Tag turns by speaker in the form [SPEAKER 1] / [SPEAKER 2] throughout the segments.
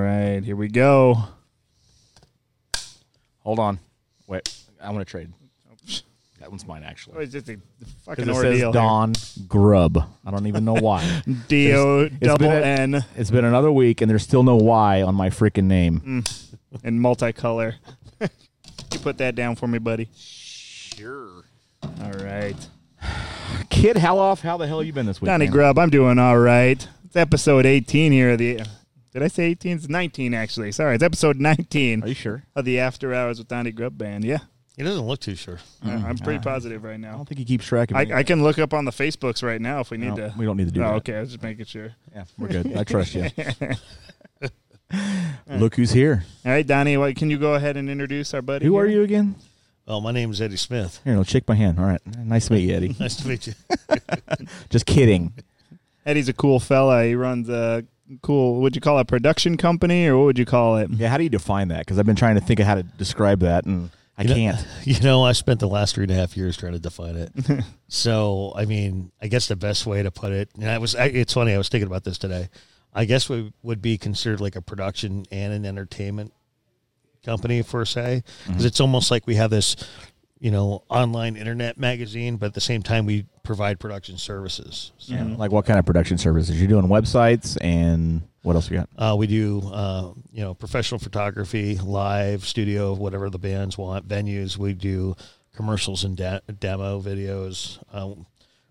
[SPEAKER 1] right, here we go.
[SPEAKER 2] Hold on. Wait, I want to trade. That one's mine actually.
[SPEAKER 1] Oh, It's just a fucking
[SPEAKER 2] Because it says
[SPEAKER 1] ordeal.
[SPEAKER 2] Don Grub. I don't even know why.
[SPEAKER 1] D O
[SPEAKER 2] There's- it's been
[SPEAKER 1] double
[SPEAKER 2] a-
[SPEAKER 1] N
[SPEAKER 2] it's been another week, and there's still no Y on my freaking name.
[SPEAKER 1] and multicolor. you put that down for me, buddy.
[SPEAKER 2] Sure.
[SPEAKER 1] All right.
[SPEAKER 2] Kid Halloff, how the hell have you been this week?
[SPEAKER 1] Mm. Donnie
[SPEAKER 2] man?
[SPEAKER 1] Grubb, I'm doing all right. It's episode 18 here. Of the did I say 18? It's 19 actually. Sorry, it's episode 19
[SPEAKER 2] Are you sure?
[SPEAKER 1] of the After Hours with Donnie Grubb band. Yeah,
[SPEAKER 3] He doesn't look too sure.
[SPEAKER 2] Mm,
[SPEAKER 1] I- I'm pretty positive right
[SPEAKER 2] I
[SPEAKER 1] now.
[SPEAKER 2] don't think he keeps track of
[SPEAKER 1] I,
[SPEAKER 2] me.
[SPEAKER 1] I can look up on the Facebooks right now if we need
[SPEAKER 2] No,
[SPEAKER 1] to.
[SPEAKER 2] we don't need to do
[SPEAKER 1] oh,
[SPEAKER 2] that.
[SPEAKER 1] Okay, I was just making sure.
[SPEAKER 2] Yeah, we're good. I trust you. Look who's here.
[SPEAKER 1] All right, Donnie, why, can you go ahead and introduce our buddy?
[SPEAKER 2] Who are
[SPEAKER 1] here?
[SPEAKER 2] you again?
[SPEAKER 3] Well, my name is Eddie Smith.
[SPEAKER 2] Here, no, shake my hand. All right. Nice to meet you, Eddie.
[SPEAKER 3] Nice to meet you.
[SPEAKER 2] Just kidding.
[SPEAKER 1] Eddie's a cool fella. He runs a cool. Would you call it a production company or what would you call it?
[SPEAKER 2] Yeah, how do you define that? Because I've been trying to think of how to describe that, and I
[SPEAKER 3] You know-
[SPEAKER 2] can't.
[SPEAKER 3] You know, I spent the last three and a half years trying to define it. so, I mean, I guess the best way to put it, and I was, I, it's funny, I was thinking about this today. I guess we would be considered like a production and an entertainment company, per se, because it's almost like we have this, you know, online internet magazine, but at the same time, we provide production services. So,
[SPEAKER 2] Like, what kind of production services? You're doing websites, and what else we got?
[SPEAKER 3] Uh, we do, uh, you know, professional photography, live studio, whatever the bands want, venues. We do commercials and de- demo videos. Um,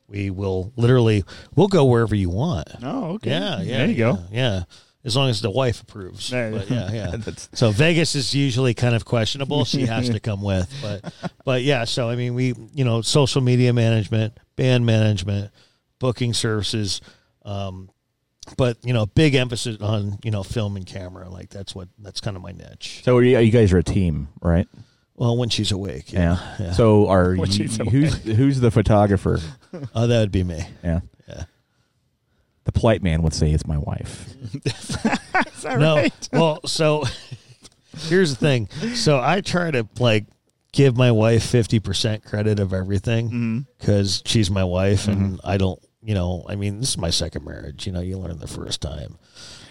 [SPEAKER 3] we will literally, we'll go wherever you want.
[SPEAKER 1] Oh, okay.
[SPEAKER 3] Yeah, yeah.
[SPEAKER 1] There you go.
[SPEAKER 3] Yeah, yeah. as long as the wife approves.
[SPEAKER 1] There-
[SPEAKER 3] But yeah, yeah. so Vegas is usually kind of questionable. She has to come with, but but yeah. So I mean, we you know, social media management, band management, booking services. Um, but you know, big emphasis on you know film and camera. Like that's what that's kind of my niche.
[SPEAKER 2] So, are you, you guys are a team, right?
[SPEAKER 3] Well, when she's awake, yeah.
[SPEAKER 2] Yeah. So, are you,
[SPEAKER 1] she's awake.
[SPEAKER 2] who's who's the photographer?
[SPEAKER 3] Oh, that would be me.
[SPEAKER 2] Yeah.
[SPEAKER 3] Yeah.
[SPEAKER 2] The polite man would say it's my wife.
[SPEAKER 1] Is that
[SPEAKER 3] no.
[SPEAKER 1] right?
[SPEAKER 3] Well, so here's the thing. So I try to like give my wife 50% credit of everything
[SPEAKER 1] Mm-hmm.
[SPEAKER 3] because she's my wife
[SPEAKER 2] Mm-hmm.
[SPEAKER 3] and I don't, you know, I mean, this is my second marriage. You know, you learn the first time.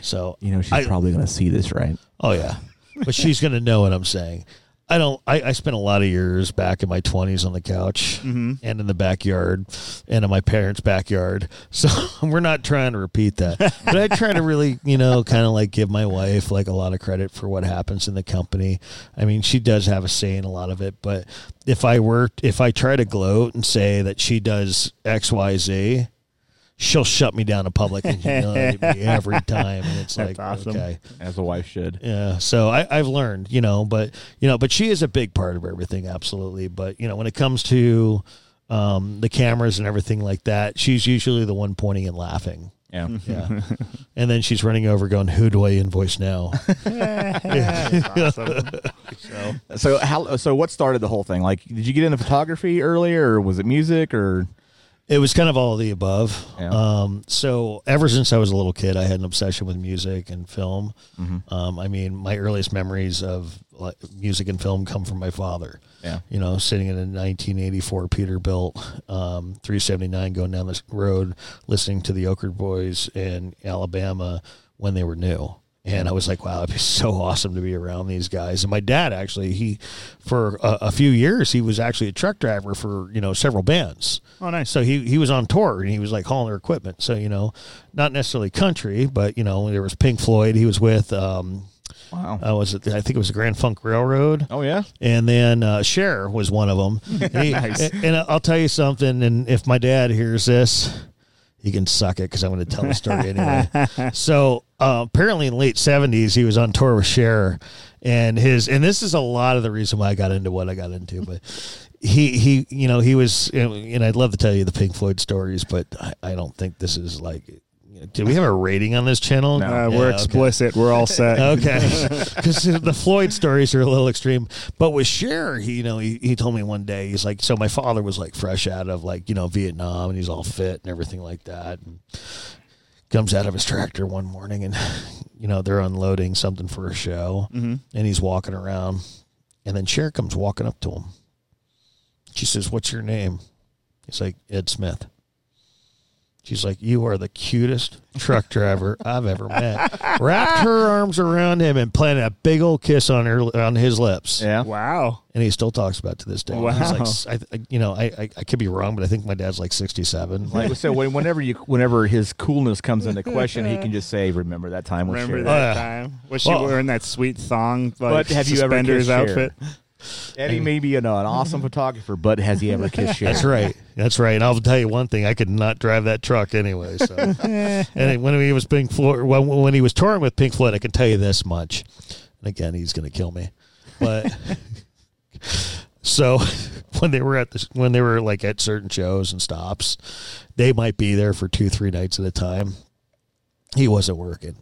[SPEAKER 3] So,
[SPEAKER 2] You know, she's
[SPEAKER 3] I-
[SPEAKER 2] probably going to see this, right?
[SPEAKER 3] Oh yeah, but she's gonna know what I'm saying. I don't. I, I spent a lot of years back in my 20s on the couch
[SPEAKER 1] Mm-hmm.
[SPEAKER 3] and in the backyard and in my parents' backyard. So we're not trying to repeat that, but I try to really, you know, kind of like give my wife like a lot of credit for what happens in the company. I mean, she does have a say in a lot of it, but if I were, if I try to gloat and say that she does X, Y, Z, she'll shut me down in public and humiliate me every time. And it's
[SPEAKER 1] That's
[SPEAKER 3] like,
[SPEAKER 1] awesome.
[SPEAKER 3] okay.
[SPEAKER 2] As a wife should.
[SPEAKER 3] Yeah. So I, I've learned, you know, but you know, but she is a big part of everything, absolutely. But you know, when it comes to um, the cameras and everything like that, she's usually the one pointing and laughing.
[SPEAKER 2] Yeah.
[SPEAKER 3] Yeah. and then she's running over, going, "Who do I invoice now?"
[SPEAKER 1] That's awesome.
[SPEAKER 2] So how? So what started the whole thing? Like, did you get into photography earlier, or was it music, or
[SPEAKER 3] It was kind of all of the above.
[SPEAKER 2] Yeah.
[SPEAKER 3] Um, so ever since I was a little kid, I had an obsession with music and film. Um, I mean, my earliest memories of like, music and film come from my father.
[SPEAKER 2] Yeah.
[SPEAKER 3] You know, sitting in a 1984 Peterbilt um, 379 going down this road, listening to the Oakard Boys in Alabama when they were new. And I was like, wow, it'd be so awesome to be around these guys. And my dad actually, he, for a, a few years, he was actually a truck driver for, you know, several bands.
[SPEAKER 1] Oh, nice.
[SPEAKER 3] So he, he was on tour and he was like hauling their equipment. So, you know, not necessarily country, but, you know, there was Pink Floyd. He was with, um,
[SPEAKER 2] wow?
[SPEAKER 3] I was, at the- I think it was the Grand Funk Railroad.
[SPEAKER 2] oh yeah.
[SPEAKER 3] And then uh, Cher was one of them. And he- And, and I'll tell you something. And if my dad hears this, he can suck it because I'm going to tell the story anyway. So uh, apparently, in late '70s, he was on tour with Cher, and his and this is a lot of the reason why I got into what I got into. But he he you know he was and I'd love to tell you the Pink Floyd stories, but I, I don't think this is like. Do we have a rating on this channel?
[SPEAKER 1] Uh, we're
[SPEAKER 3] Yeah, okay.
[SPEAKER 1] explicit. We're all set.
[SPEAKER 3] Okay, because the Floyd stories are a little extreme. But with Cher, he, you know, he, he told me one day he's like, so my father was like fresh out of like you know Vietnam, and he's all fit and everything like that. And comes out of his tractor one morning, and you know they're unloading something for a show, and he's walking around, and then Cher comes walking up to him. She says, "What's your name?" He's like, "Ed Smith." She's like, You are the cutest truck driver I've ever met. Wrapped her arms around him and planted a big old kiss on her on his lips.
[SPEAKER 2] Yeah.
[SPEAKER 1] Wow.
[SPEAKER 3] And he still talks about it to this day.
[SPEAKER 1] Wow.
[SPEAKER 3] He's like, s- I, I- you know, I, I, I could be wrong, but I think my dad's like 67.
[SPEAKER 2] Like so, when- whenever you, whenever his coolness comes into question, he can just say, "Remember that time." When
[SPEAKER 1] Remember
[SPEAKER 2] Cher-"
[SPEAKER 1] that
[SPEAKER 3] Oh, yeah.
[SPEAKER 1] time? Was she
[SPEAKER 3] Well-
[SPEAKER 1] wearing that sweet thong, like
[SPEAKER 2] But have you ever
[SPEAKER 1] suspenders
[SPEAKER 2] kissed Cher?
[SPEAKER 1] outfit?
[SPEAKER 2] Eddie may be an, an awesome photographer, but has he ever kissed Cher?
[SPEAKER 3] That's right. That's right. And I'll tell you one thing: I could not drive that truck anyway. So, and when he was Pink Floyd, when, when he was touring with Pink Floyd, I can tell you this much. And again, he's going to kill me. But so when they were at the when they were like at certain shows and stops, they might be there for two, three nights at a time. He wasn't working.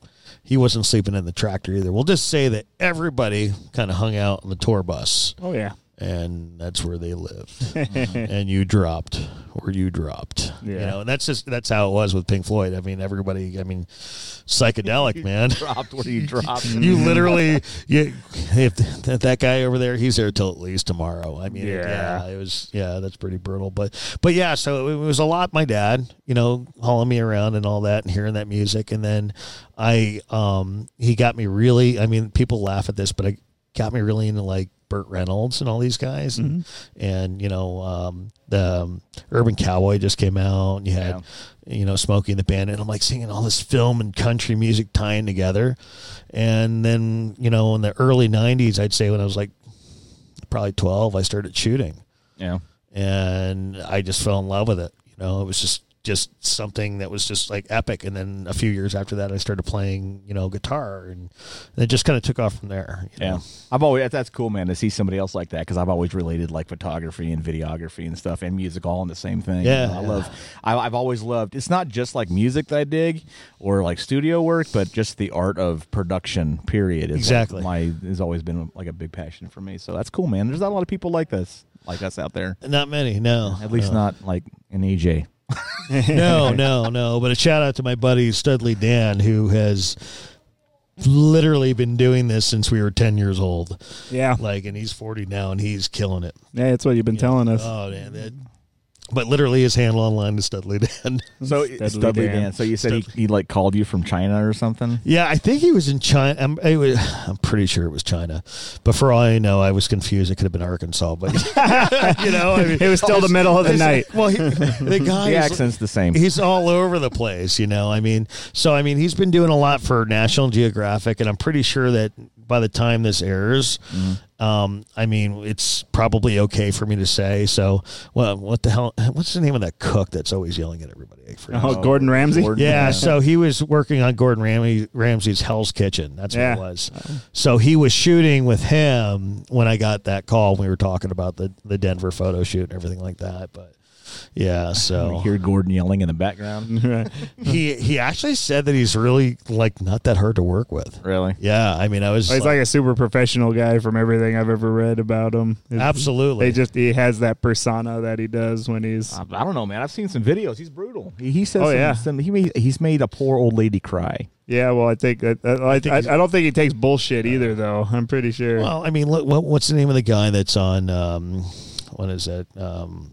[SPEAKER 3] He wasn't sleeping in the tractor either. We'll just say that everybody kind of hung out on the tour bus
[SPEAKER 1] Oh yeah,
[SPEAKER 3] and that's where they lived. and you dropped, or you dropped. You
[SPEAKER 1] Yeah.
[SPEAKER 3] know, and that's just that's how it was with Pink Floyd. I mean, everybody. I mean, psychedelic man.
[SPEAKER 2] dropped where you dropped.
[SPEAKER 3] You literally, you, if th- that guy over there, he's there till at least tomorrow. I mean, it- yeah.
[SPEAKER 1] Yeah.
[SPEAKER 3] it was, yeah, that's pretty brutal. But, but yeah, so it was a lot. My dad, you know, hauling me around and all that, and hearing that music, and then I, um, he got me really. I mean, people laugh at this, but I got me really into like Burt Reynolds and all these guys, and, and you know, um, the um, Urban Cowboy just came out. And you had
[SPEAKER 2] Yeah.
[SPEAKER 3] you know, Smokey and the Bandit. I'm like singing all this film and country music tying together. And then, you know, in the early 90s, I'd say when I was like probably 12, I started shooting
[SPEAKER 2] Yeah.
[SPEAKER 3] and I just fell in love with it. You know, it was just just something that was just like epic. And then a few years after that, I started playing, you know, guitar and it just kind of took off from there. you
[SPEAKER 2] Yeah.
[SPEAKER 3] know.
[SPEAKER 2] I've always that- that's cool, man, to see somebody else like that because I've always related like photography and videography and stuff and music all in the same thing. You
[SPEAKER 3] Yeah.
[SPEAKER 2] know, I love. I, I've always loved. It's not just like music that I dig or like studio work, but just the art of production. Period. Is like,
[SPEAKER 3] Exactly.
[SPEAKER 2] my has always been like a big passion for me. So that's cool, man. There's not a lot of people like this, like us out there.
[SPEAKER 3] Not many, no.
[SPEAKER 2] At least
[SPEAKER 3] no.
[SPEAKER 2] not like an AJ.
[SPEAKER 3] no, no, no. But a shout out to my buddy Studley Dan, who has literally been doing this since we were 10 years old.
[SPEAKER 1] yeah,
[SPEAKER 3] Like, and he's 40 now and he's killing it.
[SPEAKER 1] yeah. That's what you've been telling us.
[SPEAKER 3] Oh, man. That, but literally, his handle online is Studley Dan.
[SPEAKER 2] So
[SPEAKER 1] Studley
[SPEAKER 2] Studley
[SPEAKER 1] Dan.
[SPEAKER 2] Dan. So you said he, he like called you from China or something.
[SPEAKER 3] yeah, I think he was in China. I'm, it was, I'm pretty sure it was China. But for all I know, I was confused. It could have been Arkansas. But, you know, Oh, I mean,
[SPEAKER 1] It was still the middle of the
[SPEAKER 3] it's-
[SPEAKER 1] night.
[SPEAKER 3] Well, he, the guy
[SPEAKER 2] The
[SPEAKER 3] is-
[SPEAKER 2] accent's the same.
[SPEAKER 3] he's all over the place, you know. I mean, so I mean, he's been doing a lot for National Geographic, and I'm pretty sure that by the time this airs,
[SPEAKER 1] Mm-hmm.
[SPEAKER 3] um, I mean, it's probably okay for me to say. So, well, what the hell? What's the name of that cook that's always yelling at everybody? I forgot.
[SPEAKER 1] Oh, Gordon Ramsay.
[SPEAKER 2] Gordon.
[SPEAKER 3] Yeah,
[SPEAKER 2] Yeah.
[SPEAKER 3] so he was working on Gordon Ramsay, Ramsay's Hell's Kitchen. That's
[SPEAKER 1] Yeah.
[SPEAKER 3] what it was. So he was shooting with him when I got that call. We were talking about the, the Denver photo shoot and everything like that. But yeah, so
[SPEAKER 2] You hear Gordon yelling in the
[SPEAKER 1] Mm.
[SPEAKER 2] background.
[SPEAKER 3] he he actually said that he's really like not that hard to work with.
[SPEAKER 2] really?
[SPEAKER 3] Yeah, I mean, I was
[SPEAKER 1] Oh, He's
[SPEAKER 3] like,
[SPEAKER 1] like a super professional guy from everything I've ever read about him. It's-
[SPEAKER 3] absolutely.
[SPEAKER 1] They just he has that persona that he does when he's
[SPEAKER 2] I, I don't know, man. I've seen some videos. He's brutal. He, he says,
[SPEAKER 1] Oh,
[SPEAKER 2] some,
[SPEAKER 1] yeah.
[SPEAKER 2] some- he made, he's made a poor old lady cry.
[SPEAKER 1] yeah. Well, I think I, I, I, I don't think he takes bullshit either, though. I'm pretty sure.
[SPEAKER 3] Uh, well, I mean, look, what, what's the name of the guy that's on? Um, what is that? Um,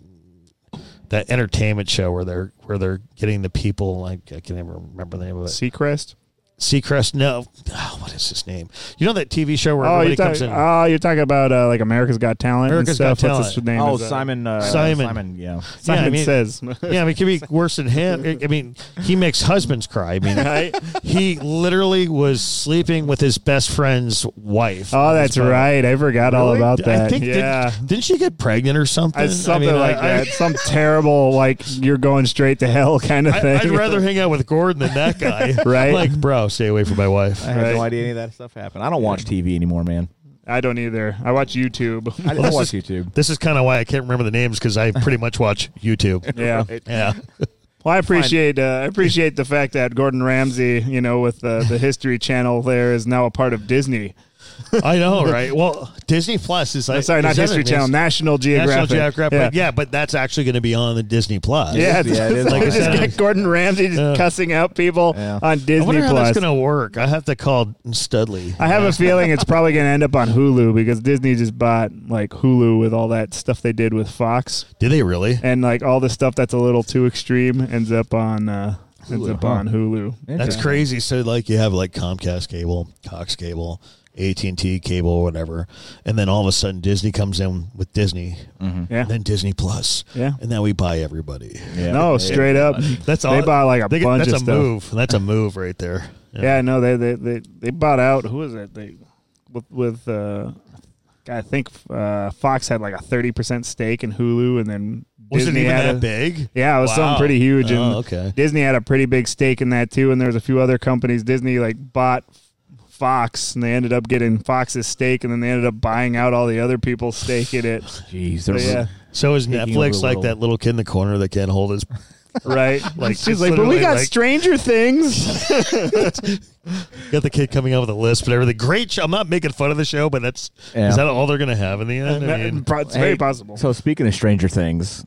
[SPEAKER 3] that entertainment show where they're where they're getting the people like I can never remember the name of it.
[SPEAKER 1] Seacrest.
[SPEAKER 3] Seacrest. No, oh, what is his name? You know that TV show where
[SPEAKER 1] Oh,
[SPEAKER 3] everybody
[SPEAKER 1] you're
[SPEAKER 3] comes
[SPEAKER 1] talking.
[SPEAKER 3] in.
[SPEAKER 1] Oh, you're talking about uh, like America's Got Talent.
[SPEAKER 3] America's
[SPEAKER 1] and stuff.
[SPEAKER 3] Got
[SPEAKER 1] What's his
[SPEAKER 3] Talent.
[SPEAKER 1] name?
[SPEAKER 2] oh,
[SPEAKER 1] Is, uh,
[SPEAKER 2] Simon, uh,
[SPEAKER 3] Simon.
[SPEAKER 2] Simon, yeah.
[SPEAKER 1] Simon
[SPEAKER 3] Yeah, I mean-
[SPEAKER 1] says.
[SPEAKER 3] yeah, I mean, it could be worse than him. I- I mean, he makes husbands cry. I mean, he literally was sleeping with his best friend's wife.
[SPEAKER 1] oh, that's
[SPEAKER 3] His-
[SPEAKER 1] right. I forgot all about that.
[SPEAKER 3] I think
[SPEAKER 1] yeah.
[SPEAKER 3] didn't, didn't she get pregnant or something?
[SPEAKER 1] I, something
[SPEAKER 3] I mean,
[SPEAKER 1] like
[SPEAKER 3] I-
[SPEAKER 1] that. Some terrible, like you're going straight to hell kind of
[SPEAKER 3] I,
[SPEAKER 1] thing.
[SPEAKER 3] would rather hang out with Gordon than that guy.
[SPEAKER 1] Right.
[SPEAKER 3] Like, bro, stay away from my wife.
[SPEAKER 2] I had no
[SPEAKER 1] Right.
[SPEAKER 2] idea any of that stuff happened. I don't watch TV anymore, man.
[SPEAKER 1] I don't either. I watch YouTube.
[SPEAKER 2] I don't
[SPEAKER 3] this
[SPEAKER 2] watch
[SPEAKER 3] is-
[SPEAKER 2] YouTube.
[SPEAKER 3] This is kind of why I can't remember the names because I pretty much watch YouTube.
[SPEAKER 1] Yeah.
[SPEAKER 3] Yeah.
[SPEAKER 1] Well, I appreciate uh, I appreciate the fact that Gordon Ramsay, you know, with uh, the History Channel, there is now a part of Disney.
[SPEAKER 3] I know, right? Well, Disney Plus is.
[SPEAKER 1] I'm Uh, sorry, not History Channel, National
[SPEAKER 3] National
[SPEAKER 1] Geographic.
[SPEAKER 3] Geographic. Yeah. but that's actually going to be on the Disney Plus.
[SPEAKER 1] Yeah, it's,
[SPEAKER 2] Yeah, it is
[SPEAKER 1] like
[SPEAKER 2] on
[SPEAKER 1] just
[SPEAKER 3] Disney.
[SPEAKER 1] get Gordon Ramsay just
[SPEAKER 3] Yeah.
[SPEAKER 1] cussing out people
[SPEAKER 2] Yeah.
[SPEAKER 1] on
[SPEAKER 3] I
[SPEAKER 1] Disney
[SPEAKER 3] wonder how
[SPEAKER 1] Plus.
[SPEAKER 3] that's going to work. I have to call Studley.
[SPEAKER 1] I have a feeling it's probably going to end up on Hulu because Disney just bought like Hulu with all that stuff they did with Fox
[SPEAKER 3] Did they really?
[SPEAKER 1] and like all the stuff that's a little too extreme ends up on uh, ends up
[SPEAKER 2] huh?
[SPEAKER 1] on Hulu.
[SPEAKER 3] That's
[SPEAKER 2] Interesting.
[SPEAKER 3] crazy. So like you have like Comcast cable, Cox cable, AT and T cable, or whatever, and then all of a sudden Disney comes in with Disney,
[SPEAKER 1] Yeah.
[SPEAKER 3] and then Disney Plus,
[SPEAKER 1] Yeah.
[SPEAKER 3] and now we buy everybody.
[SPEAKER 2] Yeah.
[SPEAKER 1] No, straight up.
[SPEAKER 3] That's all.
[SPEAKER 1] They bought like a
[SPEAKER 3] they get-
[SPEAKER 1] bunch of
[SPEAKER 3] that's a
[SPEAKER 1] stuff.
[SPEAKER 3] move. That's a move right there.
[SPEAKER 1] Yeah, no, they they they, they bought out. Who was it? They with with uh, I think uh, Fox had like a thirty percent stake in Hulu, and then
[SPEAKER 3] Was
[SPEAKER 1] Disney
[SPEAKER 3] it even
[SPEAKER 1] had
[SPEAKER 3] that
[SPEAKER 1] a-
[SPEAKER 3] big?
[SPEAKER 1] Yeah, it was
[SPEAKER 3] Wow.
[SPEAKER 1] something pretty huge. And
[SPEAKER 3] Oh, okay.
[SPEAKER 1] Disney had a pretty big stake in that too, and there was a few other companies. Disney like bought Fox, and they ended up getting Fox's stake, and then they ended up buying out all the other people's stake in it.
[SPEAKER 2] Jeez,
[SPEAKER 1] So,
[SPEAKER 2] they're
[SPEAKER 1] Oh, yeah,
[SPEAKER 3] So is
[SPEAKER 2] Taking
[SPEAKER 3] Netflix
[SPEAKER 2] over
[SPEAKER 3] like
[SPEAKER 2] little-
[SPEAKER 3] that little kid in the corner that can't hold his?
[SPEAKER 1] right.
[SPEAKER 3] Like,
[SPEAKER 1] she's
[SPEAKER 3] it's
[SPEAKER 1] like, but we
[SPEAKER 3] literally
[SPEAKER 1] got
[SPEAKER 3] like-
[SPEAKER 1] Stranger Things.
[SPEAKER 3] Got the kid coming out with a lisp and everything. Great. show. I'm not making fun of the show, but that's
[SPEAKER 2] Yeah.
[SPEAKER 3] is that all they're gonna have in the end? I mean,
[SPEAKER 1] it's very possible.
[SPEAKER 2] So speaking of Stranger Things,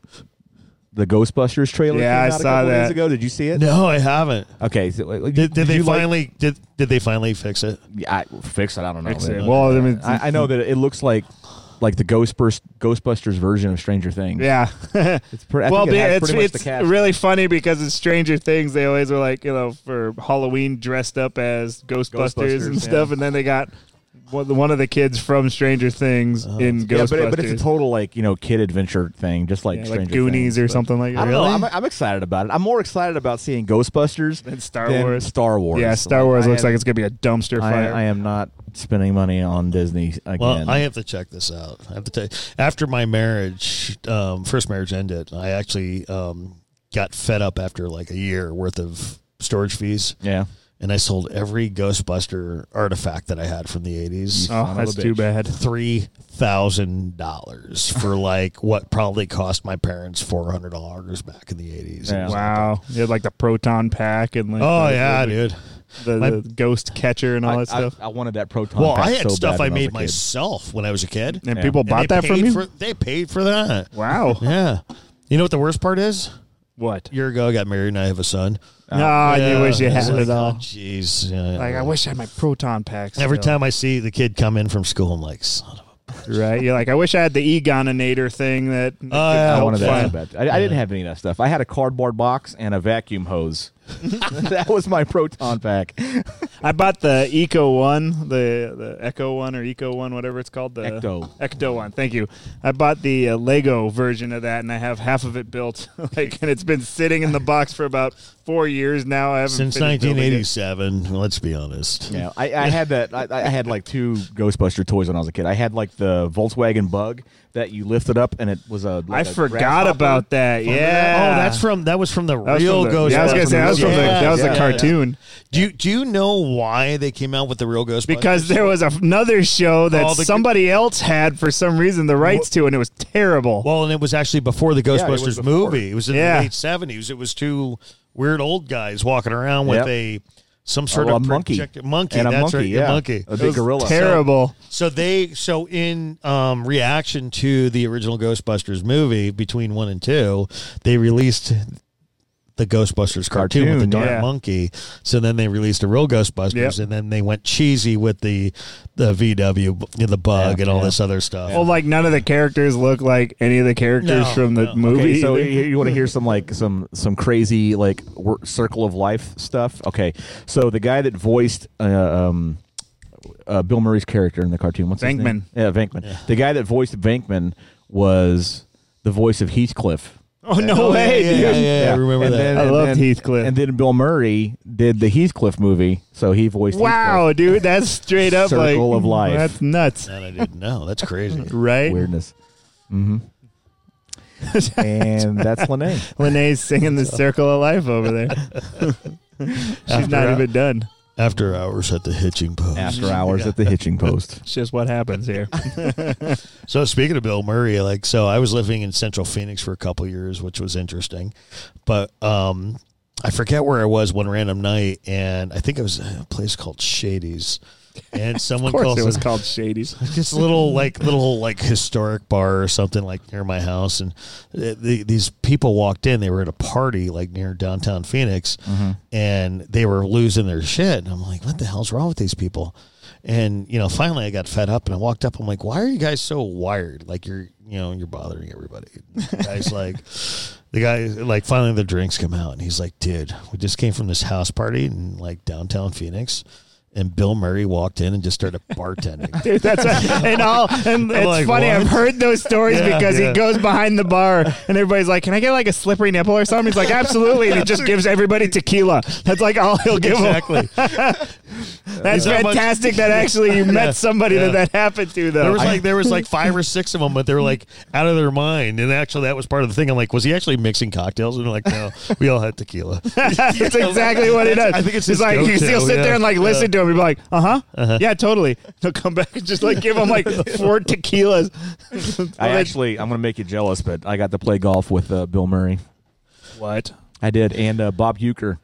[SPEAKER 2] the Ghostbusters trailer.
[SPEAKER 1] Yeah,
[SPEAKER 2] came
[SPEAKER 1] I
[SPEAKER 2] out a
[SPEAKER 1] saw
[SPEAKER 2] couple Days
[SPEAKER 1] that.
[SPEAKER 2] ago, did you see it?
[SPEAKER 3] no, I haven't.
[SPEAKER 2] Okay. So, did,
[SPEAKER 3] Did, did they
[SPEAKER 2] you like-
[SPEAKER 3] finally did did they finally fix it?
[SPEAKER 2] I, fix it? I don't know.
[SPEAKER 1] Fix
[SPEAKER 2] Oh, man.
[SPEAKER 1] it. Well, I mean,
[SPEAKER 2] I, I know that it looks like like the Ghostbusters Ghostbusters version of Stranger Things.
[SPEAKER 1] yeah.
[SPEAKER 2] It's pre- I
[SPEAKER 1] well,
[SPEAKER 2] think it has
[SPEAKER 1] it's,
[SPEAKER 2] pretty much
[SPEAKER 1] it's
[SPEAKER 2] the cast.
[SPEAKER 1] really funny because in Stranger Things, they always were like, you know, for Halloween dressed up as Ghostbusters,
[SPEAKER 2] Ghostbusters,
[SPEAKER 1] and stuff,
[SPEAKER 2] yeah.
[SPEAKER 1] and then they got one one of the kids from Stranger Things in Ghostbusters,
[SPEAKER 2] Oh, yeah, but, it- but it's a total like you know kid adventure thing, just like
[SPEAKER 1] Yeah,
[SPEAKER 2] Stranger
[SPEAKER 1] like Goonies
[SPEAKER 2] Things,
[SPEAKER 1] or
[SPEAKER 2] but-
[SPEAKER 1] something like that.
[SPEAKER 2] I don't know. I'm, I'm excited about it. I'm more excited about seeing Ghostbusters
[SPEAKER 1] Than Star Wars.
[SPEAKER 2] Star Wars.
[SPEAKER 1] Yeah, Star Wars looks like it's gonna be a dumpster
[SPEAKER 2] I,
[SPEAKER 1] fire.
[SPEAKER 2] I am not spending money on Disney again.
[SPEAKER 3] Well, I have to check this out. I have to tell you, after my marriage, um, first marriage ended, I actually um, got fed up after like a year worth of storage fees,
[SPEAKER 2] yeah,
[SPEAKER 3] and I sold every Ghostbuster artifact that I had from the '80s.
[SPEAKER 1] oh,
[SPEAKER 2] of a
[SPEAKER 1] that's too
[SPEAKER 2] bitch.
[SPEAKER 1] bad.
[SPEAKER 3] Three thousand dollars for like what probably cost my parents four hundred dollars back in the eighties.
[SPEAKER 2] Yeah.
[SPEAKER 1] Wow, you had like the proton pack and like
[SPEAKER 3] Oh
[SPEAKER 1] the,
[SPEAKER 3] yeah,
[SPEAKER 1] the,
[SPEAKER 3] dude.
[SPEAKER 1] the,
[SPEAKER 3] My-
[SPEAKER 1] the ghost catcher and all
[SPEAKER 2] I,
[SPEAKER 1] that stuff.
[SPEAKER 2] I, I wanted that proton.
[SPEAKER 3] Well,
[SPEAKER 2] pack
[SPEAKER 3] I had
[SPEAKER 2] so
[SPEAKER 3] stuff
[SPEAKER 2] bad
[SPEAKER 3] I
[SPEAKER 2] when was
[SPEAKER 3] made
[SPEAKER 2] a kid.
[SPEAKER 3] myself when I was a kid.
[SPEAKER 1] and
[SPEAKER 2] yeah.
[SPEAKER 1] people
[SPEAKER 3] And
[SPEAKER 1] bought
[SPEAKER 3] they
[SPEAKER 1] that from
[SPEAKER 3] paid
[SPEAKER 1] you.
[SPEAKER 3] For, they paid for that.
[SPEAKER 1] wow,
[SPEAKER 3] Yeah. You know what the worst part is?
[SPEAKER 1] what?
[SPEAKER 3] A year ago, I got married and I have a son.
[SPEAKER 2] Oh,
[SPEAKER 1] No, Oh, I
[SPEAKER 3] Yeah.
[SPEAKER 1] wish you
[SPEAKER 3] It's
[SPEAKER 1] had
[SPEAKER 3] like,
[SPEAKER 1] it all.
[SPEAKER 3] oh, Jeez. Yeah.
[SPEAKER 1] Like I wish I had my proton packs.
[SPEAKER 3] Every
[SPEAKER 1] still.
[SPEAKER 3] time I see the kid come in from school, I'm like, son of a.
[SPEAKER 1] Right. You're like, I wish I had the Egoninator thing that.
[SPEAKER 3] yeah,
[SPEAKER 2] I
[SPEAKER 1] Oh,
[SPEAKER 2] wanted that so
[SPEAKER 1] fine.
[SPEAKER 2] bad. I, I didn't have any of that stuff. I had a cardboard box and a vacuum hose. that was my proton pack.
[SPEAKER 1] I bought the Eco One, the the Echo One or Eco One, whatever it's called. The
[SPEAKER 2] Ecto.
[SPEAKER 1] Ecto One. Thank you. I bought the uh, Lego version of that, and I have half of it built. like, and it's been sitting in the box for about four years now. I haven't
[SPEAKER 3] Since
[SPEAKER 1] finished building it.
[SPEAKER 3] 1987, let's be honest.
[SPEAKER 2] Yeah, I, I had that. I, I had like two Ghostbuster toys when I was a kid. I had like the Volkswagen Bug that you lifted up, and it was a.
[SPEAKER 1] I
[SPEAKER 2] Like a
[SPEAKER 1] forgot
[SPEAKER 2] grasshopper.
[SPEAKER 1] about that. Yeah.
[SPEAKER 3] Oh, that's from that was from the
[SPEAKER 1] That was
[SPEAKER 3] real
[SPEAKER 1] from the-
[SPEAKER 3] Ghostbusters.
[SPEAKER 1] Yeah, I was gonna say that was from the,
[SPEAKER 3] Yeah,
[SPEAKER 1] that was
[SPEAKER 3] yeah,
[SPEAKER 1] the
[SPEAKER 3] yeah.
[SPEAKER 1] cartoon.
[SPEAKER 3] Do you do you know why they came out with the real Ghostbusters?
[SPEAKER 1] Because there was another show that
[SPEAKER 3] Oh, the-
[SPEAKER 1] somebody else had for some reason the rights to, and it was terrible.
[SPEAKER 3] Well, and it was actually before the
[SPEAKER 2] it was
[SPEAKER 3] Ghostbusters
[SPEAKER 2] before.
[SPEAKER 3] movie. It was in
[SPEAKER 1] Yeah.
[SPEAKER 3] the late seventies. It was two weird old guys walking around with
[SPEAKER 2] Yep.
[SPEAKER 3] a some sort
[SPEAKER 2] Oh,
[SPEAKER 3] of
[SPEAKER 2] a monkey.
[SPEAKER 3] projected- monkey.
[SPEAKER 2] And a
[SPEAKER 3] that's
[SPEAKER 2] monkey,
[SPEAKER 3] right, a
[SPEAKER 2] yeah.
[SPEAKER 3] monkey.
[SPEAKER 2] A
[SPEAKER 1] It
[SPEAKER 2] big
[SPEAKER 1] was
[SPEAKER 2] gorilla.
[SPEAKER 1] Terrible.
[SPEAKER 3] So they so in um, reaction to the original Ghostbusters movie between one and two, they released the Ghostbusters cartoon, with the
[SPEAKER 2] Cartoon,
[SPEAKER 3] dark
[SPEAKER 1] yeah.
[SPEAKER 3] monkey. So then they released the real Ghostbusters,
[SPEAKER 1] Yep.
[SPEAKER 3] and then they went cheesy with the the VW, you know, the bug,
[SPEAKER 2] Yeah,
[SPEAKER 3] and all
[SPEAKER 2] yeah.
[SPEAKER 3] this other stuff.
[SPEAKER 1] Well, like none of the characters look like any of the characters
[SPEAKER 3] No,
[SPEAKER 1] from the
[SPEAKER 3] no.
[SPEAKER 1] movie.
[SPEAKER 2] Okay, so
[SPEAKER 1] either.
[SPEAKER 2] you, want to hear some like some some crazy like wor- circle of life stuff? Okay, so the guy that voiced uh, um, uh, Bill Murray's character in the cartoon, what's His
[SPEAKER 1] Venkman.
[SPEAKER 2] name? Yeah, Venkman. The guy that voiced Venkman was the voice of Heathcliff.
[SPEAKER 1] oh no
[SPEAKER 3] Oh, yeah,
[SPEAKER 1] way,
[SPEAKER 3] yeah,
[SPEAKER 1] dude.
[SPEAKER 3] yeah, yeah, I remember
[SPEAKER 2] and
[SPEAKER 3] that.
[SPEAKER 2] then-
[SPEAKER 1] I
[SPEAKER 2] and
[SPEAKER 1] loved
[SPEAKER 2] then-
[SPEAKER 1] Heathcliff.
[SPEAKER 2] And then Bill Murray did the Heathcliff movie, so he voiced.
[SPEAKER 1] Wow, dude, that's straight up like
[SPEAKER 2] Circle of life.
[SPEAKER 1] That's nuts,
[SPEAKER 3] that I didn't know. That's crazy.
[SPEAKER 1] right?
[SPEAKER 2] Heathcliff. weirdness. hmm and that's Lene.
[SPEAKER 1] Lene's singing the Circle of Life over there. She's not
[SPEAKER 3] After-
[SPEAKER 1] even done.
[SPEAKER 3] After hours at the hitching post.
[SPEAKER 2] After hours at the hitching post.
[SPEAKER 1] It's just what happens here.
[SPEAKER 3] So speaking of Bill Murray, like so I was living in Central Phoenix for a couple years, which was interesting. But um I forget where I was one random night and I think it was at a place called Shady's and someone
[SPEAKER 1] Of course,
[SPEAKER 3] calls
[SPEAKER 1] it was
[SPEAKER 3] it-
[SPEAKER 1] called Shady's.
[SPEAKER 3] just a little like little like historic bar or something like near my house and the, the, these people walked in they were at a party like near downtown phoenix and they were losing their shit and i'm like what the hell's wrong with these people and you know finally i got fed up and i walked up i'm like why are you guys so wired like you're you know you're bothering everybody the guy's like the guy like finally the drinks come out and he's like dude we just came from this house party in like downtown phoenix and Bill Murray walked in and just started bartending.
[SPEAKER 1] Dude, that's what, and all and it's
[SPEAKER 3] like,
[SPEAKER 1] funny.
[SPEAKER 3] what?
[SPEAKER 1] I've heard those stories
[SPEAKER 3] Yeah,
[SPEAKER 1] because
[SPEAKER 3] yeah.
[SPEAKER 1] he goes behind the bar and everybody's like, "Can I get like a slippery nipple or something?" He's like, "Absolutely!" And he just gives everybody tequila. That's like all he'll give them.
[SPEAKER 3] exactly.
[SPEAKER 1] That's
[SPEAKER 3] How much-
[SPEAKER 1] fantastic. that actually you met somebody
[SPEAKER 3] yeah.
[SPEAKER 1] that that happened to though.
[SPEAKER 3] There was like there was like five or six of them, but they were like out of their mind. And actually, that was part of the thing. I'm like, was he actually mixing cocktails? And they're like, no, we all had tequila.
[SPEAKER 1] That's exactly what he does.
[SPEAKER 3] That's- I think it's his
[SPEAKER 1] like you
[SPEAKER 3] go-to,
[SPEAKER 1] still sit
[SPEAKER 3] yeah. Uh-huh.
[SPEAKER 1] there and like listen to him and be like, uh huh, yeah, totally. He'll come back and just like give him like four tequilas.
[SPEAKER 2] I actually, I'm going to make you jealous, but I got to play golf with uh, Bill Murray.
[SPEAKER 1] what?
[SPEAKER 2] I did, and uh, Bob Euchre,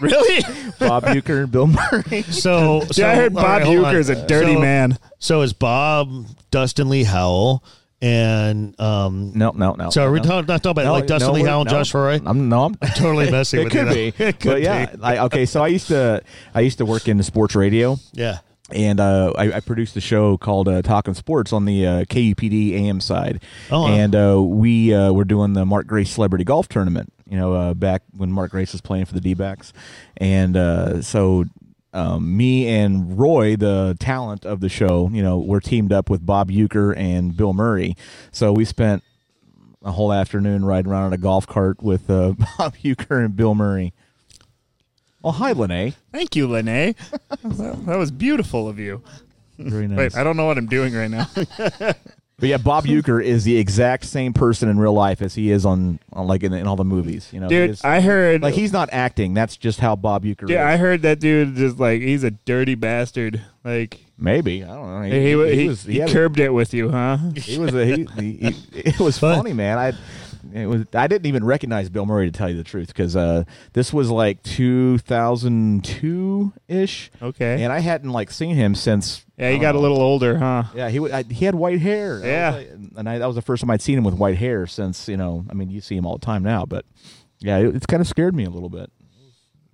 [SPEAKER 1] Really?
[SPEAKER 2] Bob Euchre, and Bill Murray.
[SPEAKER 3] So, so
[SPEAKER 1] yeah, I heard
[SPEAKER 3] all
[SPEAKER 1] Bob
[SPEAKER 3] right, hold on.
[SPEAKER 1] Euchre is a dirty
[SPEAKER 3] So-
[SPEAKER 1] man.
[SPEAKER 3] So is Bob Dustin Lee Howell and um.
[SPEAKER 2] No, no, no.
[SPEAKER 3] So are we
[SPEAKER 2] no.
[SPEAKER 3] talking, not talking about
[SPEAKER 2] No,
[SPEAKER 3] like Dustin
[SPEAKER 2] no,
[SPEAKER 3] Lee
[SPEAKER 2] we're-
[SPEAKER 3] Howell and
[SPEAKER 2] no.
[SPEAKER 3] Josh Roy?
[SPEAKER 2] I'm no, I'm
[SPEAKER 3] totally messing
[SPEAKER 2] it
[SPEAKER 3] with you.
[SPEAKER 2] could
[SPEAKER 3] though.
[SPEAKER 2] be,
[SPEAKER 3] It could
[SPEAKER 2] but yeah,
[SPEAKER 3] be.
[SPEAKER 2] I, okay. So I used to, I used to work in the sports radio,
[SPEAKER 3] Yeah.
[SPEAKER 2] and uh, I, I produced a show called uh, Talking Sports on the uh, KUPD AM side.
[SPEAKER 3] Oh, wow.
[SPEAKER 2] and uh, we uh, were doing the Mark Grace Celebrity Golf Tournament. You know, uh, back when Mark Grace was playing for the D-backs, and uh, so. Um, me and Roy, the talent of the show, you know, we're teamed up with Bob Euchre and Bill Murray. So we spent a whole afternoon riding around in a golf cart with uh, Bob Euchre and Bill Murray. Oh, hi, Lene.
[SPEAKER 1] Thank you, Lene. that that was beautiful of you.
[SPEAKER 2] Very nice.
[SPEAKER 1] Wait, I don't know what I'm doing right now.
[SPEAKER 2] But yeah, Bob Euchre is the exact same person in real life as he is on, on like in, in all the movies. You know, He
[SPEAKER 1] Dude,
[SPEAKER 2] is-
[SPEAKER 1] I heard
[SPEAKER 2] like he's not acting. That's just how Bob Euchre.
[SPEAKER 1] Yeah,
[SPEAKER 2] is.
[SPEAKER 1] I heard that dude just like he's a dirty bastard. Like
[SPEAKER 2] maybe I don't know.
[SPEAKER 1] he he,
[SPEAKER 2] was
[SPEAKER 1] he
[SPEAKER 2] had a-
[SPEAKER 1] curbed it with you, huh?
[SPEAKER 2] he was a, he, he, he- it was
[SPEAKER 3] But-
[SPEAKER 2] funny man i it was i didn't even recognize bill murray to tell you the truth because uh this was like 2002-ish
[SPEAKER 1] Okay.
[SPEAKER 2] and i hadn't like seen him since
[SPEAKER 1] Yeah,
[SPEAKER 2] I
[SPEAKER 1] he
[SPEAKER 2] don't
[SPEAKER 1] got a
[SPEAKER 2] know.
[SPEAKER 1] little older, huh?
[SPEAKER 2] Uh-huh. yeah he wa- I, he had white hair I was
[SPEAKER 1] Yeah.
[SPEAKER 2] like- and I, that was the first time i'd seen him with white hair since you know i mean you see him all the time now but yeah it, it's kind of scared me a little bit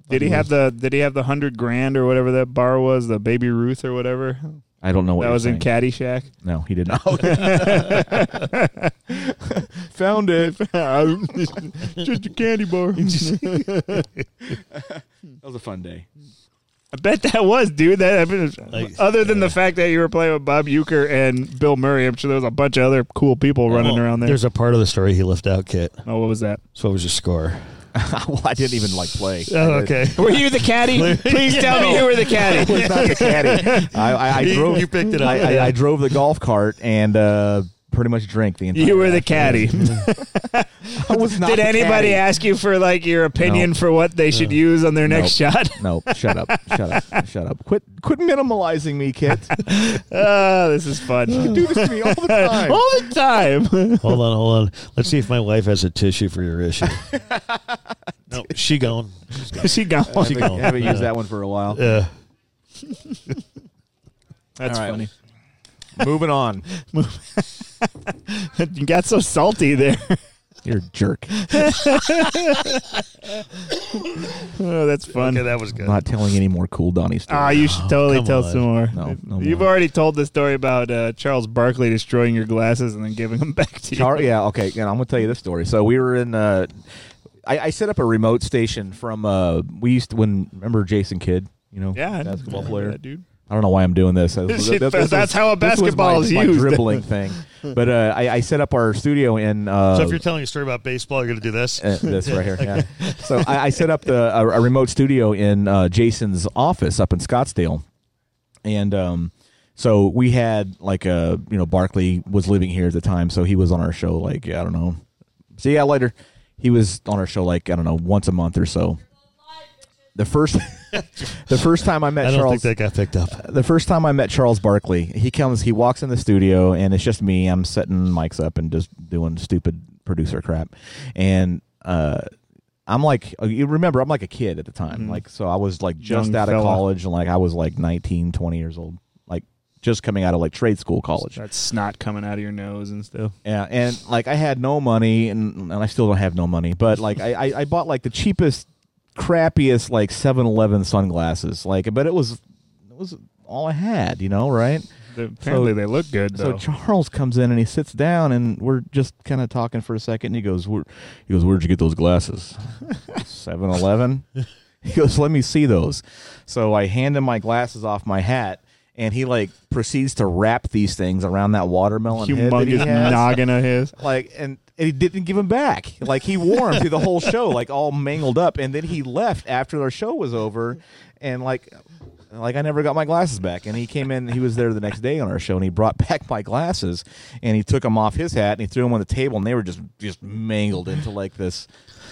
[SPEAKER 1] Did he have the Did he have the hundred grand or whatever that bar was, the Baby Ruth or whatever
[SPEAKER 2] i don't know what
[SPEAKER 1] that
[SPEAKER 2] you're
[SPEAKER 1] was in
[SPEAKER 2] saying.
[SPEAKER 1] Caddyshack?
[SPEAKER 2] no he did not found it
[SPEAKER 1] Just a candy bar.
[SPEAKER 2] that was a fun day
[SPEAKER 1] I bet that was, dude. That happened.
[SPEAKER 3] Like,
[SPEAKER 1] other than the fact that you were playing with Bob Euchre and Bill Murray, I'm sure there was a bunch of other cool
[SPEAKER 2] Oh,
[SPEAKER 1] people running around there.
[SPEAKER 3] There's a part of the story he left out, Kit.
[SPEAKER 1] Oh, what was that?
[SPEAKER 3] So what was your score? Oh,
[SPEAKER 2] well i didn't even like play
[SPEAKER 1] Were you the caddy? Please tell me you were the caddy.
[SPEAKER 2] was not the caddy. I, I, I
[SPEAKER 3] You-
[SPEAKER 2] drove.
[SPEAKER 3] you picked it up,
[SPEAKER 2] I,
[SPEAKER 3] yeah.
[SPEAKER 2] I, I drove the golf cart and uh, pretty much drank the entire.
[SPEAKER 1] You were the caddy.
[SPEAKER 2] I was not
[SPEAKER 1] Did
[SPEAKER 2] the
[SPEAKER 1] anybody
[SPEAKER 2] caddy.
[SPEAKER 1] ask you for like your opinion for what they should use on their next shot?
[SPEAKER 2] No, shut up, shut up, shut up. Quit, quit minimalizing me, Kit.
[SPEAKER 1] oh, this is fun.
[SPEAKER 2] Do this to me all the time.
[SPEAKER 1] All the time.
[SPEAKER 3] Hold on, hold on. Let's see if my wife has a tissue for your issue. no, she gone.
[SPEAKER 1] she gone.
[SPEAKER 3] She
[SPEAKER 2] I
[SPEAKER 3] gone.
[SPEAKER 2] haven't used that one for a while.
[SPEAKER 3] Yeah.
[SPEAKER 1] That's
[SPEAKER 2] All right.
[SPEAKER 1] funny.
[SPEAKER 2] Moving on.
[SPEAKER 1] You got so salty there.
[SPEAKER 2] You're a jerk.
[SPEAKER 1] Oh, that's fun.
[SPEAKER 3] Okay, that was good.
[SPEAKER 2] I'm not telling any more cool Donnie stories.
[SPEAKER 1] Ah, you should totally
[SPEAKER 3] come
[SPEAKER 1] tell
[SPEAKER 3] on.
[SPEAKER 1] some more.
[SPEAKER 2] No, no
[SPEAKER 1] You've
[SPEAKER 2] more.
[SPEAKER 1] already told the story about uh, Charles Barkley destroying your glasses and then giving them back to you.
[SPEAKER 2] Char- yeah, okay. And I'm gonna tell you this story. So we were in. Uh, I, I set up a remote station from. Uh, we used to, when remember Jason Kidd, you know,
[SPEAKER 1] yeah, I
[SPEAKER 2] basketball
[SPEAKER 1] remember
[SPEAKER 2] player.
[SPEAKER 1] that, dude.
[SPEAKER 2] I don't know why I'm doing this.
[SPEAKER 1] shit- that's how a
[SPEAKER 2] this was
[SPEAKER 1] basketball
[SPEAKER 2] my-
[SPEAKER 1] is
[SPEAKER 2] my
[SPEAKER 1] used.
[SPEAKER 2] dribbling thing. But uh, I, I set up our studio in. Uh,
[SPEAKER 3] so if you're telling a story about baseball, you're going to do this?
[SPEAKER 2] uh, this right here. Yeah. So I, I set up the a, a remote studio in uh, Jason's office up in Scottsdale, and um, so we had like a you know Barkley was living here at the time, so he was on our show like I don't know. See ya later. He was on our show like I don't know once a month or so. The first, the first time I met
[SPEAKER 3] I don't
[SPEAKER 2] Charles,
[SPEAKER 3] think that got picked up.
[SPEAKER 2] the first time I met Charles Barkley, he comes, he walks in the studio, and it's just me. I'm setting mics up and just doing stupid producer crap, and uh, I'm like you remember I'm like a kid at the time. Like so I was like just
[SPEAKER 1] Mm-hmm. Young
[SPEAKER 2] out
[SPEAKER 1] fella.
[SPEAKER 2] of college and like I was like 19, 20 years old. Like just coming out of like trade school college.
[SPEAKER 1] That snot coming out of your nose and stuff.
[SPEAKER 2] Yeah, and like I had no money, and, and I still don't have no money. But like I, I, I bought like the cheapest, crappiest like 7-Eleven sunglasses. Like, but it was it was all I had, you know, right?
[SPEAKER 1] The- Apparently, they look good
[SPEAKER 2] So
[SPEAKER 1] though.
[SPEAKER 2] Charles comes in and he sits down, and we're just kind of talking for a second. And he goes, Where, he goes, where'd you get those glasses? 7-Eleven. He goes, let me see those. So I hand him my glasses off my hat. And he like proceeds to wrap these things around that watermelon head that he
[SPEAKER 1] Humongous
[SPEAKER 2] has
[SPEAKER 1] noggin of his.
[SPEAKER 2] like and, and he didn't give him back like he wore him through the whole show like all mangled up and then he left after our show was over and like like i never got my glasses back and he came in he was there the next day on our show and he brought back my glasses and he took them off his hat and he threw them on the table and they were just just mangled into like this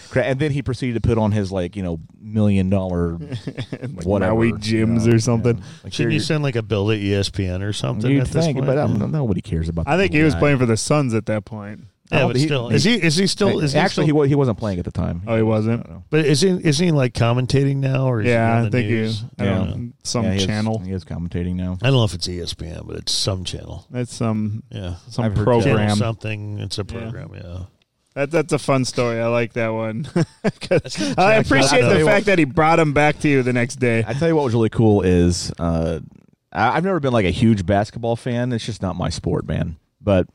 [SPEAKER 2] crap and then he proceeded to put on his like you know million dollar whatever
[SPEAKER 1] Maui Jims or something.
[SPEAKER 2] Like,
[SPEAKER 3] Shouldn't
[SPEAKER 2] you're-
[SPEAKER 3] you send like a bill to E ESPN or something?
[SPEAKER 2] you'd
[SPEAKER 3] at this
[SPEAKER 2] think
[SPEAKER 3] point? Mm.
[SPEAKER 2] but I don't, know- nobody cares about
[SPEAKER 1] I
[SPEAKER 2] the
[SPEAKER 1] think
[SPEAKER 2] little
[SPEAKER 1] he was
[SPEAKER 2] guy.
[SPEAKER 1] playing for the Suns at that point.
[SPEAKER 2] I
[SPEAKER 3] Yeah,
[SPEAKER 2] don't-
[SPEAKER 3] but
[SPEAKER 2] he-
[SPEAKER 3] still, is he is he still is
[SPEAKER 2] actually
[SPEAKER 3] he
[SPEAKER 2] he,
[SPEAKER 3] still,
[SPEAKER 2] wa- he wasn't playing at the time
[SPEAKER 1] Oh, he wasn't.
[SPEAKER 3] but is he is he like commentating now or is he
[SPEAKER 1] Yeah,
[SPEAKER 3] on
[SPEAKER 1] I
[SPEAKER 3] the
[SPEAKER 1] think
[SPEAKER 3] news?
[SPEAKER 1] he. I don't
[SPEAKER 2] Yeah.
[SPEAKER 1] know, some
[SPEAKER 2] Yeah, he is-
[SPEAKER 1] channel.
[SPEAKER 2] he is commentating now.
[SPEAKER 3] I don't know if it's E ESPN, but it's some channel.
[SPEAKER 1] That's um, some
[SPEAKER 3] Yeah,
[SPEAKER 1] some
[SPEAKER 2] I've heard
[SPEAKER 1] program.
[SPEAKER 3] Channel something. It's a program. Yeah,
[SPEAKER 1] That, that's a fun story. I like that one. 'Cause
[SPEAKER 3] gonna
[SPEAKER 1] I
[SPEAKER 3] jack
[SPEAKER 1] appreciate
[SPEAKER 3] up.
[SPEAKER 1] the fact that he brought him back to you the next day.
[SPEAKER 2] I tell you what was really cool is uh, I- I've never been like a huge basketball fan. It's just not my sport, man. But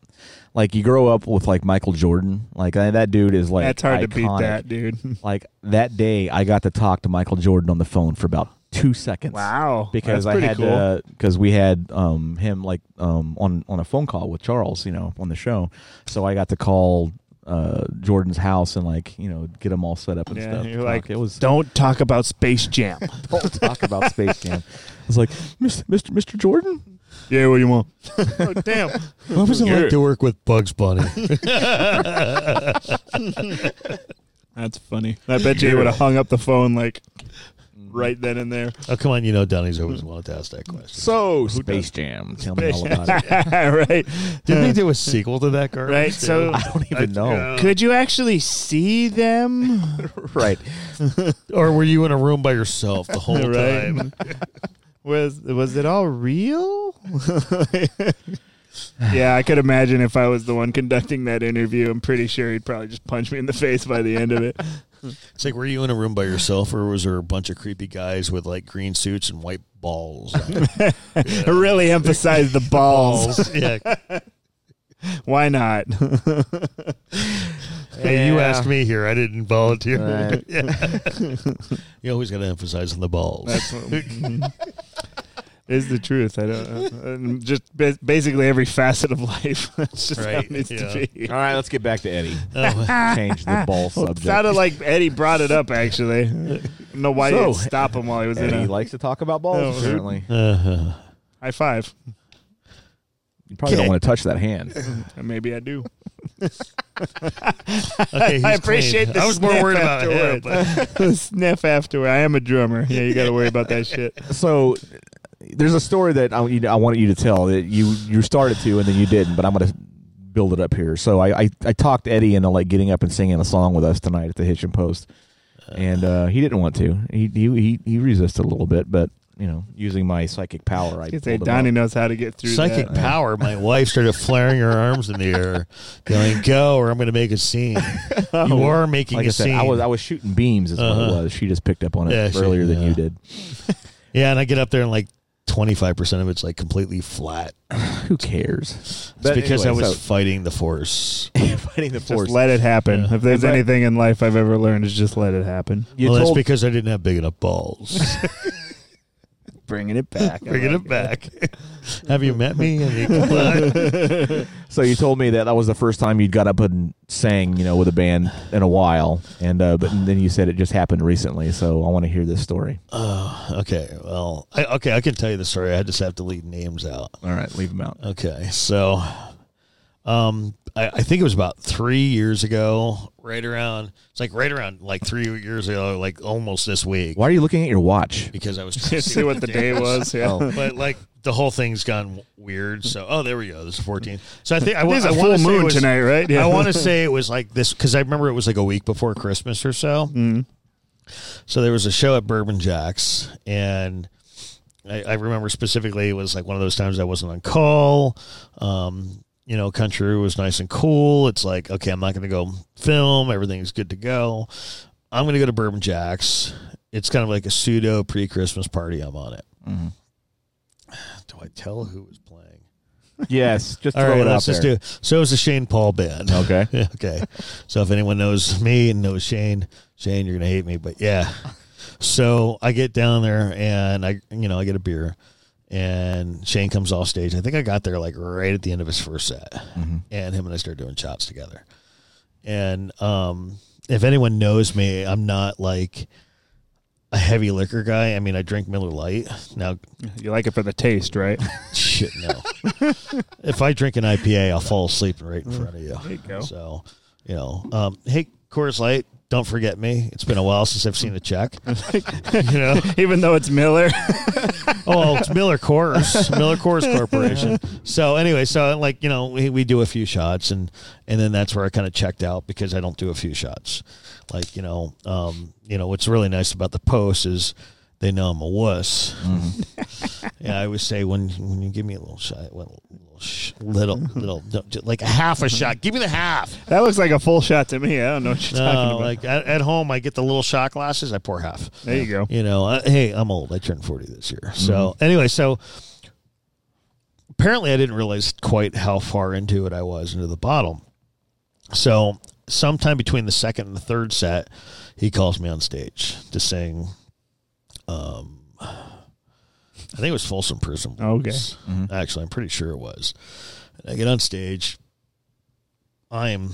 [SPEAKER 2] like you grow up with like Michael Jordan, like I- that dude is like
[SPEAKER 1] That's hard to beat
[SPEAKER 2] iconic.
[SPEAKER 1] that, dude.
[SPEAKER 2] Like that day, I got to talk to Michael Jordan on the phone for about two seconds.
[SPEAKER 1] Wow,
[SPEAKER 2] Because
[SPEAKER 1] that's
[SPEAKER 2] I
[SPEAKER 1] pretty
[SPEAKER 2] had uh,
[SPEAKER 1] cool.
[SPEAKER 2] because we had um, him like um, on on a phone call with Charles, you know, on the show. So I got to call uh, Jordan's house and like you know get him all set up and
[SPEAKER 1] yeah,
[SPEAKER 2] stuff.
[SPEAKER 1] you're
[SPEAKER 2] Talk.
[SPEAKER 1] like,
[SPEAKER 2] it was
[SPEAKER 1] don't talk about Space Jam.
[SPEAKER 2] don't talk about Space Jam. I was like, Mr. Mr. Mr. Jordan,
[SPEAKER 1] yeah, what do you want? oh, damn.
[SPEAKER 3] what was it
[SPEAKER 1] Yeah.
[SPEAKER 3] like to work with Bugs Bunny?
[SPEAKER 1] That's funny. I bet you he would have hung up the phone like right then and there.
[SPEAKER 3] oh come on, you know Donnie's always wanted to ask that question.
[SPEAKER 2] so Space Jam. Tell me all about it.
[SPEAKER 1] right,
[SPEAKER 3] Didn't they do a sequel to that garbage?
[SPEAKER 1] right. So,
[SPEAKER 2] I don't even know.
[SPEAKER 1] could you actually see them?
[SPEAKER 2] right.
[SPEAKER 3] or were you in a room by yourself the whole
[SPEAKER 1] Right.
[SPEAKER 3] time?
[SPEAKER 1] Was was it all real? yeah, I could imagine if I was the one conducting that interview. I'm pretty sure he'd probably just punch me in the face by the end of it.
[SPEAKER 3] It's like, were you in a room by yourself, or was there a bunch of creepy guys with like green suits and white balls?
[SPEAKER 1] really emphasize the balls.
[SPEAKER 3] yeah.
[SPEAKER 1] Why not?
[SPEAKER 3] Hey, you
[SPEAKER 2] Yeah.
[SPEAKER 3] asked me here. I didn't volunteer.
[SPEAKER 2] Right.
[SPEAKER 3] You always got to emphasize on the balls.
[SPEAKER 1] That's what, Mhm. is the truth. I don't uh, just ba- basically every facet of life. That's just how
[SPEAKER 3] Right,
[SPEAKER 1] it needs
[SPEAKER 3] yeah.
[SPEAKER 1] to be.
[SPEAKER 2] All right, let's get back to Eddie.
[SPEAKER 3] Oh,
[SPEAKER 2] Change the ball subject.
[SPEAKER 1] Sounded like Eddie brought it up. Actually, I don't know why you didn't
[SPEAKER 2] So-
[SPEAKER 1] stop him while he was
[SPEAKER 2] Eddie
[SPEAKER 1] in a
[SPEAKER 2] likes to talk about
[SPEAKER 1] No,
[SPEAKER 2] balls.
[SPEAKER 1] dude.
[SPEAKER 2] apparently,
[SPEAKER 3] uh-huh.
[SPEAKER 1] high five.
[SPEAKER 2] you probably don't
[SPEAKER 3] Okay.
[SPEAKER 2] want to touch that hand.
[SPEAKER 1] Maybe I do.
[SPEAKER 3] Okay, he's
[SPEAKER 1] I appreciate
[SPEAKER 3] clean.
[SPEAKER 1] the
[SPEAKER 3] I was more
[SPEAKER 1] sniff
[SPEAKER 3] worried about him.
[SPEAKER 1] afterward.
[SPEAKER 3] But
[SPEAKER 1] The sniff afterward. I am a drummer. Yeah, you got to worry about that shit.
[SPEAKER 2] So. There's a story that I, you- I wanted you to tell that you you started to and then you didn't, but I'm gonna build it up here. So I, I, I talked Eddie into like getting up and singing a song with us tonight at the Hitchin Post, and uh, he didn't want to. He, he he he resisted a little bit, but you know, using my psychic power, I
[SPEAKER 1] You say
[SPEAKER 2] pulled him
[SPEAKER 1] Donnie
[SPEAKER 2] up.
[SPEAKER 1] knows how to get through
[SPEAKER 3] psychic
[SPEAKER 1] that.
[SPEAKER 3] power. My wife started flaring her arms in the air, going, "Go, or I'm going to make a scene." You are making
[SPEAKER 2] Like
[SPEAKER 3] a
[SPEAKER 2] I said,
[SPEAKER 3] scene.
[SPEAKER 2] I was I was shooting beams is what it
[SPEAKER 3] Uh-huh.
[SPEAKER 2] was. She just picked up on it
[SPEAKER 3] Yeah, she-
[SPEAKER 2] earlier than
[SPEAKER 3] yeah.
[SPEAKER 2] you did.
[SPEAKER 3] yeah, and I get up there and like 25 percent of it's like completely flat.
[SPEAKER 2] Who cares?
[SPEAKER 3] It's because
[SPEAKER 2] anyway,
[SPEAKER 3] I was fighting the force.
[SPEAKER 2] so- fighting the
[SPEAKER 1] Just
[SPEAKER 2] force.
[SPEAKER 1] let it happen. If there's
[SPEAKER 2] But-
[SPEAKER 1] anything in life I've ever learned, is just let it happen.
[SPEAKER 2] you
[SPEAKER 3] well,
[SPEAKER 2] told
[SPEAKER 3] that's because I didn't have big enough balls.
[SPEAKER 2] bringing it back.
[SPEAKER 3] Bringing it back. have you met me? I mean, come on.
[SPEAKER 2] So you told me that that was the first time you'd got up and sang, you know, with a band in a while, and uh, but then you said it just happened recently. So I want to hear this story.
[SPEAKER 3] Uh, okay, well, I, okay, I can tell you the story. I just have to leave names out.
[SPEAKER 2] All right, leave them out.
[SPEAKER 3] Okay, so Um, I, I think it was about three years ago, right around. It's like right around like three years ago, like almost this week,
[SPEAKER 2] Why are you looking at your watch?
[SPEAKER 3] because I was trying to
[SPEAKER 1] Just see what the day was. Yeah.
[SPEAKER 2] Oh.
[SPEAKER 3] but like the whole thing's gone weird. So oh, there we go. This is 14. So I think I, wa-
[SPEAKER 1] There's
[SPEAKER 3] I
[SPEAKER 1] a
[SPEAKER 3] want
[SPEAKER 1] full
[SPEAKER 3] to say it
[SPEAKER 1] moon
[SPEAKER 3] was-
[SPEAKER 1] tonight, right?
[SPEAKER 3] I want to say it was like this because I remember it was like a week before Christmas or so.
[SPEAKER 1] Mm.
[SPEAKER 3] So there was a show at Bourbon Jacks, and I, I remember specifically it was like one of those times I wasn't on call. Um, you know, country was nice and cool. It's like okay, I'm not going to go film. Everything's good to go. I'm going to go to Bourbon Jacks. It's kind of like a pseudo pre-Christmas party. I'm on it.
[SPEAKER 1] Mm-hmm.
[SPEAKER 2] Mhm.
[SPEAKER 3] Do I tell who was playing?
[SPEAKER 2] Yes, just
[SPEAKER 3] All
[SPEAKER 2] throw
[SPEAKER 3] right,
[SPEAKER 2] it out
[SPEAKER 3] let's just
[SPEAKER 2] there.
[SPEAKER 3] do. So it was the Shane Paul band.
[SPEAKER 2] okay.
[SPEAKER 3] okay. So if anyone knows me and knows Shane, Shane, you're gonna hate me, but yeah. So I get down there and I, you know, I get a beer, and Shane comes off stage. I think I got there like right at the end of his first set, and him and I start doing shots together. And um, if anyone knows me, I'm not like a heavy liquor guy. I mean, I drink Miller Lite now.
[SPEAKER 1] You like it for the taste, right?
[SPEAKER 3] Shit, no. if I drink an IPA, I'll fall asleep right in front of you.
[SPEAKER 1] There you go.
[SPEAKER 3] So, you know, um, hey, Coors Light, don't forget me. It's been a while since I've seen a check. you know,
[SPEAKER 1] Even though it's Miller.
[SPEAKER 3] oh, it's Miller Coors, Miller Coors Corporation. So anyway, so like you know, we, we do a few shots, and and then that's where I kind of checked out because I don't do a few shots. Like you know, um, you know, what's really nice about the post is. They know I'm a wuss.
[SPEAKER 1] Mm-hmm.
[SPEAKER 3] yeah, I always say when when you give me a little shot, well, little, sh- little, little, don't- just like a half a shot. Give me the half.
[SPEAKER 1] that looks like a full shot to me. I don't know what you're talking
[SPEAKER 3] No,
[SPEAKER 1] about.
[SPEAKER 3] like at, at home, I get the little shot glasses. I pour half.
[SPEAKER 1] there you go.
[SPEAKER 3] You know, I, hey, I'm old. I turned 40 this year. So anyway, so apparently I didn't realize quite how far into it I was into the bottle. So sometime between the second and the third set, he calls me on stage to sing. Um, I think it was Folsom Prison.
[SPEAKER 1] Okay.
[SPEAKER 3] Blues. Actually, I'm pretty sure it was. And I get on stage. I'm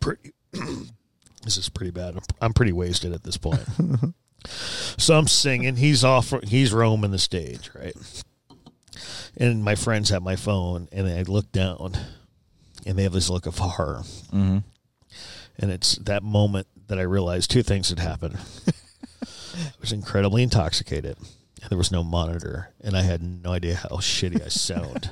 [SPEAKER 3] pretty. this is pretty bad. I'm, I'm pretty wasted at this point. so I'm singing. He's off. He's roaming the stage, right? And my friends have my phone, and I look down, and they have this look of horror. And it's that moment that I realized two things had happened. I was incredibly intoxicated. and There was no monitor, and I had no idea how shitty I sound.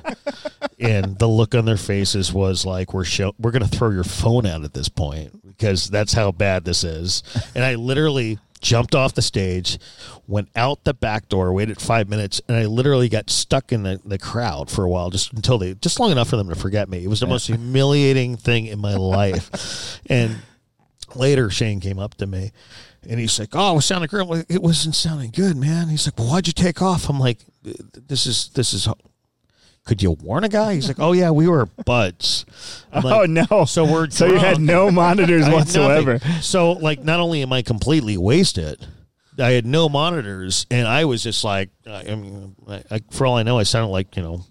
[SPEAKER 3] and the look on their faces was like, "We're show- we're gonna throw your phone out at this point because that's how bad this is." And I literally jumped off the stage, went out the back door, waited five minutes, and I literally got stuck in the, the crowd for a while, just until they just long enough for them to forget me. It was the most humiliating thing in my life, and later Shane came up to me and he's like, "Oh, it sounded great." I'm like, it wasn't sounding good, man. He's like, "Well, why'd you take off?" I'm like, "This is this is." Could you warn a guy? He's like, "Oh yeah, we were buds." I'm like,
[SPEAKER 1] oh no.
[SPEAKER 3] So we're
[SPEAKER 1] So you had
[SPEAKER 3] drunk.
[SPEAKER 1] no monitors
[SPEAKER 3] I had
[SPEAKER 1] whatsoever.
[SPEAKER 3] nothing. So like, not only am I completely wasted, I had no monitors, and I was just like, I, I mean, I, I, for all I know, I sounded like you know.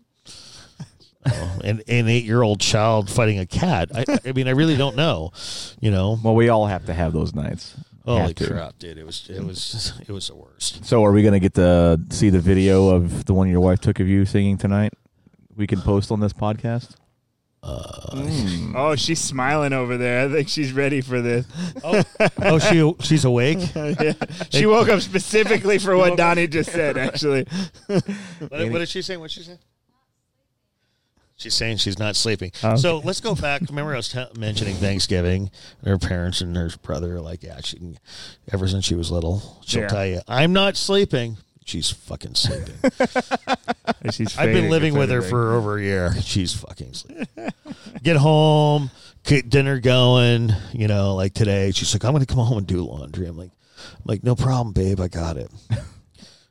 [SPEAKER 3] uh, an, an eight-year-old child fighting a cat. I, I mean, I really don't know, you know.
[SPEAKER 2] Well, we all have to have those nights.
[SPEAKER 3] Holy
[SPEAKER 2] Have to.
[SPEAKER 3] crap, dude! It was it was it was the worst.
[SPEAKER 2] So, are we going to get to see the video of the one your wife took of you singing tonight? We can post on this podcast.
[SPEAKER 1] Oh, she's smiling over there. I think she's ready for this.
[SPEAKER 3] Oh, oh, she she's awake.
[SPEAKER 1] Yeah. She woke up specifically for what Donnie just said, actually.
[SPEAKER 3] What, what is she saying? What's she saying? She's saying she's not sleeping.
[SPEAKER 1] Oh,
[SPEAKER 3] So let's go back. Remember, I was t- mentioning Thanksgiving. Her parents and her brother are like, yeah, she can, ever since she was little, she'll
[SPEAKER 1] Yeah.
[SPEAKER 3] tell you, I'm not sleeping. She's fucking sleeping.
[SPEAKER 1] She's
[SPEAKER 3] I've
[SPEAKER 1] faded
[SPEAKER 3] been living with her
[SPEAKER 1] considerably.
[SPEAKER 3] for over a year. She's fucking sleeping. Get home, get dinner going. You know, like today, she's like, "I'm going to come home and do laundry." I'm like, "I'm like, no problem, babe. I got it."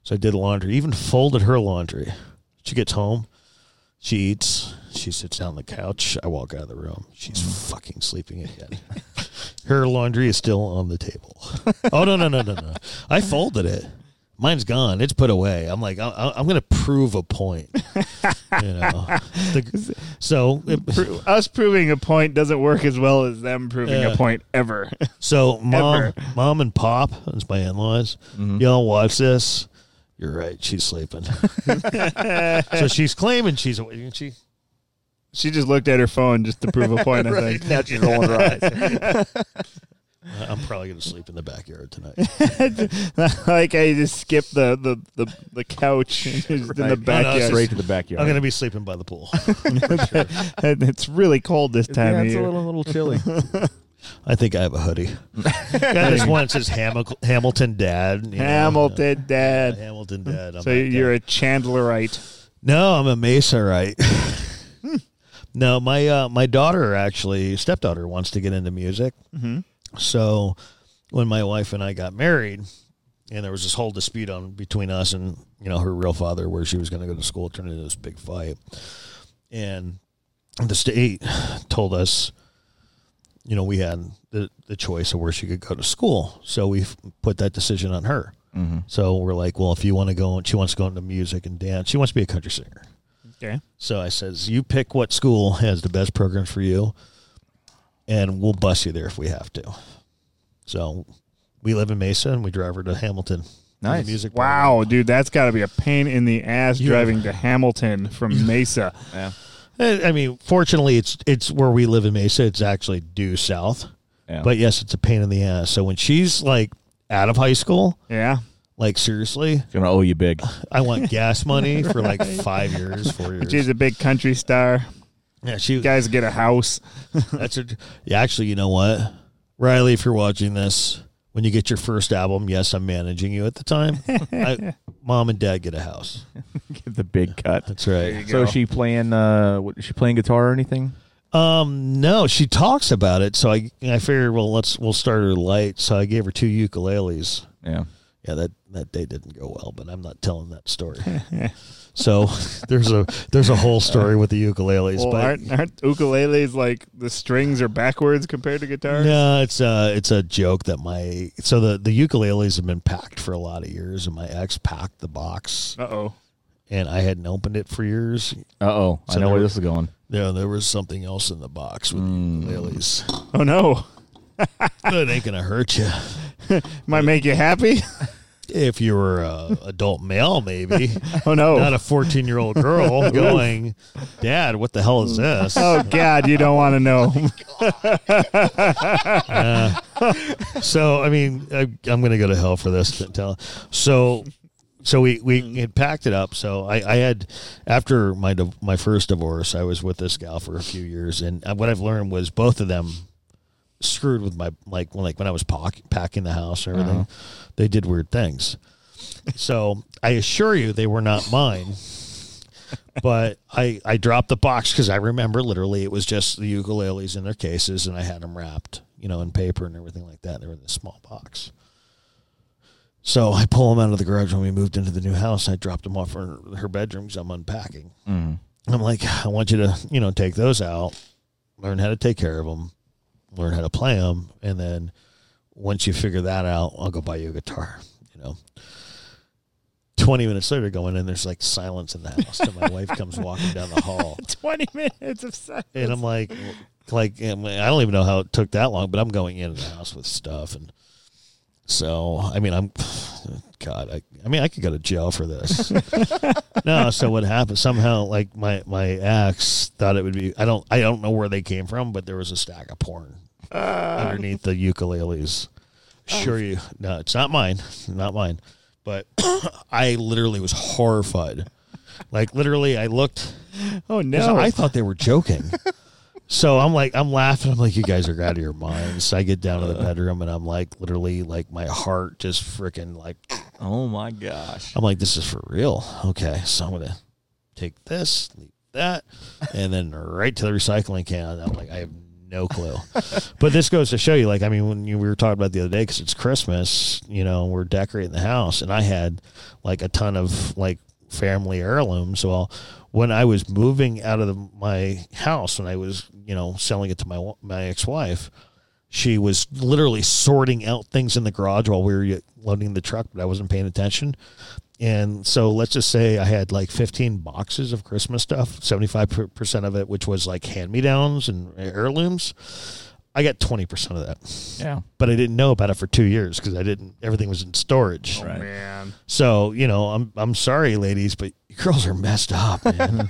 [SPEAKER 3] so I did laundry. Even folded her laundry. She gets home, she eats, she sits down on the couch. I walk out of the room. She's fucking sleeping again. her laundry is still on the table. Oh no no no no no! I folded it. Mine's gone. It's put away. I'm like, I- I- I'm going to prove a point. You know, The- so it-
[SPEAKER 1] Pro- Us proving a point doesn't work as well as them proving
[SPEAKER 3] Yeah.
[SPEAKER 1] a point ever.
[SPEAKER 3] so mom,
[SPEAKER 1] Ever.
[SPEAKER 3] mom and pop, that's my in-laws. Y'all watch this. You're right. She's sleeping. so she's claiming she's awake. She
[SPEAKER 1] She just looked at her phone just to prove a point. I
[SPEAKER 2] Right.
[SPEAKER 1] think.
[SPEAKER 2] Now she's rolling her eyes.
[SPEAKER 3] I'm probably going to sleep in the backyard tonight.
[SPEAKER 1] like I just skipped the the the, the couch and just in the
[SPEAKER 2] Right.
[SPEAKER 1] backyard.
[SPEAKER 2] Straight to the backyard.
[SPEAKER 3] I'm going to be sleeping by the pool.
[SPEAKER 1] and it's really cold this time
[SPEAKER 2] yeah,
[SPEAKER 1] of
[SPEAKER 2] it's
[SPEAKER 1] year.
[SPEAKER 2] a little, little chilly.
[SPEAKER 3] I think I have a hoodie. Got this one that says Hamil- Hamilton Dad. you know.
[SPEAKER 1] Hamilton
[SPEAKER 3] Yeah,
[SPEAKER 1] dad.
[SPEAKER 3] Hamilton Dad. I'm
[SPEAKER 1] So
[SPEAKER 3] like
[SPEAKER 1] you're
[SPEAKER 3] that.
[SPEAKER 1] a Chandlerite.
[SPEAKER 3] no, I'm a Masonite. no, my uh, my daughter actually stepdaughter wants to get into music. So when my wife and I got married, and there was this whole dispute on between us and you know her real father, where she was going to go to school, it turned into this big fight, and the state told us, you know, we had the the choice of where she could go to school, so we f- put that decision on her. So we're like, well, if you want to go, she wants to go into music and dance. She wants to be a country singer.
[SPEAKER 1] Okay.
[SPEAKER 3] So I says, you pick what school has the best programs for you, and we'll bus you there if we have to. So we live in Mesa, and we drive her to Hamilton.
[SPEAKER 2] Nice.
[SPEAKER 3] The music. program.
[SPEAKER 1] Wow, dude, that's got to be a pain in the ass
[SPEAKER 3] You-
[SPEAKER 1] driving to Hamilton from Mesa.
[SPEAKER 2] yeah.
[SPEAKER 3] I I mean, fortunately, it's it's where we live in Mesa. It's actually due south,
[SPEAKER 2] Yeah.
[SPEAKER 3] but yes, it's a pain in the ass. So when she's like out of high school,
[SPEAKER 1] Yeah.
[SPEAKER 3] like seriously,
[SPEAKER 2] It's gonna owe you big.
[SPEAKER 3] I want gas money for like five years, four years.
[SPEAKER 1] She's a big country star.
[SPEAKER 3] yeah, she
[SPEAKER 1] You guys get a house.
[SPEAKER 3] That's a, yeah, actually, you know what, Riley, if you're watching this, when you get your first album, yes, I'm managing you at the time. I, mom and dad get a house.
[SPEAKER 2] Get the big cut.
[SPEAKER 3] That's right.
[SPEAKER 2] So
[SPEAKER 1] go.
[SPEAKER 2] is she playing? Uh, what- is she playing guitar or anything?
[SPEAKER 3] Um, no, she talks about it, so I I figured, well, let's we'll start her light. So I gave her two ukuleles.
[SPEAKER 2] Yeah.
[SPEAKER 3] Yeah, that that day didn't go well, but I'm not telling that story. so there's a there's a whole story with the ukuleles,
[SPEAKER 1] Well,
[SPEAKER 3] but
[SPEAKER 1] aren't, aren't ukuleles like the strings are backwards compared to guitars?
[SPEAKER 3] No, it's a it's a joke that my so the the ukuleles have been packed for a lot of years, and my ex packed the box,
[SPEAKER 1] Uh oh.
[SPEAKER 3] and I hadn't opened it for years.
[SPEAKER 2] Uh oh. I
[SPEAKER 3] So
[SPEAKER 2] know where
[SPEAKER 3] there-
[SPEAKER 2] this is going.
[SPEAKER 3] Yeah, there was something else in the box with the ukuleles.
[SPEAKER 1] Oh no.
[SPEAKER 3] but it ain't gonna hurt you
[SPEAKER 1] Might make you happy?
[SPEAKER 3] if you were a adult male, maybe
[SPEAKER 1] Oh no.
[SPEAKER 3] not a fourteen year old girl going, Dad, what the hell is this?
[SPEAKER 1] oh God, you don't want to know.
[SPEAKER 3] So I mean, I, I'm going to go to hell for this. to Tell so, so we we had packed it up. So I, I had after my div- my first divorce, I was with this gal for a few years, and uh, what I've learned was both of them screwed with my like when like when I was pack, packing the house and everything, they did weird things. So I assure you, they were not mine. But I, I dropped the box because I remember literally it was just the ukuleles in their cases and I had them wrapped, you know, in paper and everything like that. They were in this small box. So I pull them out of the garage when we moved into the new house. I dropped them off her, her bedroom 'cause I'm unpacking.
[SPEAKER 2] Mm-hmm.
[SPEAKER 3] I'm like, I want you to, you know, take those out, learn how to take care of them, learn how to play them. And then once you figure that out, I'll go buy you a guitar, you know. 20 minutes later, going in, there's like silence in the house. And my wife comes walking down the hall.
[SPEAKER 1] Twenty minutes of silence.
[SPEAKER 3] And I'm like, like I'm like, I don't even know how it took that long, but I'm going into the house with stuff, and so I mean, I'm God, I, I mean, I could go to jail for this. no, so what happened? Somehow, like my my ex thought it would be. I don't I don't know where they came from, but there was a stack of porn underneath the ukuleles. Sure, you no, it's not mine, not mine. But I literally was horrified. Like literally, I looked.
[SPEAKER 1] Oh
[SPEAKER 3] So
[SPEAKER 1] no.
[SPEAKER 3] I thought they were joking. so I'm like, I'm laughing. I'm like, you guys are out of your minds. So I get down to the bedroom and I'm like, literally, like my heart just freaking like,
[SPEAKER 2] Oh my gosh.
[SPEAKER 3] I'm like, this is for real. Okay, so I'm gonna take this, leave that, and then right to the recycling can. I'm like, I have no clue. but this goes to show you, like, I mean, when you, we were talking about the other day, because it's Christmas, you know, we're decorating the house, and I had like a ton of like family heirlooms. Well, when I was moving out of the, my house, when I was, you know, selling it to my wa- my ex wife. She was literally sorting out things in the garage while we were yet loading the truck, but I wasn't paying attention. And so let's just say I had like 15 boxes of Christmas stuff, 75% of it, which was like hand me downs and heirlooms. I got 20% of that,
[SPEAKER 2] Yeah.
[SPEAKER 3] but I didn't know about it for two years because I didn't, everything was in storage.
[SPEAKER 1] Man.
[SPEAKER 3] So, you know, I'm, I'm sorry, ladies, but You girls are messed up, man.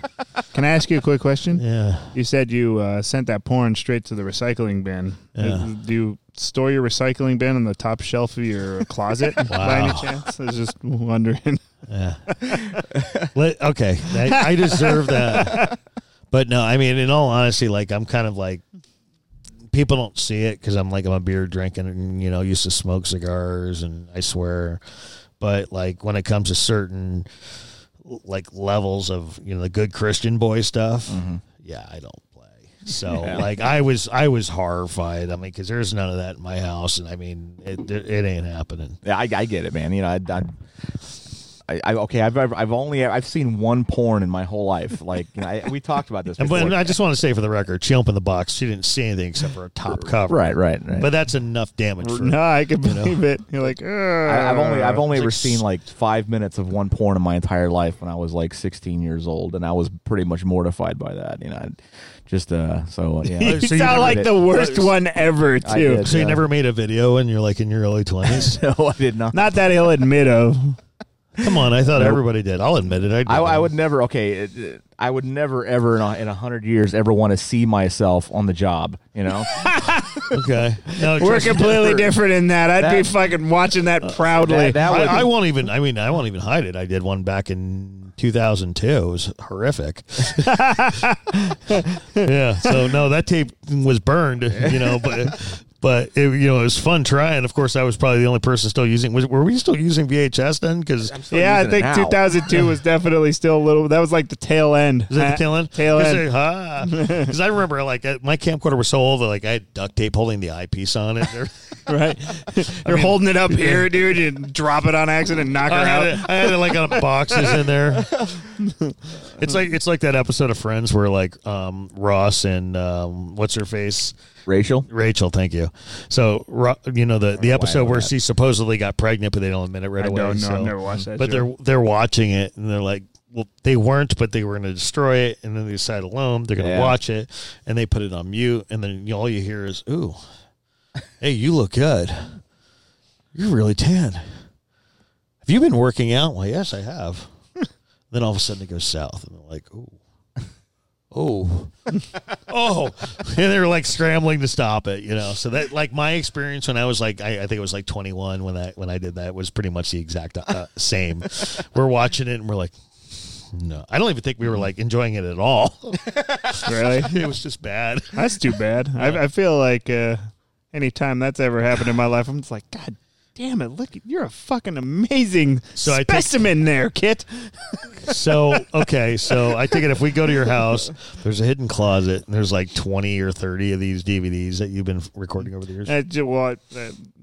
[SPEAKER 1] Can I ask you a quick question?
[SPEAKER 3] yeah.
[SPEAKER 1] You said you uh, sent that porn straight to the recycling bin. Uh,
[SPEAKER 3] Yeah.
[SPEAKER 1] Do you store your recycling bin on the top shelf of your closet by any
[SPEAKER 3] Wow.
[SPEAKER 1] chance? I was just wondering.
[SPEAKER 3] Yeah. Let- okay. I, I deserve that. But no, I mean, in all honesty, like, I'm kind of like, people don't see it because I'm like, I'm a beer drinking and, you know, used to smoke cigars and I swear. But like, when it comes to certain, like, levels of, you know, the good Christian boy stuff, yeah, I don't play. So like I was I was horrified. I mean, because there's none of that in my house, and I mean it it ain't happening.
[SPEAKER 2] Yeah, I, I get it, man. You know, I, I, I, I okay. I've, I've I've only I've seen one porn in my whole life. Like you know, I, we talked about this.
[SPEAKER 3] And
[SPEAKER 2] Before.
[SPEAKER 3] but I just want to say for the record, she opened the box. She didn't see anything except for a top cover.
[SPEAKER 2] right, right, right.
[SPEAKER 3] But that's enough damage for
[SPEAKER 1] no, I can
[SPEAKER 3] know.
[SPEAKER 1] believe it. You're like,
[SPEAKER 2] I, I've only I've
[SPEAKER 1] "Ugh."
[SPEAKER 2] only
[SPEAKER 3] It's
[SPEAKER 2] ever
[SPEAKER 3] like
[SPEAKER 2] seen
[SPEAKER 3] s-
[SPEAKER 2] like five minutes of one porn in my entire life when I was like 16 years old, and I was pretty much mortified by that. You know, I just uh, so uh, yeah.
[SPEAKER 1] You
[SPEAKER 3] So
[SPEAKER 1] sound
[SPEAKER 3] you never
[SPEAKER 1] like
[SPEAKER 2] did.
[SPEAKER 1] the worst one ever,
[SPEAKER 2] I
[SPEAKER 1] too.
[SPEAKER 2] did.
[SPEAKER 3] So you
[SPEAKER 2] Yeah.
[SPEAKER 3] never made a video and you're like in your early 20s?
[SPEAKER 2] no, I did not.
[SPEAKER 1] Not that he'll admit of.
[SPEAKER 3] Come on, I thought everybody did. I'll admit it. I, did.
[SPEAKER 2] I, I would never. Okay, it, it- I would never ever in a, in a hundred years ever want to see myself on the job. You know,
[SPEAKER 3] Okay. No,
[SPEAKER 1] We're
[SPEAKER 3] trust me.
[SPEAKER 1] completely different in that. I'd be
[SPEAKER 2] That-
[SPEAKER 1] fucking watching that proudly.
[SPEAKER 2] that, that would,
[SPEAKER 3] I, I won't even, I mean, I won't even hide it. I did one back in 2002. It was horrific. yeah. So, no, that tape was burned, you know, but. But it, you know it was fun trying. Of course, I was probably the only person still using. Was, were we still using VHS then? Because
[SPEAKER 2] I'm still
[SPEAKER 1] yeah, I
[SPEAKER 2] using it
[SPEAKER 1] think
[SPEAKER 2] now.
[SPEAKER 1] 2002 was definitely still a little. That was like the tail end.
[SPEAKER 3] Is that the tail
[SPEAKER 1] Uh,
[SPEAKER 3] end?
[SPEAKER 1] Tail end.
[SPEAKER 3] Because I remember, like, uh, my camcorder was so old that, like, I had duct tape holding the eyepiece on it.
[SPEAKER 1] Right. You're holding it up here, dude. You drop it on accident, knock her
[SPEAKER 3] I, had
[SPEAKER 1] out.
[SPEAKER 3] it, I had it, like, on boxes in there. It's like it's like that episode of Friends where, like, um, Ross and um, what's her face?
[SPEAKER 2] Rachel.
[SPEAKER 3] Rachel, thank you. So, Ro- you know, the, the
[SPEAKER 2] why I
[SPEAKER 3] episode
[SPEAKER 2] know
[SPEAKER 3] where
[SPEAKER 2] that.
[SPEAKER 3] she supposedly got pregnant, but they don't admit it right
[SPEAKER 1] I
[SPEAKER 3] away.
[SPEAKER 1] don't know.
[SPEAKER 3] so-
[SPEAKER 1] I've never watched that.
[SPEAKER 3] but
[SPEAKER 1] show.
[SPEAKER 3] they're they're watching it and they're like well they weren't but they were going to destroy it and then they decide alone they're going to
[SPEAKER 2] Yeah.
[SPEAKER 3] watch it and they put it on mute and then you know, all you hear is ooh hey you look good you're really tan have you been working out well yes i have then all of a sudden it goes south and they're like ooh Oh, oh, and they're like scrambling to stop it, you know. So that, like, my experience when I was like, I, I think it was like 21 when I when I did that was pretty much the exact uh, same. we're watching it and we're like, no, I don't even think we were like enjoying it at all.
[SPEAKER 1] really.
[SPEAKER 3] it was just bad.
[SPEAKER 1] That's too bad. I, I feel like uh, anytime that's ever happened in my life, I'm just like, God damn it! Look, at- you're a fucking amazing
[SPEAKER 3] So I take-
[SPEAKER 1] specimen there, Kit.
[SPEAKER 3] So okay, so I think it if we go to your house, there's a hidden closet and there's like 20 or 30 of these DVDs that you've been recording over the years.
[SPEAKER 1] Uh, ju- well, uh,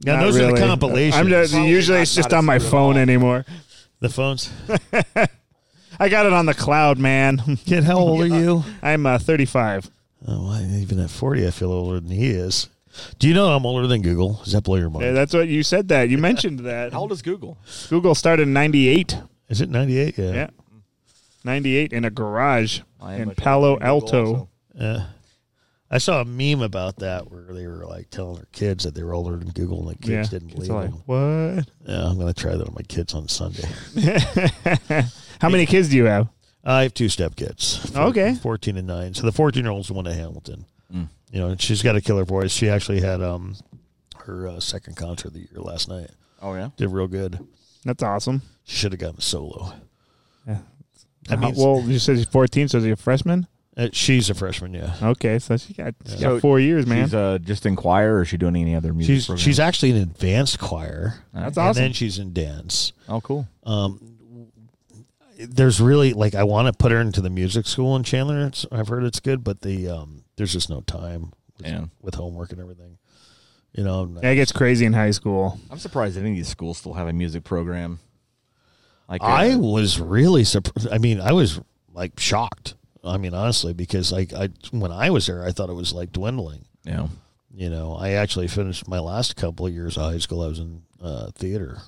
[SPEAKER 3] Now,
[SPEAKER 1] not
[SPEAKER 3] those are the
[SPEAKER 1] really.
[SPEAKER 3] compilations.
[SPEAKER 1] I'm just,
[SPEAKER 2] Probably
[SPEAKER 1] usually
[SPEAKER 2] not-
[SPEAKER 1] it's just
[SPEAKER 2] not
[SPEAKER 1] on
[SPEAKER 2] as
[SPEAKER 1] my
[SPEAKER 2] good at
[SPEAKER 1] phone
[SPEAKER 2] all.
[SPEAKER 1] anymore.
[SPEAKER 3] The phones.
[SPEAKER 1] I got it on the cloud, man.
[SPEAKER 3] Kid, how old are you?
[SPEAKER 1] I'm uh, 35.
[SPEAKER 3] Oh, well, even at 40, I feel older than he is. Do you know I'm older than Google? Does that blow your
[SPEAKER 1] Yeah,
[SPEAKER 3] mind?
[SPEAKER 1] that's what you said. That you mentioned that
[SPEAKER 2] How old is Google?
[SPEAKER 1] Google started in '98.
[SPEAKER 3] Is it 98? Yeah.
[SPEAKER 1] Yeah, '98 in a garage
[SPEAKER 2] I am
[SPEAKER 1] in
[SPEAKER 2] much older
[SPEAKER 1] Palo
[SPEAKER 2] than Google
[SPEAKER 1] Alto.
[SPEAKER 2] also.
[SPEAKER 3] Yeah. I saw a meme about that where they were like telling their kids that they were older than Google and the kids
[SPEAKER 1] yeah,
[SPEAKER 3] didn't
[SPEAKER 1] Kids
[SPEAKER 3] believe
[SPEAKER 1] are like,
[SPEAKER 3] them.
[SPEAKER 1] what?
[SPEAKER 3] Yeah, I'm going to try that on my kids on Sunday.
[SPEAKER 1] How many kids do you have?
[SPEAKER 3] I have two stepkids. four-
[SPEAKER 1] Okay.
[SPEAKER 3] 14 and 9. So the 14 year old's the one at Hamilton. You know, and she's got a killer voice. She actually had um her uh, second concert of the year last night.
[SPEAKER 2] Oh yeah.
[SPEAKER 3] Did real good.
[SPEAKER 1] That's awesome.
[SPEAKER 3] She should have gotten solo.
[SPEAKER 1] Yeah.
[SPEAKER 3] I mean,
[SPEAKER 1] well, you said she's 14, so is she a freshman?
[SPEAKER 3] uh, she's a freshman, yeah.
[SPEAKER 1] Okay, so she got, she got
[SPEAKER 2] So
[SPEAKER 1] four years, man.
[SPEAKER 2] She's uh, just in choir, or is she doing any other music?
[SPEAKER 3] She's
[SPEAKER 2] program?
[SPEAKER 3] she's actually in advanced choir,
[SPEAKER 1] That's
[SPEAKER 3] and
[SPEAKER 1] awesome.
[SPEAKER 3] then she's in dance. Um,
[SPEAKER 2] oh cool.
[SPEAKER 3] There's really like I want to put her into the music school in Chandler. It's, I've heard it's good, but the um, there's just no time with,
[SPEAKER 2] Yeah.
[SPEAKER 3] with homework and everything. You know, and
[SPEAKER 1] That gets crazy in high school.
[SPEAKER 2] I'm surprised that any of these schools still have a music program. Like
[SPEAKER 3] I
[SPEAKER 2] uh,
[SPEAKER 3] was really surprised. I mean, I was like shocked. I mean, honestly, because like I when I was there, I thought it was like dwindling.
[SPEAKER 2] you know,
[SPEAKER 3] You know, I actually finished my last couple of years of high school. I was in uh, theater.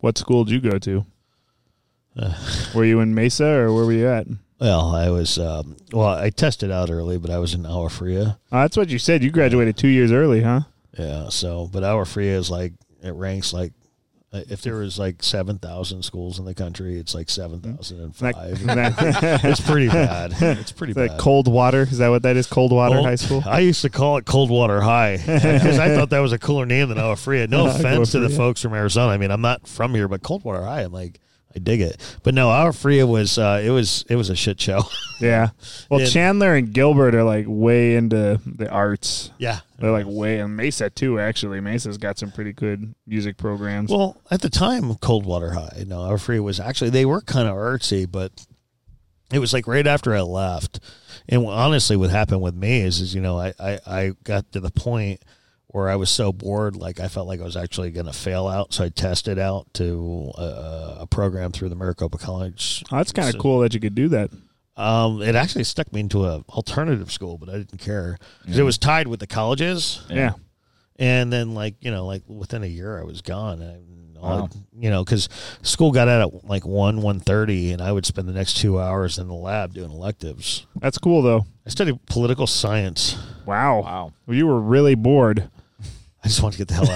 [SPEAKER 1] What school did you go to? were you in Mesa or where were you at?
[SPEAKER 3] Well, I was um, well. I tested out early, but I was in Alafria.
[SPEAKER 1] Oh, that's what you said. You graduated two years early, huh?
[SPEAKER 3] Yeah. So, but our free is like it ranks like Uh, If there was like seven thousand schools in the country, it's like seven thousand and
[SPEAKER 1] Like-
[SPEAKER 3] five. it's pretty bad. It's pretty
[SPEAKER 1] It's like
[SPEAKER 3] bad.
[SPEAKER 1] cold water. Is that what that is? Cold water
[SPEAKER 3] Cold-
[SPEAKER 1] high school.
[SPEAKER 3] I used to call it Coldwater High because I thought that was a cooler name than Oafria. No offense to the
[SPEAKER 1] Oafria.
[SPEAKER 3] folks from Arizona. I mean, I'm not from here, but Coldwater High, I'm like, I dig it. But no, Oafria was uh, it was it was a shit show.
[SPEAKER 1] Yeah. Well,
[SPEAKER 3] Yeah.
[SPEAKER 1] Chandler and Gilbert are like way into the arts.
[SPEAKER 3] yeah.
[SPEAKER 1] They're like way and Mesa too. Actually, Mesa's got some pretty good music programs.
[SPEAKER 3] Well, at the time, Coldwater High, no, Oafria was actually they were kind of artsy, but it was like right after I left. And honestly, what happened with me is, is you know, I, I, I got to the point where I was so bored, like I felt like I was actually going to fail out. So I tested out to uh, a program through the Maricopa College.
[SPEAKER 1] Oh, that's kind of
[SPEAKER 3] So-
[SPEAKER 1] cool that you could do that.
[SPEAKER 3] Um, it actually stuck me into a alternative school, but I didn't care 'Cause it was tied with the colleges.
[SPEAKER 1] Yeah.
[SPEAKER 3] And then, like you know, like within a year, I was gone. And all,
[SPEAKER 2] Wow.
[SPEAKER 3] You know, because school got out at like one one thirty, and I would spend the next two hours in the lab doing electives.
[SPEAKER 1] That's cool though.
[SPEAKER 3] I studied political science.
[SPEAKER 1] Wow.
[SPEAKER 2] Wow.
[SPEAKER 1] Well, you were really bored.
[SPEAKER 3] I just want to get the hell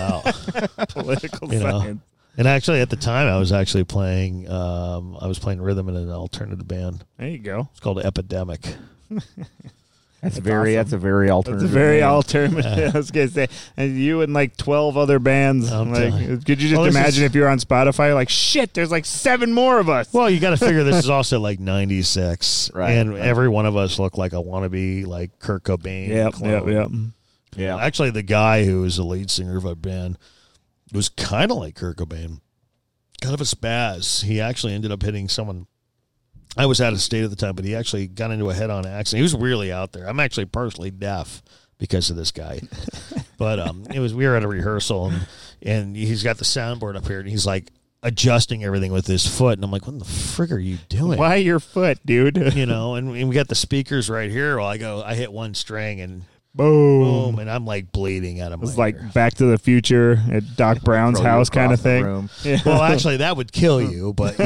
[SPEAKER 3] out.
[SPEAKER 1] Political
[SPEAKER 3] You know.
[SPEAKER 1] science.
[SPEAKER 3] and actually, at the time, I was actually playing. Um, I was playing rhythm in an alternative band.
[SPEAKER 1] There you go.
[SPEAKER 3] It's called Epidemic.
[SPEAKER 2] That's, very. That's a very
[SPEAKER 1] That's
[SPEAKER 2] alternative.
[SPEAKER 1] a very
[SPEAKER 2] name.
[SPEAKER 1] alternative. I was gonna say, and you and like twelve other bands.
[SPEAKER 3] I'm
[SPEAKER 1] like,
[SPEAKER 3] telling you.
[SPEAKER 1] could you just
[SPEAKER 3] Well, this
[SPEAKER 1] imagine
[SPEAKER 3] is-
[SPEAKER 1] if you were on Spotify? Like, shit, there's like seven more of us.
[SPEAKER 3] Well, you got to figure this is also like '96,
[SPEAKER 2] Right,
[SPEAKER 3] and
[SPEAKER 2] right.
[SPEAKER 3] every one of us looked like a wannabe, like Kurt Cobain.
[SPEAKER 1] yep, yep,
[SPEAKER 3] clone.
[SPEAKER 1] yep.
[SPEAKER 2] Yeah.
[SPEAKER 3] Actually, the guy who was the lead singer of our band was kind of like Kurt Cobain, kind of a spaz. He actually ended up hitting someone. I was out of state at the time, but he actually got into a head-on accident. He was really out there. I'm actually partially deaf because of this guy. but um, it was we were at a rehearsal, and, and he's got the soundboard up here, and he's like adjusting everything with his foot, and I'm like, "What the frick are you doing?"
[SPEAKER 1] Why your foot, dude?
[SPEAKER 3] You know, and, and we got the speakers right here. Well, I go, I hit one string, and
[SPEAKER 1] Boom.
[SPEAKER 3] boom, and I'm like bleeding out of my.
[SPEAKER 1] It's
[SPEAKER 3] ear.
[SPEAKER 1] like Back to the Future at Doc Brown's
[SPEAKER 2] Throw you
[SPEAKER 1] house kind of
[SPEAKER 2] across the
[SPEAKER 1] thing.
[SPEAKER 2] room.
[SPEAKER 3] well, actually, that would kill you, but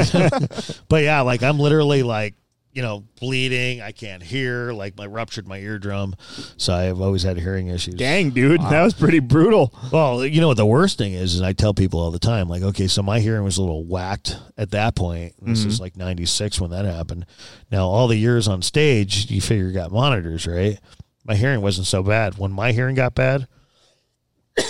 [SPEAKER 3] but yeah, like I'm literally like you know bleeding. I can't hear. Like I ruptured my eardrum, so I've always had hearing issues.
[SPEAKER 1] Dang, dude, that was pretty brutal.
[SPEAKER 3] Well, you know what the worst thing is, is I tell people all the time, like, okay, so my hearing was a little whacked at that point. This is like '96 when that happened. Now, all the years on stage, you figure you got monitors, right? My hearing wasn't so bad. When my hearing got bad,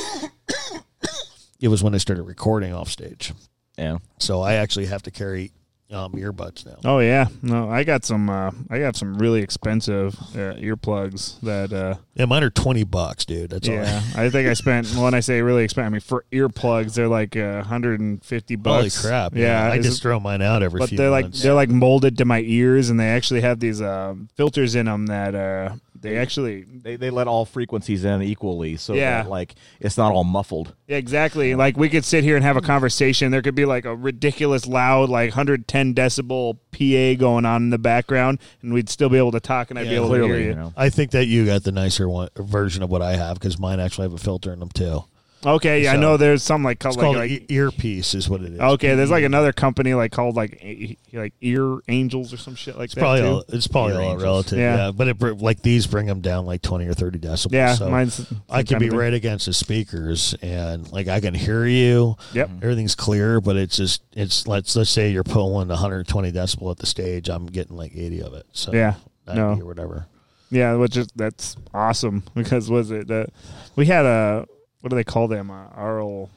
[SPEAKER 3] it was when I started recording off stage.
[SPEAKER 2] Yeah.
[SPEAKER 3] So I actually have to carry um, earbuds now.
[SPEAKER 1] Oh yeah, no, I got some. Uh, I got some really expensive uh, earplugs that. Uh,
[SPEAKER 3] Yeah, mine are twenty bucks, dude. That's
[SPEAKER 1] yeah,
[SPEAKER 3] all.
[SPEAKER 1] I think I spent. When I say really expensive, I mean for earplugs, they're like uh, 150
[SPEAKER 3] Holy
[SPEAKER 1] bucks.
[SPEAKER 3] crap!
[SPEAKER 1] Yeah,
[SPEAKER 3] I
[SPEAKER 1] it's-
[SPEAKER 3] just throw mine out every.
[SPEAKER 1] but
[SPEAKER 3] few
[SPEAKER 1] they're like
[SPEAKER 3] months.
[SPEAKER 1] they're like molded to my ears, and they actually have these um, filters in them that uh, they actually
[SPEAKER 2] They, they let all frequencies in equally, so
[SPEAKER 1] Yeah.
[SPEAKER 2] that, like it's not all muffled.
[SPEAKER 1] Yeah, exactly. Like we could sit here and have a conversation. There could be like a ridiculous loud, like 110 decibel PA going on in the background, and we'd still be able to talk, and I'd be
[SPEAKER 3] Yeah,
[SPEAKER 1] able to
[SPEAKER 2] Clearly,
[SPEAKER 1] hear you.
[SPEAKER 2] you know.
[SPEAKER 3] I think that you got the nicer one version of what I have because mine actually have a filter in them too.
[SPEAKER 1] Okay, yeah, I
[SPEAKER 3] So-
[SPEAKER 1] know there's some Oh, like called,
[SPEAKER 3] It's called
[SPEAKER 1] like,
[SPEAKER 3] e- earpiece, is what it is.
[SPEAKER 1] okay, there's like another company like called like e- like Ear Angels or some shit like that.
[SPEAKER 3] probably
[SPEAKER 1] too.
[SPEAKER 3] all, it's probably
[SPEAKER 2] Ear
[SPEAKER 3] all
[SPEAKER 2] angels.
[SPEAKER 3] relative.
[SPEAKER 1] Yeah.
[SPEAKER 3] Yeah. but it br- like these bring them down like twenty or thirty decibels.
[SPEAKER 1] yeah,
[SPEAKER 3] so
[SPEAKER 1] mine's
[SPEAKER 3] I
[SPEAKER 1] can
[SPEAKER 3] can be right against the speakers and like I can hear you.
[SPEAKER 1] Yep.
[SPEAKER 2] Mm-hmm.
[SPEAKER 3] everything's clear, but it's just it's let's let's say you're pulling 120 decibel at the stage. I'm getting like 80 of it. So
[SPEAKER 1] Yeah,
[SPEAKER 3] 90
[SPEAKER 1] no.
[SPEAKER 3] or whatever.
[SPEAKER 1] Yeah, which is that's awesome because was it that we had a what do they call them? Uh, oral,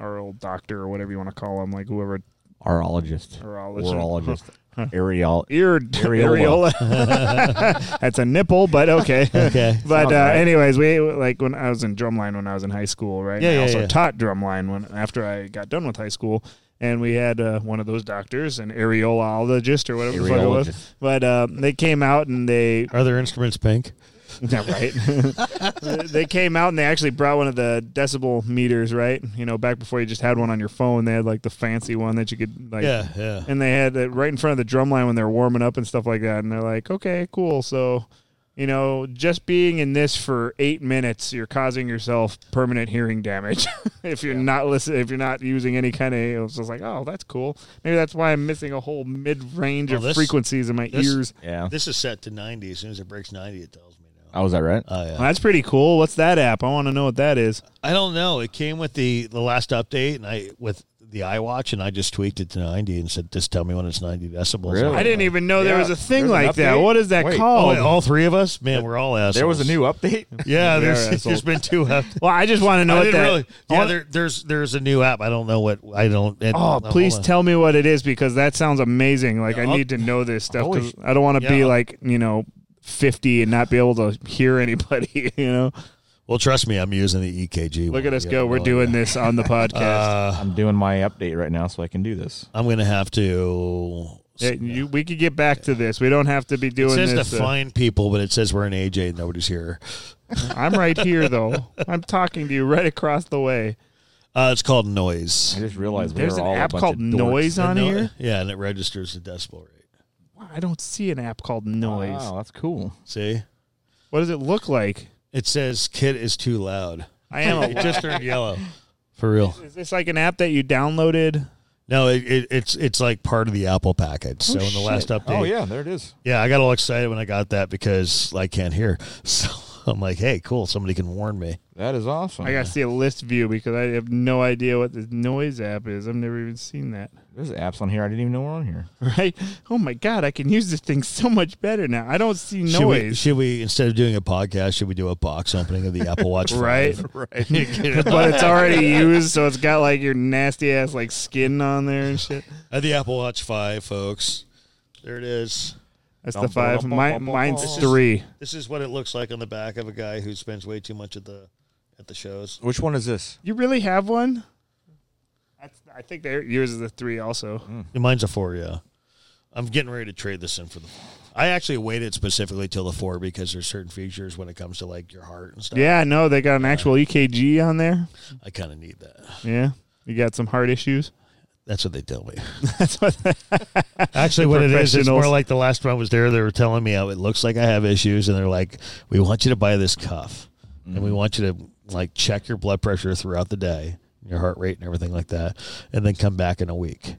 [SPEAKER 1] oral doctor or whatever you want to call them, like whoever
[SPEAKER 2] Aurologist,
[SPEAKER 1] Urologist.
[SPEAKER 2] aurologist, aerial.
[SPEAKER 1] ear areola.
[SPEAKER 2] Areola.
[SPEAKER 1] That's a nipple, but okay.
[SPEAKER 3] Okay.
[SPEAKER 1] But uh,
[SPEAKER 2] Sounds right.
[SPEAKER 1] anyways, we like when I was in drumline when I was in high school, right?
[SPEAKER 3] Yeah,
[SPEAKER 1] And I
[SPEAKER 3] yeah,
[SPEAKER 1] also
[SPEAKER 3] yeah.
[SPEAKER 1] taught drumline when after I got done with high school, and we had uh, one of those doctors, an areologist or whatever the fuck it was.
[SPEAKER 2] Areologist.
[SPEAKER 1] But um, they came out and they
[SPEAKER 3] Are their instruments pink?
[SPEAKER 1] yeah, right. they came out and they actually brought one of the decibel meters, right? You know, back before you just had one on your phone, they had like the fancy one that you could like
[SPEAKER 3] Yeah, yeah.
[SPEAKER 1] and they had it right in front of the drum line when they're warming up and stuff like that. And they're like, okay, cool. So, you know, just being in this for eight minutes, you're causing yourself permanent hearing damage if you're not listening, if you're not using any kind of. It was just like, oh, that's cool. Maybe that's why I'm missing a whole mid range
[SPEAKER 3] Well,
[SPEAKER 1] of
[SPEAKER 3] this-
[SPEAKER 1] frequencies in my
[SPEAKER 3] this-
[SPEAKER 1] ears.
[SPEAKER 2] Yeah.
[SPEAKER 3] This is set to 90. As soon as it breaks 90, it tells me now.
[SPEAKER 2] Oh, was that right?
[SPEAKER 3] Oh yeah.
[SPEAKER 1] Well, that's pretty cool. What's that app? I want to know what that is.
[SPEAKER 3] I don't know. It came with the the last update, and I with the iWatch and I just tweaked it to 90 and said, just tell me when it's 90 decibels.
[SPEAKER 2] Really?
[SPEAKER 1] I didn't even know there
[SPEAKER 2] Yeah,
[SPEAKER 1] was a thing
[SPEAKER 2] there's an
[SPEAKER 1] like that.
[SPEAKER 2] update.
[SPEAKER 1] What is that
[SPEAKER 2] Wait.
[SPEAKER 3] Oh,
[SPEAKER 1] called?
[SPEAKER 3] and all three of us? Man, we're all assholes.
[SPEAKER 2] There was a new update.
[SPEAKER 3] Yeah,
[SPEAKER 1] We
[SPEAKER 3] there's,
[SPEAKER 1] are assholes.
[SPEAKER 3] there's been two up.
[SPEAKER 1] well, I just want to know
[SPEAKER 3] I
[SPEAKER 1] what
[SPEAKER 3] didn't
[SPEAKER 1] that.
[SPEAKER 3] really.
[SPEAKER 1] I
[SPEAKER 3] Yeah,
[SPEAKER 1] wanna-
[SPEAKER 3] there, there's there's a new app. I don't know what I don't. it-
[SPEAKER 1] Oh,
[SPEAKER 3] hold on,
[SPEAKER 1] please
[SPEAKER 3] hold on.
[SPEAKER 1] tell me what it is because that sounds amazing. Like I
[SPEAKER 3] I'll-
[SPEAKER 1] need to know this stuff
[SPEAKER 2] Holy
[SPEAKER 1] because
[SPEAKER 2] sh-
[SPEAKER 1] I don't want to be
[SPEAKER 3] Yeah.
[SPEAKER 1] like you know fifty and not be able to hear anybody. You know,
[SPEAKER 3] Well, trust me, I'm using the EKG.
[SPEAKER 1] look
[SPEAKER 3] one.
[SPEAKER 1] at us
[SPEAKER 3] You
[SPEAKER 1] go.
[SPEAKER 3] have
[SPEAKER 1] We're
[SPEAKER 3] no
[SPEAKER 1] doing
[SPEAKER 3] idea.
[SPEAKER 1] this on the podcast.
[SPEAKER 3] Uh,
[SPEAKER 2] I'm doing my update right now so I can do this.
[SPEAKER 3] I'm gonna have to.
[SPEAKER 1] Yeah, you, we could get back to this. We don't have to be
[SPEAKER 3] it
[SPEAKER 1] doing
[SPEAKER 3] says
[SPEAKER 1] this.
[SPEAKER 3] to
[SPEAKER 1] uh,
[SPEAKER 3] find people, but it says we're in AJ and nobody's here.
[SPEAKER 1] I'm right here though. I'm talking to you right across the way.
[SPEAKER 3] Uh, it's called
[SPEAKER 2] I
[SPEAKER 3] noise.
[SPEAKER 2] just realized
[SPEAKER 1] There's
[SPEAKER 2] we
[SPEAKER 1] an
[SPEAKER 2] were all
[SPEAKER 1] app
[SPEAKER 2] a bunch
[SPEAKER 1] called
[SPEAKER 2] of dorks.
[SPEAKER 1] Noise on
[SPEAKER 3] And no-
[SPEAKER 1] here.
[SPEAKER 3] Yeah, and it registers the decibel rate.
[SPEAKER 1] Wow, I don't see an app called Noise.
[SPEAKER 2] Wow, that's cool.
[SPEAKER 3] See,
[SPEAKER 1] What does it look like?
[SPEAKER 3] it says kid is too loud.
[SPEAKER 1] I am.
[SPEAKER 3] It just turned yellow. For real?
[SPEAKER 1] is this like an app that you downloaded?
[SPEAKER 3] No, it, it, it's it's like part of the Apple package. so in the last update,
[SPEAKER 2] Oh yeah, there it is.
[SPEAKER 3] Yeah, I got all excited when I got that because I can't hear. So I'm like, hey, cool. Somebody can warn me.
[SPEAKER 2] That is awesome.
[SPEAKER 1] I gotta see a list view because I have no idea what this noise app is. I've never even seen that.
[SPEAKER 2] There's apps on here I didn't even know were on here.
[SPEAKER 1] Right? Oh my god, I can use this thing so much better now. I don't see
[SPEAKER 3] Should we,
[SPEAKER 1] noise.
[SPEAKER 3] should we, instead of doing a podcast, should we do a box opening of the Apple Watch?
[SPEAKER 1] Right?
[SPEAKER 3] Right.
[SPEAKER 1] but it's already used, so it's got like your nasty ass like skin on there and shit.
[SPEAKER 3] the Apple Watch 5, folks. There it is.
[SPEAKER 1] That's the five. My, mine's
[SPEAKER 2] This is-
[SPEAKER 1] three.
[SPEAKER 3] This is what it looks like on the back of a guy who spends way too much at the at the shows.
[SPEAKER 2] Which one is this?
[SPEAKER 1] You really have one? That's, I think they're- yours is the three also.
[SPEAKER 3] Mine's a 4, yeah. I'm getting ready to trade this in for the I actually waited specifically till the 4 because there's certain features when it comes to like your heart and stuff.
[SPEAKER 1] Yeah, no, they got an actual EKG on there.
[SPEAKER 3] I kind of need that.
[SPEAKER 1] Yeah. You got some heart issues.
[SPEAKER 3] That's what they tell me.
[SPEAKER 1] That's what
[SPEAKER 3] Actually, what it is is
[SPEAKER 1] Professionals.
[SPEAKER 3] more like the last time I was there. They were telling me how it looks like I have issues, and they're like, "We want you to buy this cuff, and
[SPEAKER 2] Mm-hmm.
[SPEAKER 3] we want you to like check your blood pressure throughout the day, your heart rate, and everything like that, and then come back in a week."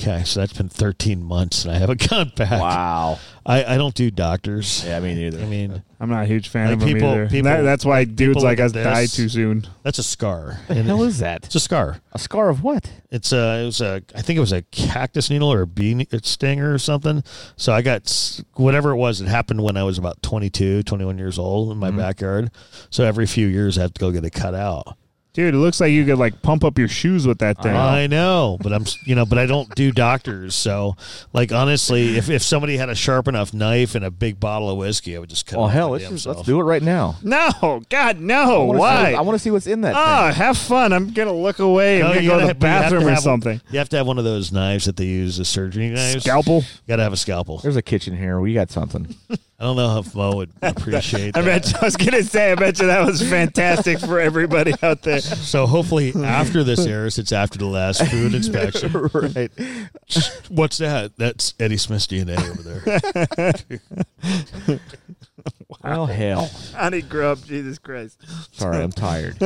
[SPEAKER 3] Okay, so that's been 13 months, and I haven't gone back.
[SPEAKER 2] Wow.
[SPEAKER 3] I, I don't do doctors.
[SPEAKER 2] Yeah, me neither.
[SPEAKER 3] I mean,
[SPEAKER 1] I'm not a huge fan
[SPEAKER 3] Like,
[SPEAKER 1] of them
[SPEAKER 3] people-
[SPEAKER 1] either.
[SPEAKER 3] people-
[SPEAKER 1] That- that's why dudes
[SPEAKER 3] people
[SPEAKER 1] like
[SPEAKER 3] look
[SPEAKER 1] us
[SPEAKER 3] at
[SPEAKER 1] die
[SPEAKER 3] this.
[SPEAKER 1] too soon.
[SPEAKER 3] that's a scar.
[SPEAKER 2] the hell is that?
[SPEAKER 3] It's a scar.
[SPEAKER 2] A scar of what?
[SPEAKER 3] It's a, it was a, I think it was a cactus needle or a bee ne- stinger or something. So I got s- whatever it was. It happened when I was about 22, 21 years old in my backyard. So every few years I have to go get it cut out.
[SPEAKER 1] Dude, it looks like you could like pump up your shoes with that thing.
[SPEAKER 3] I know, but I'm, s- you know, but I don't do doctors. So like, honestly, if, if somebody had a sharp enough knife and a big bottle of whiskey, I would just cut
[SPEAKER 2] Well,
[SPEAKER 3] it off
[SPEAKER 2] hell,
[SPEAKER 3] my
[SPEAKER 2] let's
[SPEAKER 3] damn
[SPEAKER 2] just,
[SPEAKER 3] self.
[SPEAKER 2] let's do it right now.
[SPEAKER 1] no, God, no.
[SPEAKER 2] I wanna see
[SPEAKER 1] Why?
[SPEAKER 2] what- Ah. I want to see what's in that.
[SPEAKER 1] oh, have fun. I'm gonna look away. I'm
[SPEAKER 3] No,
[SPEAKER 1] gonna
[SPEAKER 3] Oh, you
[SPEAKER 1] go
[SPEAKER 3] gotta
[SPEAKER 1] to the
[SPEAKER 3] have- but you have to
[SPEAKER 1] bathroom or
[SPEAKER 3] have-
[SPEAKER 1] something.
[SPEAKER 3] You have to have one of those knives that they use as surgery knives.
[SPEAKER 1] Scalpel.
[SPEAKER 3] Got to have a scalpel.
[SPEAKER 2] There's a kitchen here. We got something.
[SPEAKER 3] I don't know if Mo would appreciate.
[SPEAKER 1] I
[SPEAKER 3] that.
[SPEAKER 1] bet. I was gonna say. I bet you that was fantastic for everybody out there.
[SPEAKER 3] So hopefully after this airs, it's after the last food inspection.
[SPEAKER 2] right.
[SPEAKER 3] What's that? That's Eddie Smith's DNA over there.
[SPEAKER 2] Well, hell.
[SPEAKER 1] Honey grub. Jesus Christ.
[SPEAKER 2] Sorry, I'm tired.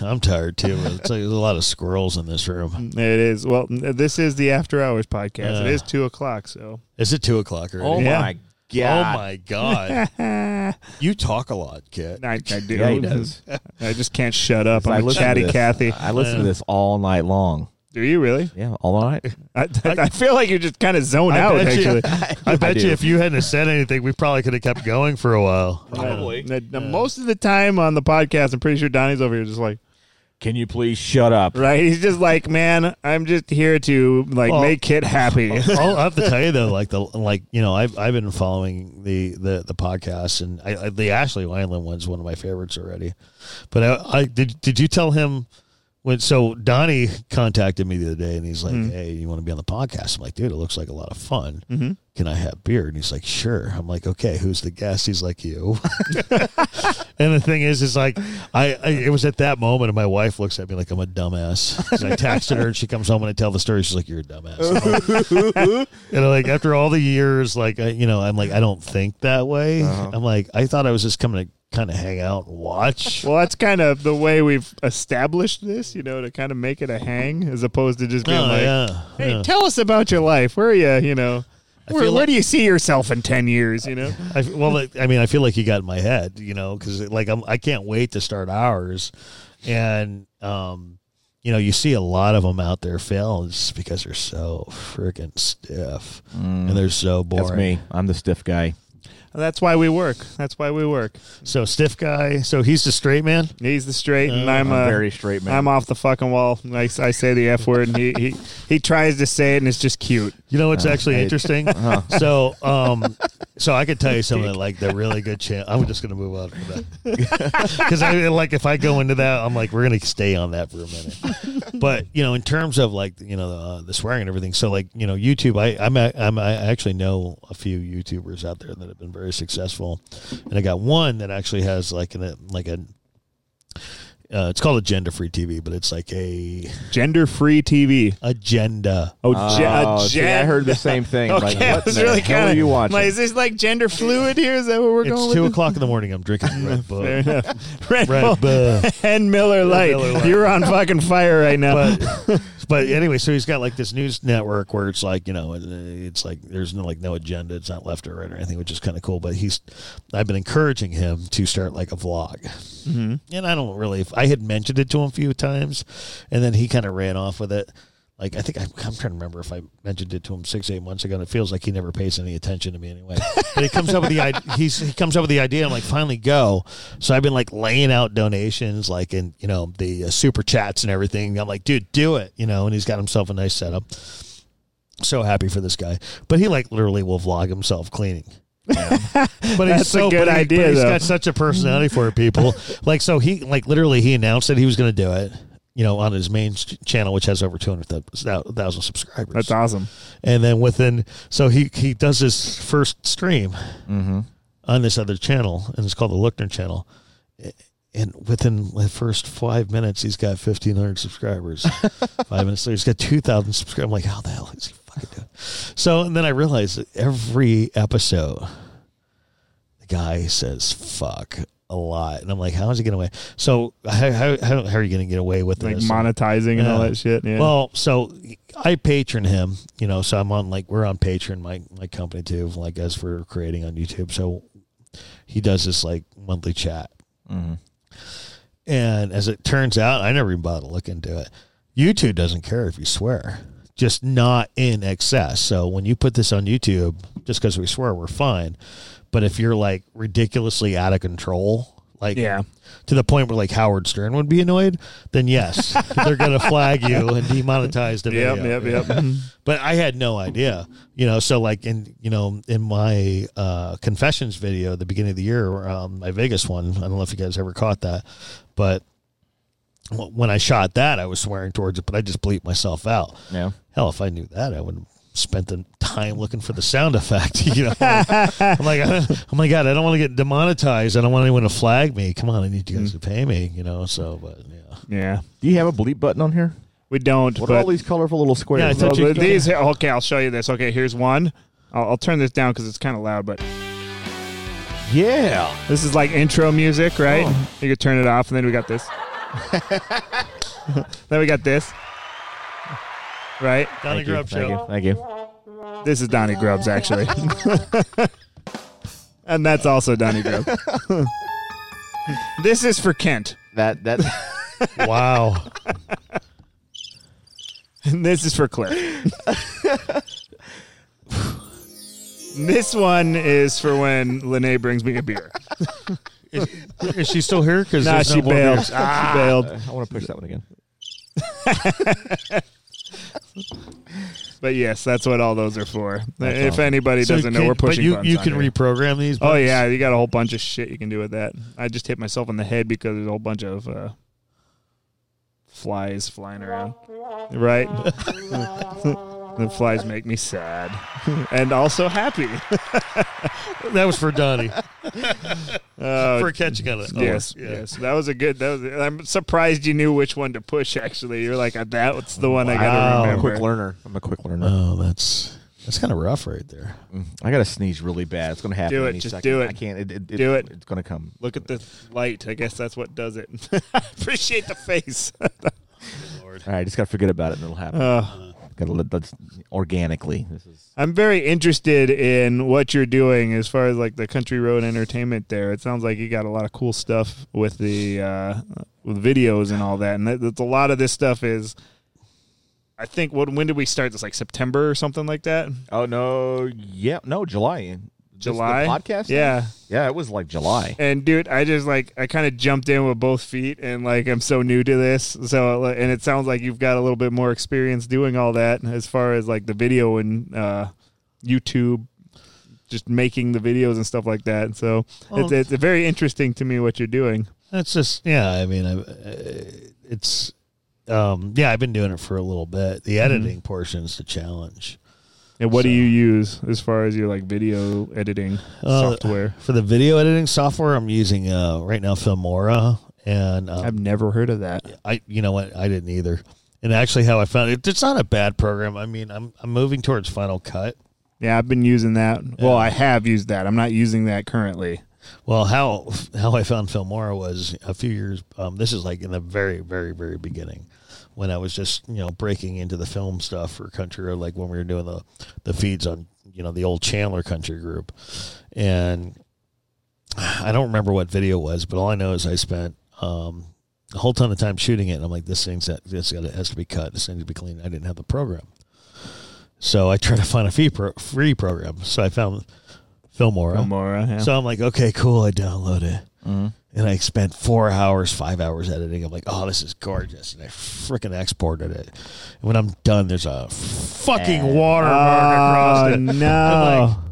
[SPEAKER 3] I'm tired too. It's like there's a lot of squirrels in this room.
[SPEAKER 1] It is. Well, this is the after hours podcast. it
[SPEAKER 3] Uh.
[SPEAKER 1] is two o'clock. So.
[SPEAKER 3] Is it two o'clock already?
[SPEAKER 2] Oh
[SPEAKER 1] Yeah.
[SPEAKER 2] my
[SPEAKER 3] Oh
[SPEAKER 2] god.
[SPEAKER 3] my god!
[SPEAKER 1] I,
[SPEAKER 3] You talk a lot, kid.
[SPEAKER 1] I do.
[SPEAKER 2] Yeah, he does.
[SPEAKER 1] I just can't shut up. I'm a
[SPEAKER 2] listen to
[SPEAKER 1] chatty
[SPEAKER 2] this.
[SPEAKER 1] Cathy.
[SPEAKER 2] I listen to this all night long.
[SPEAKER 1] Do you really?
[SPEAKER 2] Yeah, all night.
[SPEAKER 1] I, I, feel like you just kind of zone
[SPEAKER 3] I
[SPEAKER 1] out.
[SPEAKER 3] bet you-
[SPEAKER 1] Actually,
[SPEAKER 3] I bet
[SPEAKER 2] do.
[SPEAKER 3] you if you hadn't have said anything, we probably could have kept going for a while.
[SPEAKER 1] Now, now, Most of the time on the podcast, I'm pretty sure Donnie's over here just like,
[SPEAKER 2] Can you please shut up?
[SPEAKER 1] right? He's just like, man, I'm just here to like
[SPEAKER 3] Well-
[SPEAKER 1] make Kit happy.
[SPEAKER 3] I'll I have to tell you though, like the like you know, I've I've been following the the the podcast, and I, I, the Ashley Wineland one's one of my favorites already. But I, I did did you tell him when? So Donnie contacted me the other day, and he's like, "Hey, you want to be on the podcast?" I'm like, "Dude, it looks like a lot of fun. Can I have beer?" And he's like, "Sure." I'm like, "Okay, who's the guest?" He's like, "You." and the thing is, is like I, I it was at that moment, and my wife looks at me like I'm a dumbass. 'Cause I texted her, and she comes home and I tell the story. She's like, "You're a dumbass." I'm like, and like after all the years, like I, you know, I'm like I don't think that way.
[SPEAKER 1] Uh-huh.
[SPEAKER 3] I'm like I thought I was just coming to kind of hang out and watch.
[SPEAKER 1] well, that's kind of the way we've established this, you know, to kind of make it a hang as opposed to just being
[SPEAKER 3] No,
[SPEAKER 1] like,
[SPEAKER 3] Oh, yeah,
[SPEAKER 1] hey,
[SPEAKER 3] yeah.
[SPEAKER 1] tell us about your life. Where are you? You know, where,
[SPEAKER 3] feel
[SPEAKER 1] where
[SPEAKER 3] like-
[SPEAKER 1] do you see yourself in ten years? You know,
[SPEAKER 3] I, well, like, I mean, I feel like you got in my head, you know, because like I'm I can't wait to start ours, and um, you know, you see a lot of them out there fail just because they're so freaking stiff and they're so boring.
[SPEAKER 2] Mm. That's me. I'm the stiff guy.
[SPEAKER 1] That's why we work. That's why we work.
[SPEAKER 3] So stiff guy. So he's the straight man.
[SPEAKER 1] He's the straight,
[SPEAKER 3] Uh,
[SPEAKER 1] and I'm,
[SPEAKER 2] I'm
[SPEAKER 1] a
[SPEAKER 2] very straight man.
[SPEAKER 1] Uh, I'm off the fucking wall. I, I say the f word, and he, he he tries to say it, and it's just cute.
[SPEAKER 3] You know what's actually interesting? So, um, so I could tell you something like the really good channel. I'm just gonna move on from that because I like if I go into that, I'm like we're gonna stay on that for a minute. But you know, in terms of like you know uh, the swearing and everything, so like you know YouTube, I I'm, a- I'm I actually know a few YouTubers out there that have been very successful, and I got one that actually has like an like a uh, it's called a gender free TV, but it's like a
[SPEAKER 1] Gender free TV.
[SPEAKER 3] agenda.
[SPEAKER 1] Oh, ge-
[SPEAKER 2] Oh,
[SPEAKER 1] a
[SPEAKER 2] see,
[SPEAKER 1] gen-
[SPEAKER 2] I heard the same thing. like,
[SPEAKER 1] Okay, I
[SPEAKER 2] what
[SPEAKER 1] was
[SPEAKER 2] the
[SPEAKER 1] really
[SPEAKER 2] hell
[SPEAKER 1] kind
[SPEAKER 2] are
[SPEAKER 1] of.
[SPEAKER 2] you watching?
[SPEAKER 1] Like, is this like gender fluid here? Is that what we're going?
[SPEAKER 3] It's two o'clock in the morning. I'm drinking Red Bull.
[SPEAKER 1] Fair enough. Red,
[SPEAKER 3] Red
[SPEAKER 1] Bull
[SPEAKER 3] Bull.
[SPEAKER 1] and Miller Lite.
[SPEAKER 3] Miller Lite.
[SPEAKER 1] You're on fucking fire right now.
[SPEAKER 3] but but anyway, so he's got like this news network where it's like you know it- it's like there's no like no agenda. It's not left or right or anything, which is kind of cool. But he's I've been encouraging him to start like a vlog, and I don't really. I had mentioned it to him a few times, and then he kind of ran off with it. Like I think I, I'm trying to remember if I mentioned it to him six eight months ago. and It feels like he never pays any attention to me anyway. But he comes up with the idea. He's he comes up with the idea. I'm like, finally go. So I've been like laying out donations, like in you know the uh, super chats and everything. I'm like, dude, do it. You know, and he's got himself a nice setup. So happy for this guy, but he like literally will vlog himself cleaning. but
[SPEAKER 1] That's a
[SPEAKER 3] he's so
[SPEAKER 1] good
[SPEAKER 3] but he-
[SPEAKER 1] idea,
[SPEAKER 3] But he's
[SPEAKER 1] though.
[SPEAKER 3] got such a personality for it, people. like so, he like literally he announced that he was going to do it. You know, on his main ch- channel, which has over two hundred thousand subscribers.
[SPEAKER 1] That's awesome.
[SPEAKER 3] And then within, so he he does his first stream on this other channel, and it's called the Luckner channel. And within the first five minutes, he's got fifteen hundred subscribers. five minutes later, he's got two thousand subscribers. I'm like, how the hell is he fucking doing? So, and then I realized that every episode, the guy says "fuck" a lot, and I'm like, how is he getting away? So, how, how, how how are you going to get away with
[SPEAKER 1] Like
[SPEAKER 3] this?
[SPEAKER 1] monetizing and all
[SPEAKER 3] Yeah.
[SPEAKER 1] that shit. Yeah.
[SPEAKER 3] Well, so I patron him, you know, so I'm on like we're on Patreon, my my company too, like as we're creating on YouTube. So he does this like monthly chat. And as it turns out, I never even bothered to look into it. YouTube doesn't care if you swear, just not in excess. So when you put this on YouTube, just because we swear, we're fine. But if you're like ridiculously out of control, like
[SPEAKER 1] Yeah.
[SPEAKER 3] to the point where like Howard Stern would be annoyed, then yes, they're gonna flag you and demonetize the video.
[SPEAKER 1] yep, yep, yep.
[SPEAKER 3] But I had no idea, you know. So like in you know in my uh, confessions video at the beginning of the year, um, my Vegas one. I don't know if you guys ever caught that, but w- when I shot that, I was swearing towards it, but I just bleeped myself out.
[SPEAKER 2] yeah.
[SPEAKER 3] Hell, if I knew that, I would have spent the time looking for the sound effect. You know, I'm like, oh my god, I don't want to get demonetized. I don't want anyone to flag me. Come on, I need you guys to pay me. You know, so but yeah,
[SPEAKER 1] yeah.
[SPEAKER 2] Do you have a bleep button on here?
[SPEAKER 1] We don't.
[SPEAKER 2] What
[SPEAKER 1] but
[SPEAKER 2] are all these colorful little squares?
[SPEAKER 3] Yeah, I thought
[SPEAKER 1] Well,
[SPEAKER 3] you-
[SPEAKER 1] th- these okay. I'll show you this. Okay, here's one. I'll, I'll turn this down because it's kind of loud, but
[SPEAKER 2] Yeah.
[SPEAKER 1] this is like intro music, right?
[SPEAKER 3] Oh.
[SPEAKER 1] You could turn it off, and then we got this. then we got this. Right?
[SPEAKER 3] Donnie
[SPEAKER 2] Thank you,
[SPEAKER 3] Grubb
[SPEAKER 2] thank
[SPEAKER 3] show.
[SPEAKER 2] you. Thank you.
[SPEAKER 1] This is Donnie Grubbs, actually. and that's also Donnie Grubb. this is for Kent.
[SPEAKER 2] That that
[SPEAKER 3] Wow,
[SPEAKER 1] And this is for Cliff. this one is for when Lene brings me a beer.
[SPEAKER 3] is, is she still here? Ah. Because
[SPEAKER 1] Nah, she bailed. She bailed.
[SPEAKER 2] I want to push that one again.
[SPEAKER 1] But yes, that's what all those are for.
[SPEAKER 2] That's
[SPEAKER 1] if
[SPEAKER 2] awesome.
[SPEAKER 1] anybody doesn't know, we're pushing.
[SPEAKER 3] But
[SPEAKER 1] buttons
[SPEAKER 3] you, you
[SPEAKER 1] on
[SPEAKER 3] can
[SPEAKER 1] here.
[SPEAKER 3] reprogram these.
[SPEAKER 1] Oh
[SPEAKER 3] buttons?
[SPEAKER 1] yeah, you got a whole bunch of shit you can do with that. I just hit myself in the head because there's a whole bunch of uh, flies flying around. Right? the flies make me sad and also happy.
[SPEAKER 3] that was for Donnie
[SPEAKER 1] Oh,
[SPEAKER 3] for catching on it. Oh,
[SPEAKER 1] yes,
[SPEAKER 3] yeah.
[SPEAKER 1] yes. That was a good. That was. I'm surprised you knew which one to push. Actually, you're like that's the one I
[SPEAKER 3] Wow.
[SPEAKER 1] gotta
[SPEAKER 2] I'm a
[SPEAKER 1] remember. Uh.
[SPEAKER 2] quick learner. I'm a quick learner. Mm.
[SPEAKER 3] Oh, that's that's kind of rough right there.
[SPEAKER 2] I gotta sneeze really bad. It's gonna happen.
[SPEAKER 1] Do it.
[SPEAKER 2] Any
[SPEAKER 1] Just
[SPEAKER 2] second.
[SPEAKER 1] do it.
[SPEAKER 2] I can't. It, it,
[SPEAKER 1] Do it.
[SPEAKER 2] It's gonna come.
[SPEAKER 1] Look at the light. I guess that's what does it. Appreciate the face.
[SPEAKER 2] All right. Just gotta forget about it and it'll happen.
[SPEAKER 1] Uh,
[SPEAKER 2] Got to let that's organically. This is
[SPEAKER 1] I'm very interested in what you're doing as far as like the country road entertainment there. It sounds like you got a lot of cool stuff with the uh, with videos and all that. And that, that's a lot of this stuff is, I think, what when did we start this? Like September or something like that?
[SPEAKER 2] oh no, yeah, no, July, This- the
[SPEAKER 1] July?
[SPEAKER 2] podcast,
[SPEAKER 1] Yeah.
[SPEAKER 2] yeah, it was like July.
[SPEAKER 1] And dude, I just like I kind of jumped in with both feet, and like I'm so new to this, so uh, and it sounds like you've got a little bit more experience doing all that as far as like the video and uh, YouTube, just making the videos and stuff like that. So
[SPEAKER 3] Well-
[SPEAKER 1] it's, it's very interesting to me what you're doing.
[SPEAKER 3] That's just yeah. I mean, I, uh, it's um, yeah. I've been doing it for a little bit. The editing portion's the challenge
[SPEAKER 1] And what do
[SPEAKER 3] So-
[SPEAKER 1] you use as far as your like video editing
[SPEAKER 3] Uh,
[SPEAKER 1] software?
[SPEAKER 3] for the video editing software. I'm using uh, right now Filmora, and um,
[SPEAKER 1] I've never heard of that.
[SPEAKER 3] I you know what I didn't either. And actually, how I found it, it's not a bad program. I mean, I'm I'm moving towards Final Cut.
[SPEAKER 1] Yeah, I've been using that. Well, I have used that. I'm not using that currently.
[SPEAKER 3] Well, how how I found Filmora was a few years. Um, this is like in the very very very beginning, when I was just you know breaking into the film stuff for Country Road, like when we were doing the the feeds on you know the old Chandler Country Group, and I don't remember what video it was, but all I know is I spent um, a whole ton of time shooting it, and I'm like, this thing's this gotta, has to be cut, this thing needs to be cleaned. I didn't have the program, so I tried to find a fee pro, free program. So I found Filmora.
[SPEAKER 1] Filmora, yeah.
[SPEAKER 3] So I'm like, okay, cool. I download it.
[SPEAKER 2] Mhm.
[SPEAKER 3] And I spent four hours, five hours editing. I'm like, oh, this is gorgeous. And I freaking exported it. And when I'm done, there's a fucking watermark across
[SPEAKER 1] Oh,
[SPEAKER 3] it.
[SPEAKER 1] no.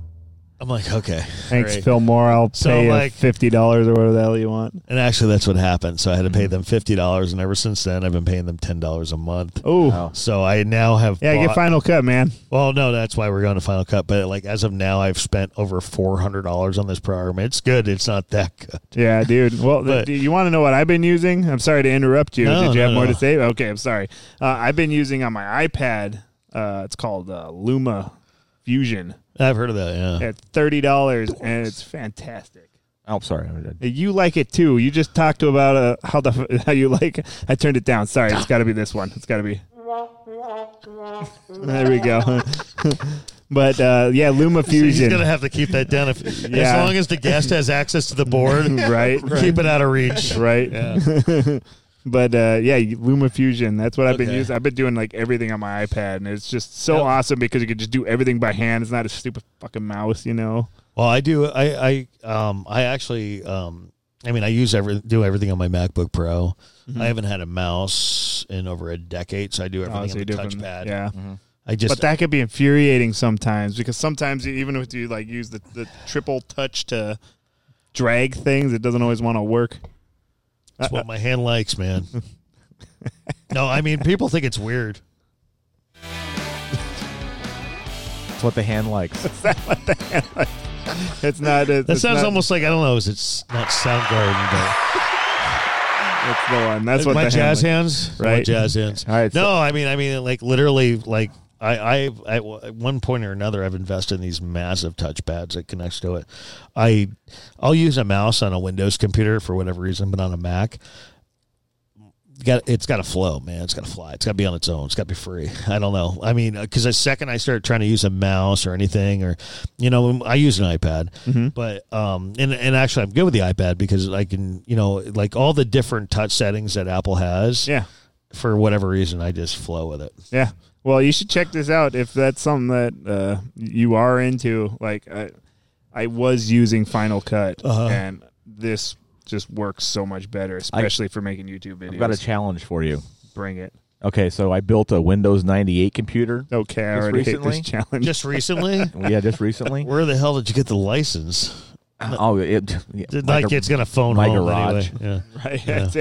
[SPEAKER 3] I'm like, okay.
[SPEAKER 1] Thanks,
[SPEAKER 3] great.
[SPEAKER 1] Phil Moore. I'll
[SPEAKER 3] So,
[SPEAKER 1] pay you
[SPEAKER 3] like-
[SPEAKER 1] fifty dollars or whatever the hell you want.
[SPEAKER 3] And actually, that's what happened. So I had to
[SPEAKER 1] Mm-hmm.
[SPEAKER 3] pay them $50. And ever since then, I've been paying them $10 a month.
[SPEAKER 1] Oh,
[SPEAKER 2] Wow.
[SPEAKER 3] So I now have.
[SPEAKER 1] yeah,
[SPEAKER 3] bought-
[SPEAKER 1] get Final Cut, man.
[SPEAKER 3] Well, no, that's why we're going to Final Cut. But like as of now, I've spent over $400 on this program. It's good. It's not that good.
[SPEAKER 1] Yeah, dude. Well,
[SPEAKER 3] But-
[SPEAKER 1] do you want to know what I've been using? I'm sorry to interrupt you.
[SPEAKER 3] No,
[SPEAKER 1] Did you
[SPEAKER 3] no,
[SPEAKER 1] have more
[SPEAKER 3] no.
[SPEAKER 1] to say? Okay, I'm sorry. Uh, I've been using on my iPad. Uh, it's called uh, Luma Fusion.
[SPEAKER 3] I've heard of that. Yeah.
[SPEAKER 1] At thirty dollars, and it's fantastic.
[SPEAKER 2] Oh, I'm sorry. I- I-
[SPEAKER 1] You like it too. You just talked about uh, how the how you like. I turned it down. Sorry, it's got to be this one. It's got to be. There we go. but uh, yeah, Luma
[SPEAKER 3] He's
[SPEAKER 1] Fusion.
[SPEAKER 3] gonna have to keep that down if, as
[SPEAKER 1] Yeah.
[SPEAKER 3] long as the guest has access to the board.
[SPEAKER 1] right,
[SPEAKER 3] Keep it out of reach.
[SPEAKER 1] right. but uh, yeah, Luma Fusion. That's what I've been
[SPEAKER 3] Okay.
[SPEAKER 1] using. I've been doing like everything on my iPad, and it's just so
[SPEAKER 3] Yep.
[SPEAKER 1] awesome because you can just do everything by hand. It's not a stupid fucking mouse, you know.
[SPEAKER 3] Well, I do. I I um I actually um I mean I use every do everything on my MacBook Pro.
[SPEAKER 1] Mm-hmm.
[SPEAKER 3] I haven't had a mouse in over a decade, so I do everything
[SPEAKER 1] Obviously
[SPEAKER 3] on the
[SPEAKER 1] different.
[SPEAKER 3] touchpad.
[SPEAKER 1] Yeah.
[SPEAKER 3] I just
[SPEAKER 1] But that could be infuriating sometimes because sometimes you- even if you like use the, the triple touch to drag things, it doesn't always want to work.
[SPEAKER 3] that's what my hand likes, man. no, I mean people think it's weird.
[SPEAKER 2] It's what the hand likes.
[SPEAKER 1] It's not. It's,
[SPEAKER 3] That
[SPEAKER 1] it's
[SPEAKER 3] sounds
[SPEAKER 1] not-
[SPEAKER 3] almost like I don't know. Is it's not Soundgarden? But
[SPEAKER 1] It's the one. That's what
[SPEAKER 3] my
[SPEAKER 1] the
[SPEAKER 3] jazz
[SPEAKER 1] hand-
[SPEAKER 3] hands, My
[SPEAKER 1] Right.
[SPEAKER 3] jazz hands.
[SPEAKER 2] All right,
[SPEAKER 3] no,
[SPEAKER 2] so-
[SPEAKER 3] I mean, I mean, like literally, like I, I, I, at one point or another, I've invested in these massive touchpads that connects to it. I, I'll use a mouse on a Windows computer for whatever reason, but on a Mac, got it's got to flow, man. It's got to fly. It's got to be on its own. It's got to be free. I don't know. I mean, because the second I start trying to use a mouse or anything, or you know, I use an iPad,
[SPEAKER 1] Mm-hmm.
[SPEAKER 3] but um, and and actually, I'm good with the iPad because I can, you know, like all the different touch settings that Apple has.
[SPEAKER 1] Yeah.
[SPEAKER 3] For whatever reason, I just flow with it.
[SPEAKER 1] Yeah. Well, you should check this out if that's something that uh, you are into. Like, I, I was using Final Cut,
[SPEAKER 3] Uh-huh.
[SPEAKER 1] and this just works so much better, especially for making YouTube videos.
[SPEAKER 2] I've got a challenge for you.
[SPEAKER 1] Bring it.
[SPEAKER 2] Okay, so I built a Windows 98 computer.
[SPEAKER 1] Okay, I
[SPEAKER 2] Just
[SPEAKER 1] already
[SPEAKER 2] recently?
[SPEAKER 1] hate this challenge.
[SPEAKER 3] Just recently,
[SPEAKER 2] Yeah, just recently.
[SPEAKER 3] where the hell did you get the license?
[SPEAKER 2] oh, it. yeah, my
[SPEAKER 3] Like
[SPEAKER 2] gar-
[SPEAKER 3] it's gonna phone
[SPEAKER 2] my
[SPEAKER 3] home
[SPEAKER 2] garage.
[SPEAKER 3] anyway. Yeah. Uh,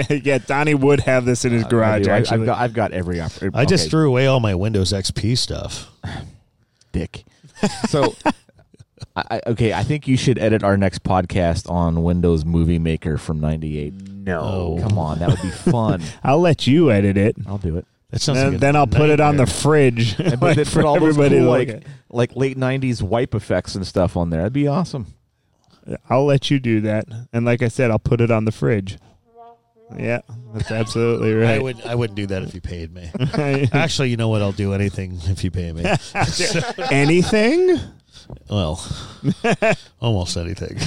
[SPEAKER 1] right. Yeah. Donnie would have this in his garage.
[SPEAKER 2] I,
[SPEAKER 1] actually,
[SPEAKER 2] have got. I've got every. Op-
[SPEAKER 3] I just
[SPEAKER 2] okay,
[SPEAKER 3] threw away all my Windows XP stuff.
[SPEAKER 2] dick. So, I, I- okay, I think you should edit our next podcast on Windows Movie Maker from '98.
[SPEAKER 1] no.
[SPEAKER 2] Come on, that would be fun.
[SPEAKER 1] I'll let you edit it.
[SPEAKER 2] I'll do it.
[SPEAKER 3] That sounds like
[SPEAKER 1] Then,
[SPEAKER 3] a
[SPEAKER 1] then I'll put it on the
[SPEAKER 3] nightmare.
[SPEAKER 1] fridge.
[SPEAKER 2] And but then
[SPEAKER 1] like,
[SPEAKER 2] put all those cool,
[SPEAKER 1] to look
[SPEAKER 2] like like late '90s wipe effects and stuff on there. That'd be awesome.
[SPEAKER 1] at. I'll let you do that. And like I said, I'll put it on the fridge. Yeah, that's absolutely
[SPEAKER 3] I
[SPEAKER 1] right.
[SPEAKER 3] would I wouldn't do that if you paid me. Actually, you know what? I'll do anything if you pay me.
[SPEAKER 1] Anything?
[SPEAKER 3] well, almost anything.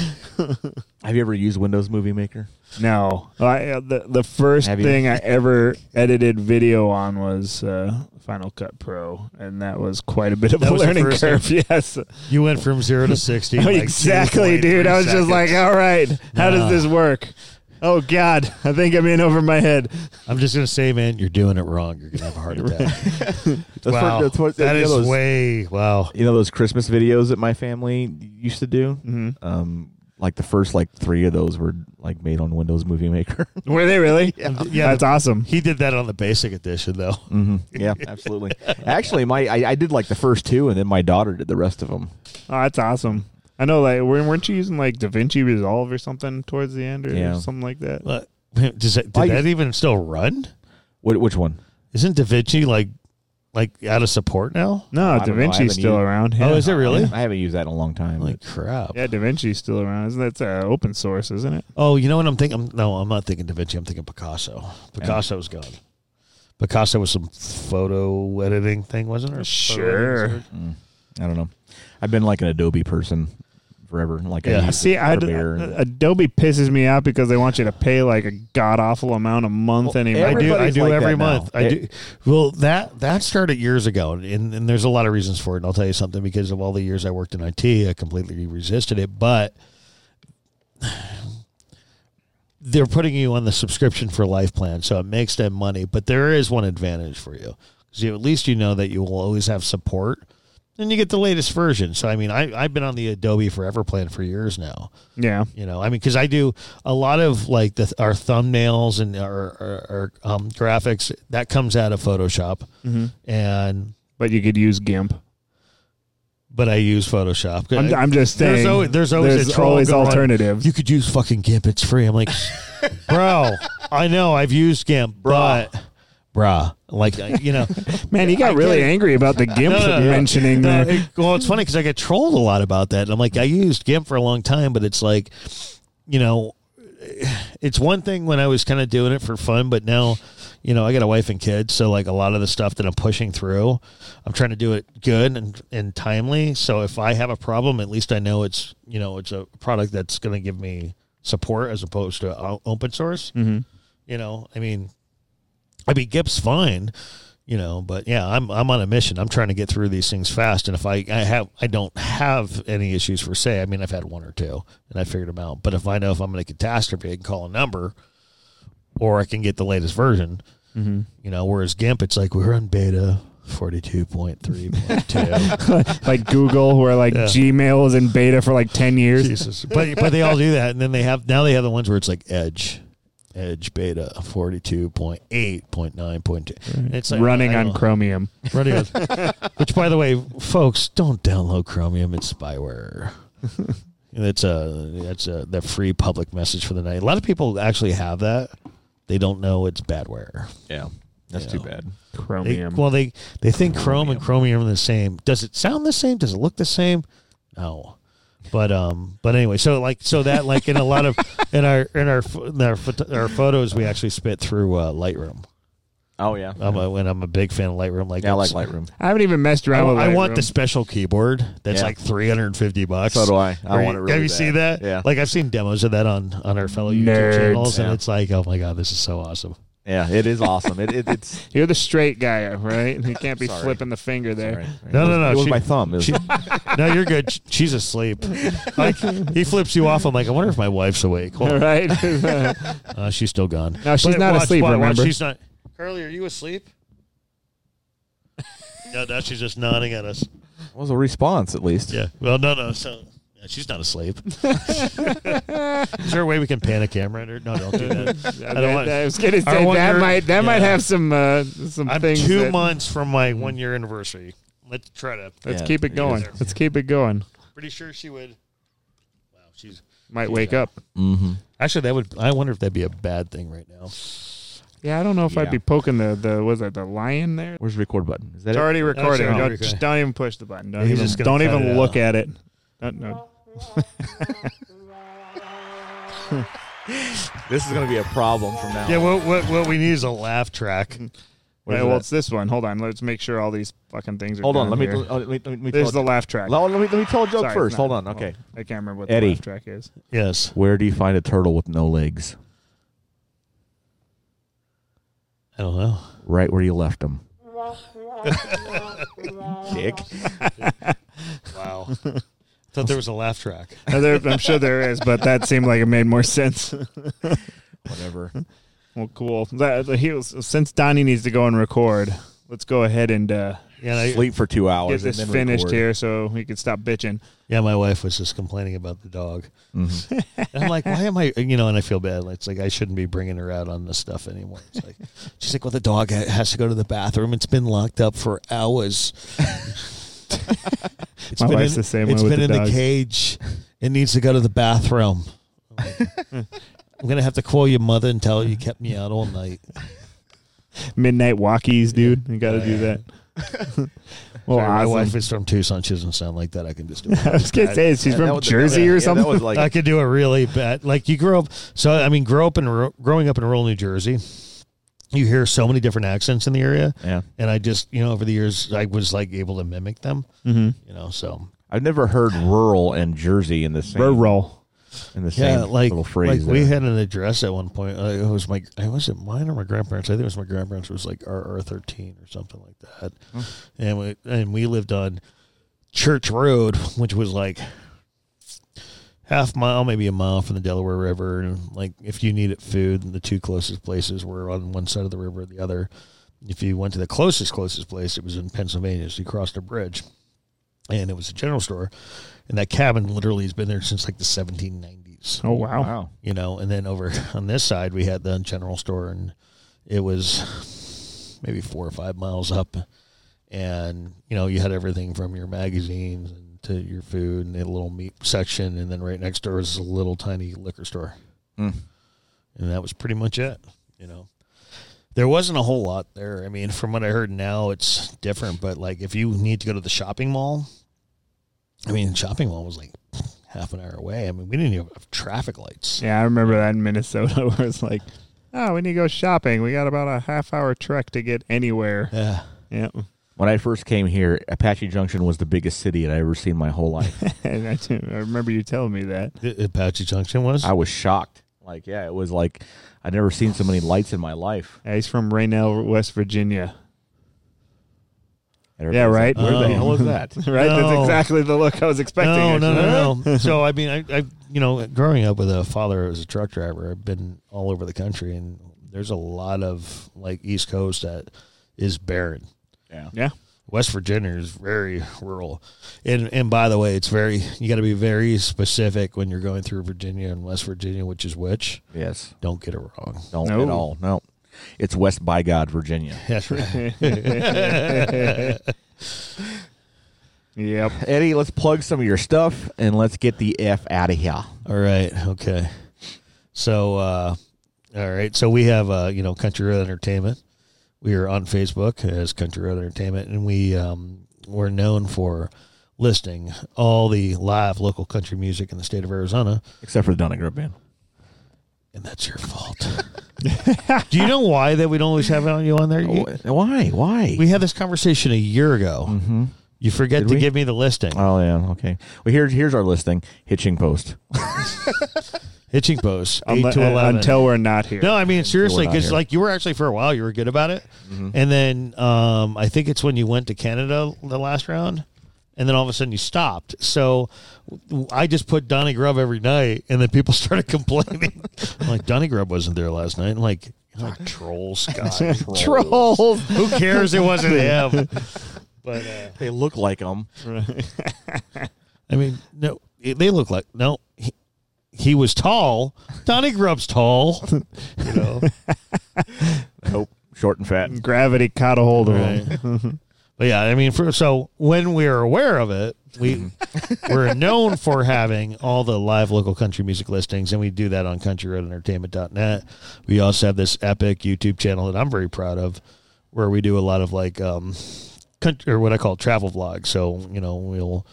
[SPEAKER 2] Have you ever used Windows Movie Maker?
[SPEAKER 1] No. I, uh, the the first
[SPEAKER 2] Have you?
[SPEAKER 1] thing I ever edited video on was uh, Final Cut Pro, and that was quite a bit of
[SPEAKER 3] That
[SPEAKER 1] a
[SPEAKER 3] was the
[SPEAKER 1] learning
[SPEAKER 3] first
[SPEAKER 1] curve. Yes,
[SPEAKER 3] You went from zero to sixty. in, like,
[SPEAKER 1] exactly,
[SPEAKER 3] 2.3
[SPEAKER 1] dude. I was just like,
[SPEAKER 3] seconds.
[SPEAKER 1] all right, how
[SPEAKER 3] Nah.
[SPEAKER 1] does this work? Oh God, I think I'm in over my head.
[SPEAKER 3] I'm just gonna say, man, you're doing it wrong. You're gonna have a heart attack.
[SPEAKER 2] That's
[SPEAKER 3] wow,
[SPEAKER 2] what, that's what
[SPEAKER 3] that
[SPEAKER 2] you
[SPEAKER 3] is
[SPEAKER 2] know, those,
[SPEAKER 3] way wow.
[SPEAKER 2] you know those Christmas videos that my family used to do.
[SPEAKER 3] Mm-hmm.
[SPEAKER 2] Um, like the first like three of those were like made on Windows Movie Maker.
[SPEAKER 1] Were they really?
[SPEAKER 3] Yeah,
[SPEAKER 1] that's awesome.
[SPEAKER 3] He did that on the basic edition, though.
[SPEAKER 2] hmm Yeah, absolutely. Actually, my I, I did like the first two, and then my daughter did the rest of them.
[SPEAKER 1] Oh, that's awesome. I know, like, weren't weren't you using like DaVinci Resolve or something towards the end, or
[SPEAKER 2] Yeah.
[SPEAKER 1] something like that?
[SPEAKER 3] What? Does that, did
[SPEAKER 2] Why you-
[SPEAKER 3] that even still run?
[SPEAKER 2] Wh- which one?
[SPEAKER 3] Isn't Da Vinci like like out of support now?
[SPEAKER 1] No,
[SPEAKER 2] I don't know. I haven't
[SPEAKER 1] DaVinci's still
[SPEAKER 2] used-
[SPEAKER 1] around.
[SPEAKER 3] Oh,
[SPEAKER 1] Yeah.
[SPEAKER 3] is it really?
[SPEAKER 2] I haven't used that in a long time.
[SPEAKER 3] Holy crap!
[SPEAKER 1] Yeah, DaVinci's still around. Isn't that uh, open source? Isn't it?
[SPEAKER 3] Oh, you know what I'm thinking? I'm, no, I'm not thinking Da Vinci. I'm thinking Picasso. Picasso's gone. Picasso was some photo editing thing, wasn't it?
[SPEAKER 1] Sure.
[SPEAKER 2] I don't know. I've been like an Adobe person forever. Like
[SPEAKER 3] Yeah.
[SPEAKER 2] I used
[SPEAKER 1] See, I, uh,
[SPEAKER 2] Premiere
[SPEAKER 3] uh,
[SPEAKER 2] and-
[SPEAKER 1] Adobe pisses me out because they want you to pay like a god awful amount a month
[SPEAKER 2] Well,
[SPEAKER 1] anyway.
[SPEAKER 3] I do. I
[SPEAKER 2] Everybody's
[SPEAKER 3] do
[SPEAKER 2] like
[SPEAKER 3] every
[SPEAKER 2] that now.
[SPEAKER 3] month. I do. Well, that that started years ago, and, and there's a lot of reasons for it. And I'll tell you something because of all the years I worked in IT, I completely resisted it. But they're putting you on the subscription for life plan, so it makes them money. But there is one advantage for you because at least you know that you will always have support, and you get the latest version. So I mean, I I've been on the Adobe Forever plan for years now.
[SPEAKER 1] yeah.
[SPEAKER 3] You know, I mean, because I do a lot of like the, our thumbnails and our, our, our um, graphics that comes out of Photoshop, and
[SPEAKER 1] But you could use GIMP.
[SPEAKER 3] but I use Photoshop.
[SPEAKER 1] I'm, I'm just saying.
[SPEAKER 3] there's always, there's always a troll
[SPEAKER 1] always
[SPEAKER 3] going,
[SPEAKER 1] alternatives.
[SPEAKER 3] You could use fucking GIMP. It's free. I'm like, bro, I know I've used GIMP,
[SPEAKER 2] Bruh.
[SPEAKER 3] but bruh, like I- you know,
[SPEAKER 1] Man, you got
[SPEAKER 3] I
[SPEAKER 1] really
[SPEAKER 3] get it.
[SPEAKER 1] angry about the GIMP
[SPEAKER 3] No, no, no.
[SPEAKER 1] mentioning
[SPEAKER 3] No,
[SPEAKER 1] there.
[SPEAKER 3] it- well, it's funny because I get trolled a lot about that. And I'm like, I used GIMP for a long time, but it's like, you know, it's one thing when I was kind of doing it for fun, but now, you know, I got a wife and kids, so like a lot of the stuff that I'm pushing through, I'm trying to do it good and and timely. So if I have a problem, at least I know it's you know it's a product that's going to give me support as opposed to o- open source. Mm-hmm. You know, I mean, I mean, GIP's fine, you know, but yeah, I'm I'm on a mission. I'm trying to get through these things fast, and if I, I have I don't have any issues for say, I mean, I've had one or two, and I figured them out. But if I know if I'm in a catastrophe, I can call a number, or I can get the latest version.
[SPEAKER 1] Mm-hmm.
[SPEAKER 3] You know, whereas GIMP, it's like we're on beta forty two point three point two.
[SPEAKER 1] like Google, where like
[SPEAKER 3] Yeah.
[SPEAKER 1] Gmail was in beta for like ten years.
[SPEAKER 3] Jesus, but but they all do that, and then they have now they have the ones where it's like Edge. Edge beta forty two point eight point nine point two. It's like
[SPEAKER 1] running
[SPEAKER 3] I
[SPEAKER 1] on
[SPEAKER 3] don't-
[SPEAKER 1] Chromium.
[SPEAKER 3] Running on- which, by the way, folks, don't download Chromium. It's spyware. That's a that's a that free public message for the night. A lot of people actually have that. They don't know it's badware.
[SPEAKER 2] yeah, that's
[SPEAKER 3] Yeah.
[SPEAKER 2] too bad.
[SPEAKER 3] They,
[SPEAKER 1] Chromium.
[SPEAKER 3] well, they they think Chrome and Chromium are the same. Does it sound the same? Does it look the same? No. But um, but anyway, so like so that like in a lot of in our in our pho- in our, photo- our photos, we actually spit through uh, Lightroom.
[SPEAKER 2] Oh yeah,
[SPEAKER 3] I'm a, and I'm a big fan of Lightroom. Like
[SPEAKER 2] yeah, I like
[SPEAKER 3] it's-
[SPEAKER 2] Lightroom.
[SPEAKER 1] I haven't even messed
[SPEAKER 3] I,
[SPEAKER 1] around with.
[SPEAKER 3] I want
[SPEAKER 1] Lightroom.
[SPEAKER 3] the special keyboard that's
[SPEAKER 2] Yeah.
[SPEAKER 3] like 350 bucks.
[SPEAKER 2] So do I. I
[SPEAKER 3] Or you-
[SPEAKER 2] want to. Really
[SPEAKER 3] have you
[SPEAKER 2] bad.
[SPEAKER 3] seen that?
[SPEAKER 2] Yeah,
[SPEAKER 3] Like I've seen demos of that on on our fellow YouTube
[SPEAKER 1] Nerds.
[SPEAKER 3] channels,
[SPEAKER 2] Yeah.
[SPEAKER 3] and it's like, oh my god, this is so awesome.
[SPEAKER 2] yeah, it is awesome. It, it it's
[SPEAKER 1] You're the straight guy, right? You can't be
[SPEAKER 2] Sorry.
[SPEAKER 1] flipping the finger there.
[SPEAKER 2] sorry.
[SPEAKER 3] No,
[SPEAKER 2] It was-
[SPEAKER 3] no, no,
[SPEAKER 2] It was
[SPEAKER 3] she-
[SPEAKER 2] my thumb. It was-
[SPEAKER 3] She, no, you're good. Sh- She's asleep. Like he flips you off. I'm like, I wonder if my wife's awake. Hold
[SPEAKER 1] All
[SPEAKER 3] on.
[SPEAKER 1] right.
[SPEAKER 3] Uh, she's still gone.
[SPEAKER 1] No, she's
[SPEAKER 3] But
[SPEAKER 1] not
[SPEAKER 3] watch,
[SPEAKER 1] asleep,
[SPEAKER 3] watch, watch,
[SPEAKER 1] remember?
[SPEAKER 3] she's not. Curly, are you asleep? no, now she's just nodding at us.
[SPEAKER 2] it was a response at least.
[SPEAKER 3] Yeah. Well, no, no. So yeah, she's not asleep. Is there a way we can pan a camera at her? No, don't do that.
[SPEAKER 1] I,
[SPEAKER 3] I don't want.
[SPEAKER 1] was gonna say
[SPEAKER 3] I
[SPEAKER 1] that
[SPEAKER 3] wonder-
[SPEAKER 1] might that might
[SPEAKER 3] yeah.
[SPEAKER 1] have some uh, some
[SPEAKER 3] I'm
[SPEAKER 1] things.
[SPEAKER 3] two
[SPEAKER 1] that-
[SPEAKER 3] months from my one year anniversary. Let's try to.
[SPEAKER 1] Let's
[SPEAKER 2] Yeah,
[SPEAKER 1] keep it
[SPEAKER 2] it
[SPEAKER 1] going.
[SPEAKER 3] is.
[SPEAKER 1] Let's keep it going.
[SPEAKER 3] Pretty sure she would. Wow, she's
[SPEAKER 1] Might wake up.
[SPEAKER 2] Mm-hmm.
[SPEAKER 3] actually that would. I wonder if that'd be a bad thing right now.
[SPEAKER 1] Yeah, I don't know if I'd
[SPEAKER 2] Yeah.
[SPEAKER 1] be poking the the was that the lion there.
[SPEAKER 2] Where's the record button? Is that
[SPEAKER 1] It's
[SPEAKER 2] it?
[SPEAKER 1] already recording.
[SPEAKER 3] already
[SPEAKER 1] Don't,
[SPEAKER 3] recording.
[SPEAKER 1] just don't even push the button. Don't
[SPEAKER 3] He's
[SPEAKER 1] even
[SPEAKER 3] just gonna
[SPEAKER 1] don't
[SPEAKER 3] cut it
[SPEAKER 1] even look
[SPEAKER 3] out.
[SPEAKER 1] at it. Don't- no.
[SPEAKER 2] This is going to be a problem from now.
[SPEAKER 3] Yeah,
[SPEAKER 2] on.
[SPEAKER 3] what, what, what we need is a laugh track.
[SPEAKER 2] What
[SPEAKER 1] Hey,
[SPEAKER 2] is
[SPEAKER 1] well,
[SPEAKER 2] that?
[SPEAKER 1] it's this one. Hold on. Let's make sure all these fucking things are.
[SPEAKER 2] Hold on.
[SPEAKER 1] down
[SPEAKER 2] Let me,
[SPEAKER 1] here.
[SPEAKER 2] oh, let me. Let me.
[SPEAKER 1] There's
[SPEAKER 2] tell,
[SPEAKER 1] the laugh track.
[SPEAKER 2] Let, let me. Let me tell a joke
[SPEAKER 1] Sorry, it's
[SPEAKER 2] first.
[SPEAKER 1] not-
[SPEAKER 2] Hold on. Okay.
[SPEAKER 1] I can't remember what
[SPEAKER 2] Eddie.
[SPEAKER 1] the laugh track is.
[SPEAKER 3] Yes.
[SPEAKER 2] Where do you find a turtle with no legs?
[SPEAKER 3] I don't know.
[SPEAKER 2] Right where you left him. Dick.
[SPEAKER 3] Wow. I thought there was a laugh track.
[SPEAKER 1] Now, there- I'm sure there is, but that seemed like it made more sense.
[SPEAKER 2] Whatever.
[SPEAKER 1] Hmm? well, cool. That, he was, since Donnie needs to go and record, let's go ahead and uh,
[SPEAKER 3] Yeah, and I,
[SPEAKER 2] Sleep for two
[SPEAKER 1] get
[SPEAKER 2] hours.
[SPEAKER 1] this
[SPEAKER 2] and then
[SPEAKER 1] finished
[SPEAKER 2] record.
[SPEAKER 1] here so we can stop bitching.
[SPEAKER 3] yeah, my wife was just complaining about the dog.
[SPEAKER 2] Mm-hmm.
[SPEAKER 3] And I'm like, why am I, you know, and I feel bad. It's like, I shouldn't be bringing her out on this stuff anymore. It's like, she's like, well, the dog ha- has to go to the bathroom. It's been locked up for hours. It's
[SPEAKER 1] My
[SPEAKER 3] been
[SPEAKER 1] wife's
[SPEAKER 3] in,
[SPEAKER 1] the same
[SPEAKER 3] It's
[SPEAKER 1] way with
[SPEAKER 3] been
[SPEAKER 1] the
[SPEAKER 3] in
[SPEAKER 1] dogs.
[SPEAKER 3] the cage. It needs to go to the bathroom. I'm going to have to call your mother and tell her you kept me out all night.
[SPEAKER 1] Midnight walkies, dude. You got
[SPEAKER 2] Oh,
[SPEAKER 1] to do that. well,
[SPEAKER 3] Sorry, My
[SPEAKER 1] awesome.
[SPEAKER 3] wife is from Tucson. She doesn't sound like that. I can just do it.
[SPEAKER 1] I was gonna say she's
[SPEAKER 2] Yeah, that
[SPEAKER 1] from
[SPEAKER 2] was-
[SPEAKER 1] Jersey
[SPEAKER 2] yeah,
[SPEAKER 1] or
[SPEAKER 2] yeah,
[SPEAKER 1] something.
[SPEAKER 2] That was like
[SPEAKER 3] I could do it really bad. Like you grew up, so I mean, grow up in ru- growing up in rural New Jersey, you hear so many different accents in the area,
[SPEAKER 2] Yeah.
[SPEAKER 3] and I just you know over the years I was like able to mimic them, you know. So
[SPEAKER 2] I've never heard rural and Jersey in the same
[SPEAKER 1] Rural.
[SPEAKER 2] in the same
[SPEAKER 3] yeah, like
[SPEAKER 2] little phrase.
[SPEAKER 3] like we
[SPEAKER 2] there.
[SPEAKER 3] had an address at one point. Uh, it was my it was it mine or my grandparents. I think it was my grandparents. It was like R R thirteen or something like that, and we and we lived on Church Road, which was like half mile, maybe a mile from the Delaware River. And like if you needed food, the two closest places were on one side of the river or the other. If you went to the closest closest place, it was in Pennsylvania. So you crossed a bridge, and it was a general store. And that cabin literally has been there since like the 1790s
[SPEAKER 1] Oh wow.
[SPEAKER 2] wow.
[SPEAKER 3] you know and then over on this side we had the general store and it was maybe four or five miles up and you know you had everything from your magazines and to your food and a little meat section and then right next door was a little tiny liquor store
[SPEAKER 2] Mm.
[SPEAKER 3] and that was pretty much it you know there wasn't a whole lot there i mean from what i heard now it's different but like if you need to go to the shopping mall i mean shopping mall was like half an hour away i mean we didn't even have traffic lights
[SPEAKER 1] Yeah, I remember that in Minnesota where it's like, oh, we need to go shopping. We got about a half hour trek to get anywhere.
[SPEAKER 3] Yeah.
[SPEAKER 1] Yeah.
[SPEAKER 2] When I first came here, Apache Junction was the biggest city that I ever seen my whole life.
[SPEAKER 1] And I, do- I remember you telling me that.
[SPEAKER 3] The Apache Junction was?
[SPEAKER 2] I was shocked. Like, yeah, it was like I'd never seen so many lights in my life.
[SPEAKER 1] Yeah, he's from Raynell, West Virginia.
[SPEAKER 2] And
[SPEAKER 1] Yeah, right?
[SPEAKER 2] everybody's Like, Where the
[SPEAKER 3] Oh.
[SPEAKER 2] hell is that?
[SPEAKER 1] Right? That's
[SPEAKER 3] No.
[SPEAKER 1] exactly the look I was expecting.
[SPEAKER 3] no, no,
[SPEAKER 1] actually.
[SPEAKER 3] no, no. so, I mean, I, I, you know, growing up with a father as a truck driver, I've been all over the country, and there's a lot of, like, East Coast that is barren.
[SPEAKER 2] yeah.
[SPEAKER 1] Yeah.
[SPEAKER 3] West Virginia is very rural. And and by the way, it's very you got to be very specific when you're going through Virginia and West Virginia, which is which.
[SPEAKER 2] Yes.
[SPEAKER 3] Don't get it wrong.
[SPEAKER 2] Don't
[SPEAKER 1] No.
[SPEAKER 2] at all. No. It's West by God, Virginia.
[SPEAKER 3] That's right.
[SPEAKER 1] Yep.
[SPEAKER 2] Eddie, let's plug some of your stuff and let's get the F out of here.
[SPEAKER 3] All right. Okay. So, uh, all right. So we have, uh, you know, Country Road Entertainment. We are on Facebook as Country Road Entertainment, and we um, we're known for listing all the live local country music in the state of Arizona.
[SPEAKER 2] Except for the Donut Grove Band.
[SPEAKER 3] And that's your fault. Do you know why that we don't always have you on there?
[SPEAKER 2] Oh,
[SPEAKER 3] You-
[SPEAKER 2] Why? Why?
[SPEAKER 3] we had this conversation a year ago.
[SPEAKER 2] hmm
[SPEAKER 3] You forget
[SPEAKER 2] Did
[SPEAKER 3] to
[SPEAKER 2] we?
[SPEAKER 3] give me the listing.
[SPEAKER 2] Oh, yeah. Okay. Well, here's here's our listing Hitching Post.
[SPEAKER 3] Hitching post eight
[SPEAKER 1] Unle-
[SPEAKER 2] uh,
[SPEAKER 3] to eleven.
[SPEAKER 1] uh, Until we're not here.
[SPEAKER 3] No, I mean seriously,
[SPEAKER 2] not
[SPEAKER 3] because
[SPEAKER 2] here.
[SPEAKER 3] like you were actually for a while, you were good about it, and then um, I think it's when you went to Canada the last round, and then all of a sudden you stopped. So w- I just put Donnie Grubb every night, and then people started complaining. I'm like Donnie Grubb wasn't there last night. I'm like oh, trolls, God,
[SPEAKER 1] Trolls.
[SPEAKER 3] who cares? It wasn't him. But uh,
[SPEAKER 2] They look like them.
[SPEAKER 3] I mean, no, it- they look like no. He, he was tall. Donnie Grubb's tall. You know.
[SPEAKER 2] Nope. Short and fat.
[SPEAKER 1] Gravity caught a hold of him.
[SPEAKER 3] but yeah, I mean, for, so when we're aware of it, we we're known for having all the live local country music listings, and we do that on countryroadentertainment.net. We also have this epic YouTube channel that I'm very proud of, where we do a lot of like um, country, or what I call travel vlogs. So you know, we'll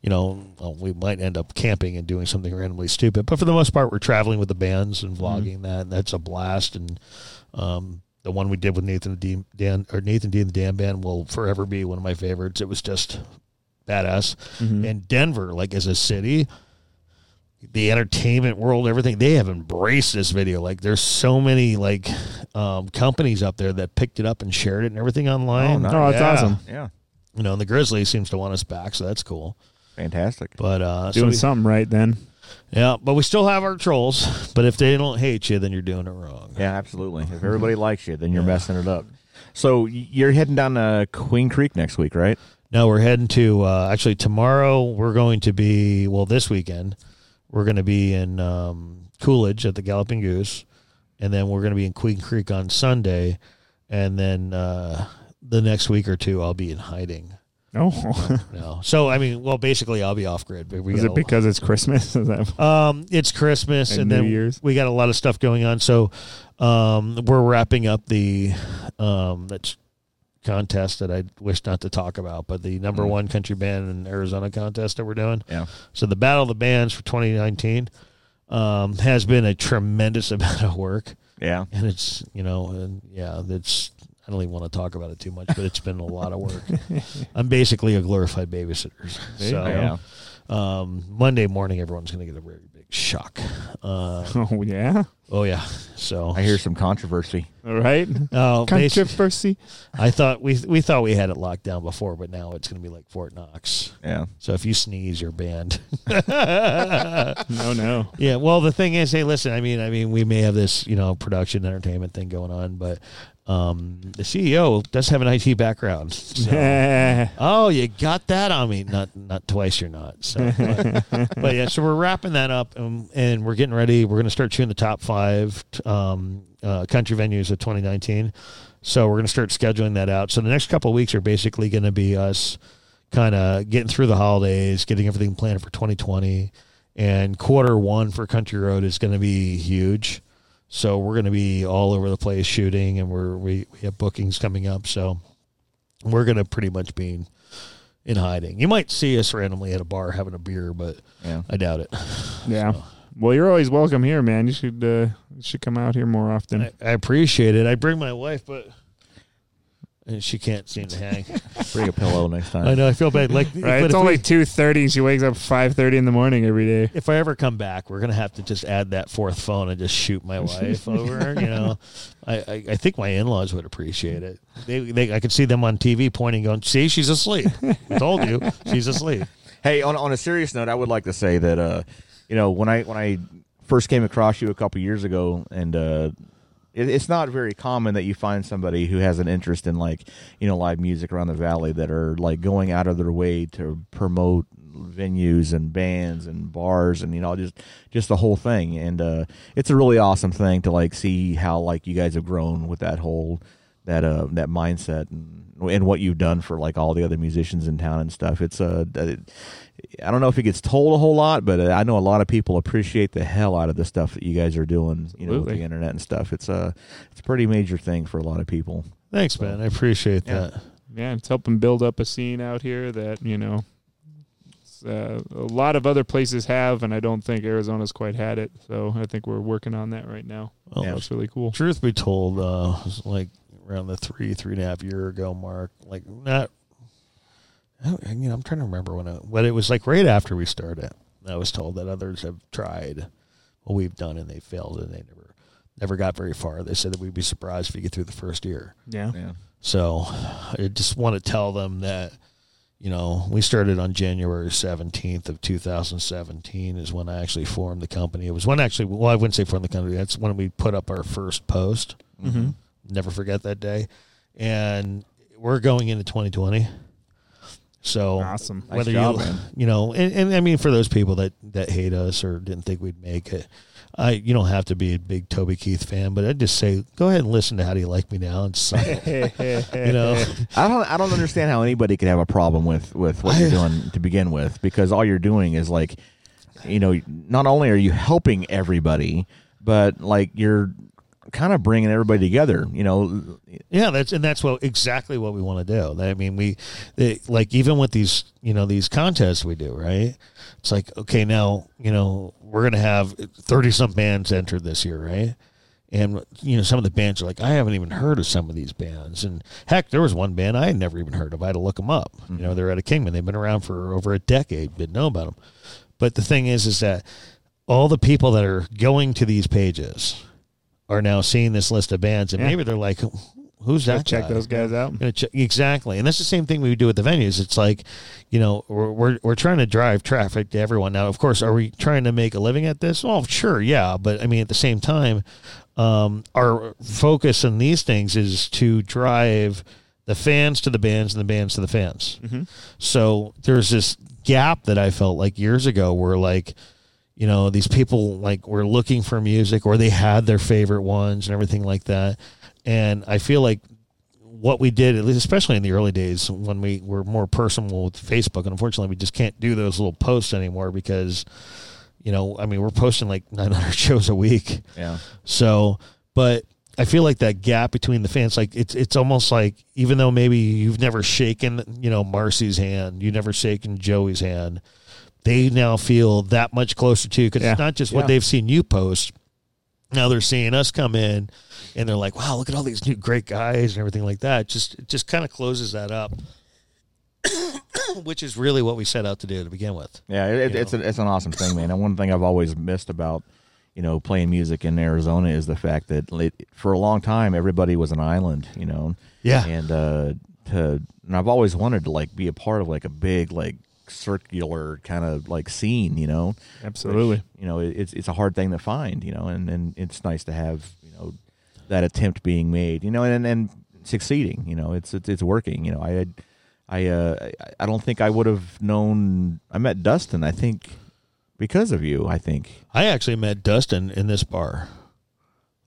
[SPEAKER 3] you know, well, we might end up camping and doing something randomly stupid. But for the most part, we're traveling with the bands
[SPEAKER 1] Mm-hmm.
[SPEAKER 3] and vlogging that. And that's a blast. And um, the one we did with Nathan D, Dan or Nathan D and the Dan Band will forever be one of my favorites. It was just badass.
[SPEAKER 1] Mm-hmm.
[SPEAKER 3] And Denver, like as a city, the entertainment world, everything they have embraced this video. Like there's so many like um, companies up there that picked it up and shared it and everything online.
[SPEAKER 2] nice.
[SPEAKER 1] Oh, that's
[SPEAKER 2] Yeah.
[SPEAKER 1] awesome.
[SPEAKER 2] Yeah,
[SPEAKER 3] You know, and the Grizzly seems to want us back, so that's cool.
[SPEAKER 2] fantastic.
[SPEAKER 3] But uh, so
[SPEAKER 1] Doing
[SPEAKER 3] we-
[SPEAKER 1] something right then.
[SPEAKER 3] yeah, but we still have our trolls. But if they don't hate you, then you're doing it wrong.
[SPEAKER 2] Yeah, absolutely. If everybody likes you, then you're messing it up. So y- you're heading down to Queen Creek next week, right?
[SPEAKER 3] No, we're heading to uh, actually tomorrow. We're going to be well this weekend. We're going to be in um, Coolidge at the Galloping Goose, and then we're going to be in Queen Creek on Sunday, and then uh, the next week or two I'll be in hiding.
[SPEAKER 1] Oh,
[SPEAKER 3] No, so I mean, well, basically I'll be off grid. But we
[SPEAKER 1] is
[SPEAKER 3] got
[SPEAKER 1] it
[SPEAKER 3] a-
[SPEAKER 1] because it's Christmas? Is that
[SPEAKER 3] Um, it's Christmas
[SPEAKER 1] And
[SPEAKER 3] and,
[SPEAKER 1] New
[SPEAKER 3] then
[SPEAKER 1] Year's.
[SPEAKER 3] we got a lot of stuff going on. So, um, we're wrapping up the um that contest that I wish not to talk about, but the number
[SPEAKER 1] Mm.
[SPEAKER 3] one country band in Arizona contest that we're doing.
[SPEAKER 2] Yeah.
[SPEAKER 3] So the Battle of the Bands for 2019 um, has been a tremendous amount of work,
[SPEAKER 2] Yeah.
[SPEAKER 3] and it's you know and yeah, it's I don't even want to talk about it too much, but it's been a lot of work. I'm basically a glorified babysitter.
[SPEAKER 1] There you
[SPEAKER 3] so
[SPEAKER 1] go.
[SPEAKER 2] Yeah.
[SPEAKER 3] um, Monday morning, everyone's going to get a very big shock. Uh,
[SPEAKER 1] oh yeah,
[SPEAKER 3] oh yeah, so
[SPEAKER 2] I hear some controversy.
[SPEAKER 1] All right.
[SPEAKER 3] Oh, basi-
[SPEAKER 1] Controversy.
[SPEAKER 3] I thought we we thought we had it locked down before, but now it's going to be like Fort Knox.
[SPEAKER 2] Yeah.
[SPEAKER 3] So if you sneeze, you're banned.
[SPEAKER 1] No, no.
[SPEAKER 3] yeah. Well, the thing is, hey, listen. I mean, I mean, we may have this, you know, production entertainment thing going on, but um, the CEO does have an IT background. So.
[SPEAKER 1] Yeah.
[SPEAKER 3] Oh, you got that on me. Not not twice. You're not. So, but, but yeah. So we're wrapping that up, and, and we're getting ready. We're going to start shooting the top five um, uh, country venues of 2019. So we're going to start scheduling that out. So the next couple of weeks are basically going to be us kind of getting through the holidays, getting everything planned for 2020, and quarter one for Country Road is going to be huge. So we're going to be all over the place shooting, and we're we, we have bookings coming up. So we're going to pretty much be in hiding. You might see us randomly at a bar having a beer, but
[SPEAKER 2] Yeah.
[SPEAKER 3] I doubt it.
[SPEAKER 1] Yeah. Well, you're always welcome here, man. You should uh, you should come out here more often.
[SPEAKER 3] I, I appreciate it. I bring my wife, but and she can't seem to hang.
[SPEAKER 2] Bring a pillow next time.
[SPEAKER 3] I know. I feel bad. Like
[SPEAKER 1] right?
[SPEAKER 3] but
[SPEAKER 1] It's
[SPEAKER 3] if,
[SPEAKER 1] only
[SPEAKER 3] we-
[SPEAKER 1] two thirty. She wakes up five thirty in the morning every day.
[SPEAKER 3] if I ever come back, we're gonna have to just add that fourth phone and just shoot my wife over. You know, I, I, I think my in laws would appreciate it. They, they I could see them on TV pointing, going, "See, she's asleep. I told you, she's asleep."
[SPEAKER 2] Hey, on, on a serious note, I would like to say that uh, you know when I when I first came across you a couple years ago, and uh, it, it's not very common that you find somebody who has an interest in like you know live music around the valley that are like going out of their way to promote venues and bands and bars and you know just just the whole thing. And uh, it's a really awesome thing to like see how like you guys have grown with that whole that uh that mindset and and what you've done for like all the other musicians in town and stuff. It's uh, it, I don't know if it gets told a whole lot, but uh, I know a lot of people appreciate the hell out of the stuff that you guys are doing. You know, with
[SPEAKER 1] Absolutely.
[SPEAKER 2] the internet and stuff. It's a it's a pretty major thing for a lot of people.
[SPEAKER 3] Thanks, man. I appreciate
[SPEAKER 2] Yeah.
[SPEAKER 3] that.
[SPEAKER 1] Yeah, it's helping build up a scene out here that you know it's, uh, a lot of other places have, and I don't think Arizona's quite had it. So I think we're working on that right now.
[SPEAKER 3] Well,
[SPEAKER 2] Yeah.
[SPEAKER 1] That's really cool.
[SPEAKER 3] truth be told, uh, it was like around the three, three and a half year ago mark, like not, I, don't, I mean, I'm trying to remember when it, but it was like right after we started. I was told that others have tried what we've done and they failed and they never, never got very far. They said that we'd be surprised if you get through the first year.
[SPEAKER 1] Yeah.
[SPEAKER 2] Yeah,
[SPEAKER 3] So I just want to tell them that, you know, we started on January 17th of 2017 is when I actually formed the company. It was when actually, well, I wouldn't say formed the company. That's when we put up our first post.
[SPEAKER 1] Mm-hmm.
[SPEAKER 3] Never forget that day. And we're going into 2020. So
[SPEAKER 1] Awesome.
[SPEAKER 2] Nice
[SPEAKER 3] whether
[SPEAKER 2] job,
[SPEAKER 3] you
[SPEAKER 2] man.
[SPEAKER 3] you know and, and i mean for those people that that hate us or didn't think we'd make it i you don't have to be a big toby keith fan but i'd just say go ahead and listen to how do you like me now and suck it you know
[SPEAKER 2] I don't I don't understand how anybody could have a problem with with what you're doing to begin with because all you're doing is like you know not only are you helping everybody but like you're kind of bringing everybody together. You know,
[SPEAKER 3] Yeah, that's and that's what exactly what we want to do. I mean, we they, like even with these you know these contests we do right. It's like okay now you know we're gonna have thirty some bands enter this year right, and you know some of the bands are like I haven't even heard of some of these bands, and heck, there was one band I had never even heard of. I had to look them up. You
[SPEAKER 1] Mm-hmm.
[SPEAKER 3] know, they're out of Kingman. They've been around for over a decade. Didn't know about them. But the thing is, is that all the people that are going to these pages are now seeing this list of bands, and
[SPEAKER 1] Yeah.
[SPEAKER 3] maybe they're like, "Who's that?"
[SPEAKER 1] check
[SPEAKER 3] guy?
[SPEAKER 1] those guys out.
[SPEAKER 3] Gonna check- exactly, and that's the same thing we do at the venues. It's like, you know, we're, we're we're trying to drive traffic to everyone. Now, of course, are we trying to make a living at this? Well, sure, yeah, but I mean, at the same time, um, our focus on these things is to drive the fans to the bands and the bands to the fans. So there's this gap that I felt like years ago where like you know these people like were looking for music or they had their favorite ones and everything like that and I feel like what we did at least especially in the early days when we were more personal with Facebook and unfortunately we just can't do those little posts anymore because you know I mean we're posting like 900 shows a week
[SPEAKER 2] yeah,
[SPEAKER 3] so, but I feel like that gap between the fans, like it's it's almost like even though maybe you've never shaken, you know, Marcy's hand, you never shaken Joey's hand, they now feel that much closer to you because
[SPEAKER 1] Yeah.
[SPEAKER 3] it's not just
[SPEAKER 2] Yeah.
[SPEAKER 3] what they've seen you post. Now they're seeing us come in, and they're like, "Wow, look at all these new great guys and everything like that." Just it just kind of closes that up, which is really what we set out to do to begin with.
[SPEAKER 2] yeah. It,
[SPEAKER 3] You
[SPEAKER 2] it's a, it's an awesome thing, man. And one thing I've always missed about you know playing music in Arizona is the fact that it, for a long time everybody was an island. You know,
[SPEAKER 3] Yeah.
[SPEAKER 2] And uh, to and I've always wanted to like be a part of like a big like circular kind of like scene. You know,
[SPEAKER 1] Absolutely.
[SPEAKER 2] you know it, it's it's a hard thing to find you know and and it's nice to have you know that attempt being made you know and and succeeding you know it's it's, it's working you know i had i uh I- i don't think i would have known i met dustin i think because of you i think
[SPEAKER 3] I actually met Dustin in this bar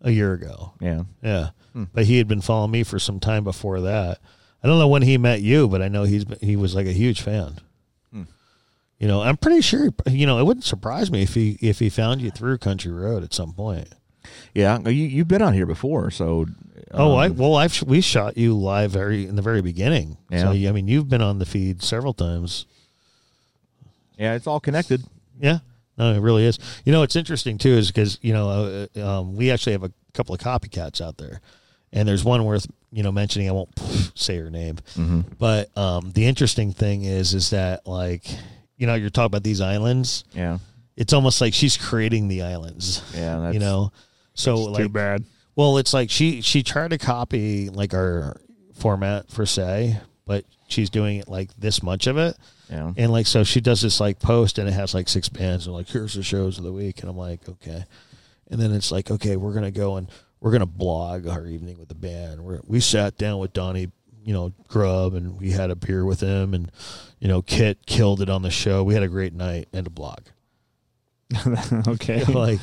[SPEAKER 3] a year ago.
[SPEAKER 2] yeah
[SPEAKER 3] Yeah,
[SPEAKER 2] Hmm.
[SPEAKER 3] but he had been following me for some time before that. I don't know when he met you, but I know he's been, he was like a huge fan.
[SPEAKER 2] Hmm.
[SPEAKER 3] You know, I'm pretty sure. You know, it wouldn't surprise me if he if he found you through Country Road at some point.
[SPEAKER 2] yeah you you've been on here before so
[SPEAKER 3] oh,
[SPEAKER 2] um,
[SPEAKER 3] I well, I've sh- we shot you live very in the very beginning. So
[SPEAKER 2] Yeah.
[SPEAKER 3] I mean, you've been on the feed several times.
[SPEAKER 2] yeah it's all connected
[SPEAKER 3] Yeah, no, it really is. You know, it's interesting too, is because you know uh, um, we actually have a couple of copycats out there, and there's one worth you know mentioning. I won't say her name, but um, the interesting thing is, is that like you know you're talking about these islands.
[SPEAKER 2] yeah
[SPEAKER 3] It's almost like she's creating the islands.
[SPEAKER 2] Yeah, that's-
[SPEAKER 3] you know, so
[SPEAKER 1] Too
[SPEAKER 3] like
[SPEAKER 1] bad.
[SPEAKER 3] well, it's like she she tried to copy like our format for say, but she's doing it like this much of it.
[SPEAKER 2] yeah
[SPEAKER 3] And like so she does this like post and it has like six bands and like here's the shows of the week and I'm like, okay. And then it's like, okay, we're gonna go and we're gonna blog our evening with the band. We're, we sat down with Donnie, you know, Grubb and we had a beer with him and you know, Kit killed it on the show. We had a great night and a blog.
[SPEAKER 1] okay. Mm-hmm.
[SPEAKER 3] Like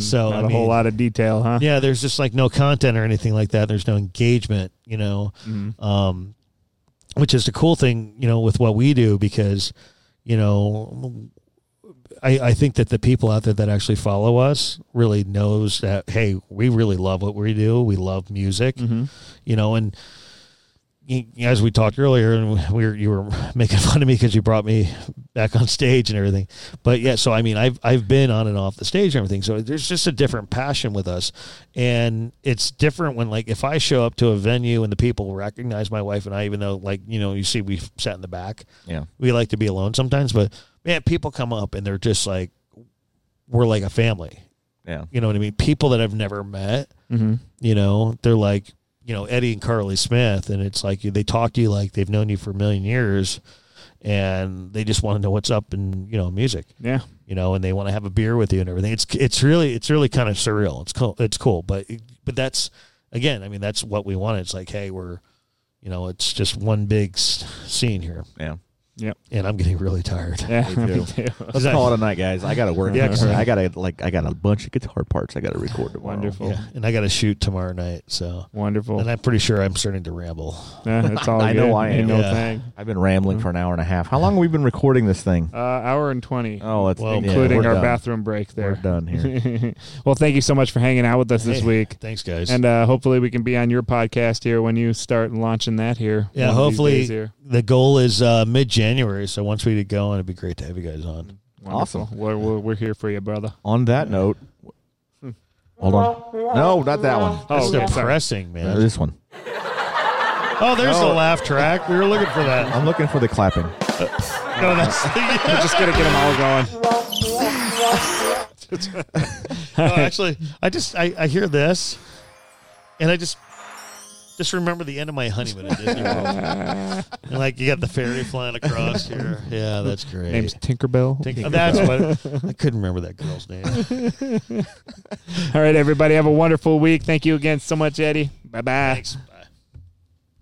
[SPEAKER 3] so
[SPEAKER 1] Not
[SPEAKER 3] I
[SPEAKER 1] a whole
[SPEAKER 3] mean,
[SPEAKER 1] lot of detail, huh?
[SPEAKER 3] yeah, there's just like no content or anything like that. There's no engagement, you know,
[SPEAKER 1] Mm-hmm.
[SPEAKER 3] um, which is the cool thing, you know, with what we do because, you know, I, I think that the people out there that actually follow us really knows that hey, we really love what we do. We love music,
[SPEAKER 1] Mm-hmm.
[SPEAKER 3] you know, and y- as we talked earlier, and we were, you were making fun of me because you brought me back on stage and everything. But yeah, so I mean, I've I've been on and off the stage and everything. So there's just a different passion with us, and it's different when like if I show up to a venue and the people recognize my wife and I, even though like you know you see we sat in the back,
[SPEAKER 2] yeah
[SPEAKER 3] we like to be alone sometimes. But man, people come up and they're just like, we're like a family.
[SPEAKER 2] yeah
[SPEAKER 3] You know what I mean? People that I've never met,
[SPEAKER 1] Mm-hmm.
[SPEAKER 3] you know, they're like, you know, Eddie and Carly Smith. And it's like they talk to you like they've known you for a million years and they just want to know what's up in, you know, music,
[SPEAKER 1] Yeah.
[SPEAKER 3] you know, and they want to have a beer with you and everything. It's, it's really, it's really kind of surreal. It's cool. It's cool. But, but that's, again, I mean, that's what we wanted. It's like, hey, we're, you know, it's just one big s- scene here.
[SPEAKER 2] yeah
[SPEAKER 1] Yep.
[SPEAKER 3] and I'm getting really tired.
[SPEAKER 1] Yeah.
[SPEAKER 2] Me
[SPEAKER 1] me
[SPEAKER 2] too.
[SPEAKER 1] too.
[SPEAKER 2] Let's call it a night, guys. I gotta work.
[SPEAKER 1] Yeah,
[SPEAKER 2] next night.
[SPEAKER 1] correct.
[SPEAKER 2] I gotta like I got a bunch of guitar parts I gotta record tomorrow.
[SPEAKER 1] Wonderful.
[SPEAKER 3] Yeah, and I got to shoot tomorrow night. So,
[SPEAKER 1] Wonderful.
[SPEAKER 3] and I'm pretty sure I'm starting to ramble.
[SPEAKER 1] Yeah, that's all
[SPEAKER 2] I
[SPEAKER 1] good.
[SPEAKER 2] know I
[SPEAKER 1] Ain't
[SPEAKER 2] am.
[SPEAKER 1] No
[SPEAKER 3] Yeah.
[SPEAKER 1] thing.
[SPEAKER 2] I've been rambling for an hour and a half. How long have we been recording this thing?
[SPEAKER 1] Uh, hour and 20,
[SPEAKER 2] Oh, it's
[SPEAKER 3] Well,
[SPEAKER 2] yeah,
[SPEAKER 1] including
[SPEAKER 2] we're
[SPEAKER 1] our
[SPEAKER 2] done.
[SPEAKER 1] bathroom break
[SPEAKER 2] We're
[SPEAKER 1] there.
[SPEAKER 2] done here.
[SPEAKER 1] well, thank you so much for hanging out with us this
[SPEAKER 3] Hey,
[SPEAKER 1] week.
[SPEAKER 3] Thanks, guys.
[SPEAKER 1] And uh, hopefully we can be on your podcast here when you start launching that here.
[SPEAKER 3] yeah,
[SPEAKER 1] one of these
[SPEAKER 3] hopefully
[SPEAKER 1] days here.
[SPEAKER 3] the goal is uh, mid-January. So once we get going, it'd be great to have you guys on.
[SPEAKER 1] Wonderful.
[SPEAKER 2] Awesome.
[SPEAKER 1] We're, we're, we're here for you, brother.
[SPEAKER 2] On that note, hold on. No, not that one.
[SPEAKER 3] That's
[SPEAKER 1] okay.
[SPEAKER 3] depressing,
[SPEAKER 2] Uh,
[SPEAKER 3] man.
[SPEAKER 2] this one.
[SPEAKER 3] Oh, there's
[SPEAKER 2] No.
[SPEAKER 3] the laugh track. We were looking for that.
[SPEAKER 2] I'm looking for the clapping.
[SPEAKER 3] No, that's the,
[SPEAKER 1] We're just gonna get them all going.
[SPEAKER 3] no, actually. I just I, I hear this, and I just just remember the end of my honeymoon at Disney World. and like you got the fairy flying across here. Yeah, that's great.
[SPEAKER 1] Name's Tinkerbell.
[SPEAKER 3] Think- that's what I couldn't remember that girl's name.
[SPEAKER 1] all right, everybody, have a wonderful week. Thank you again so much, Eddie. Bye bye.
[SPEAKER 3] Thanks. Bye.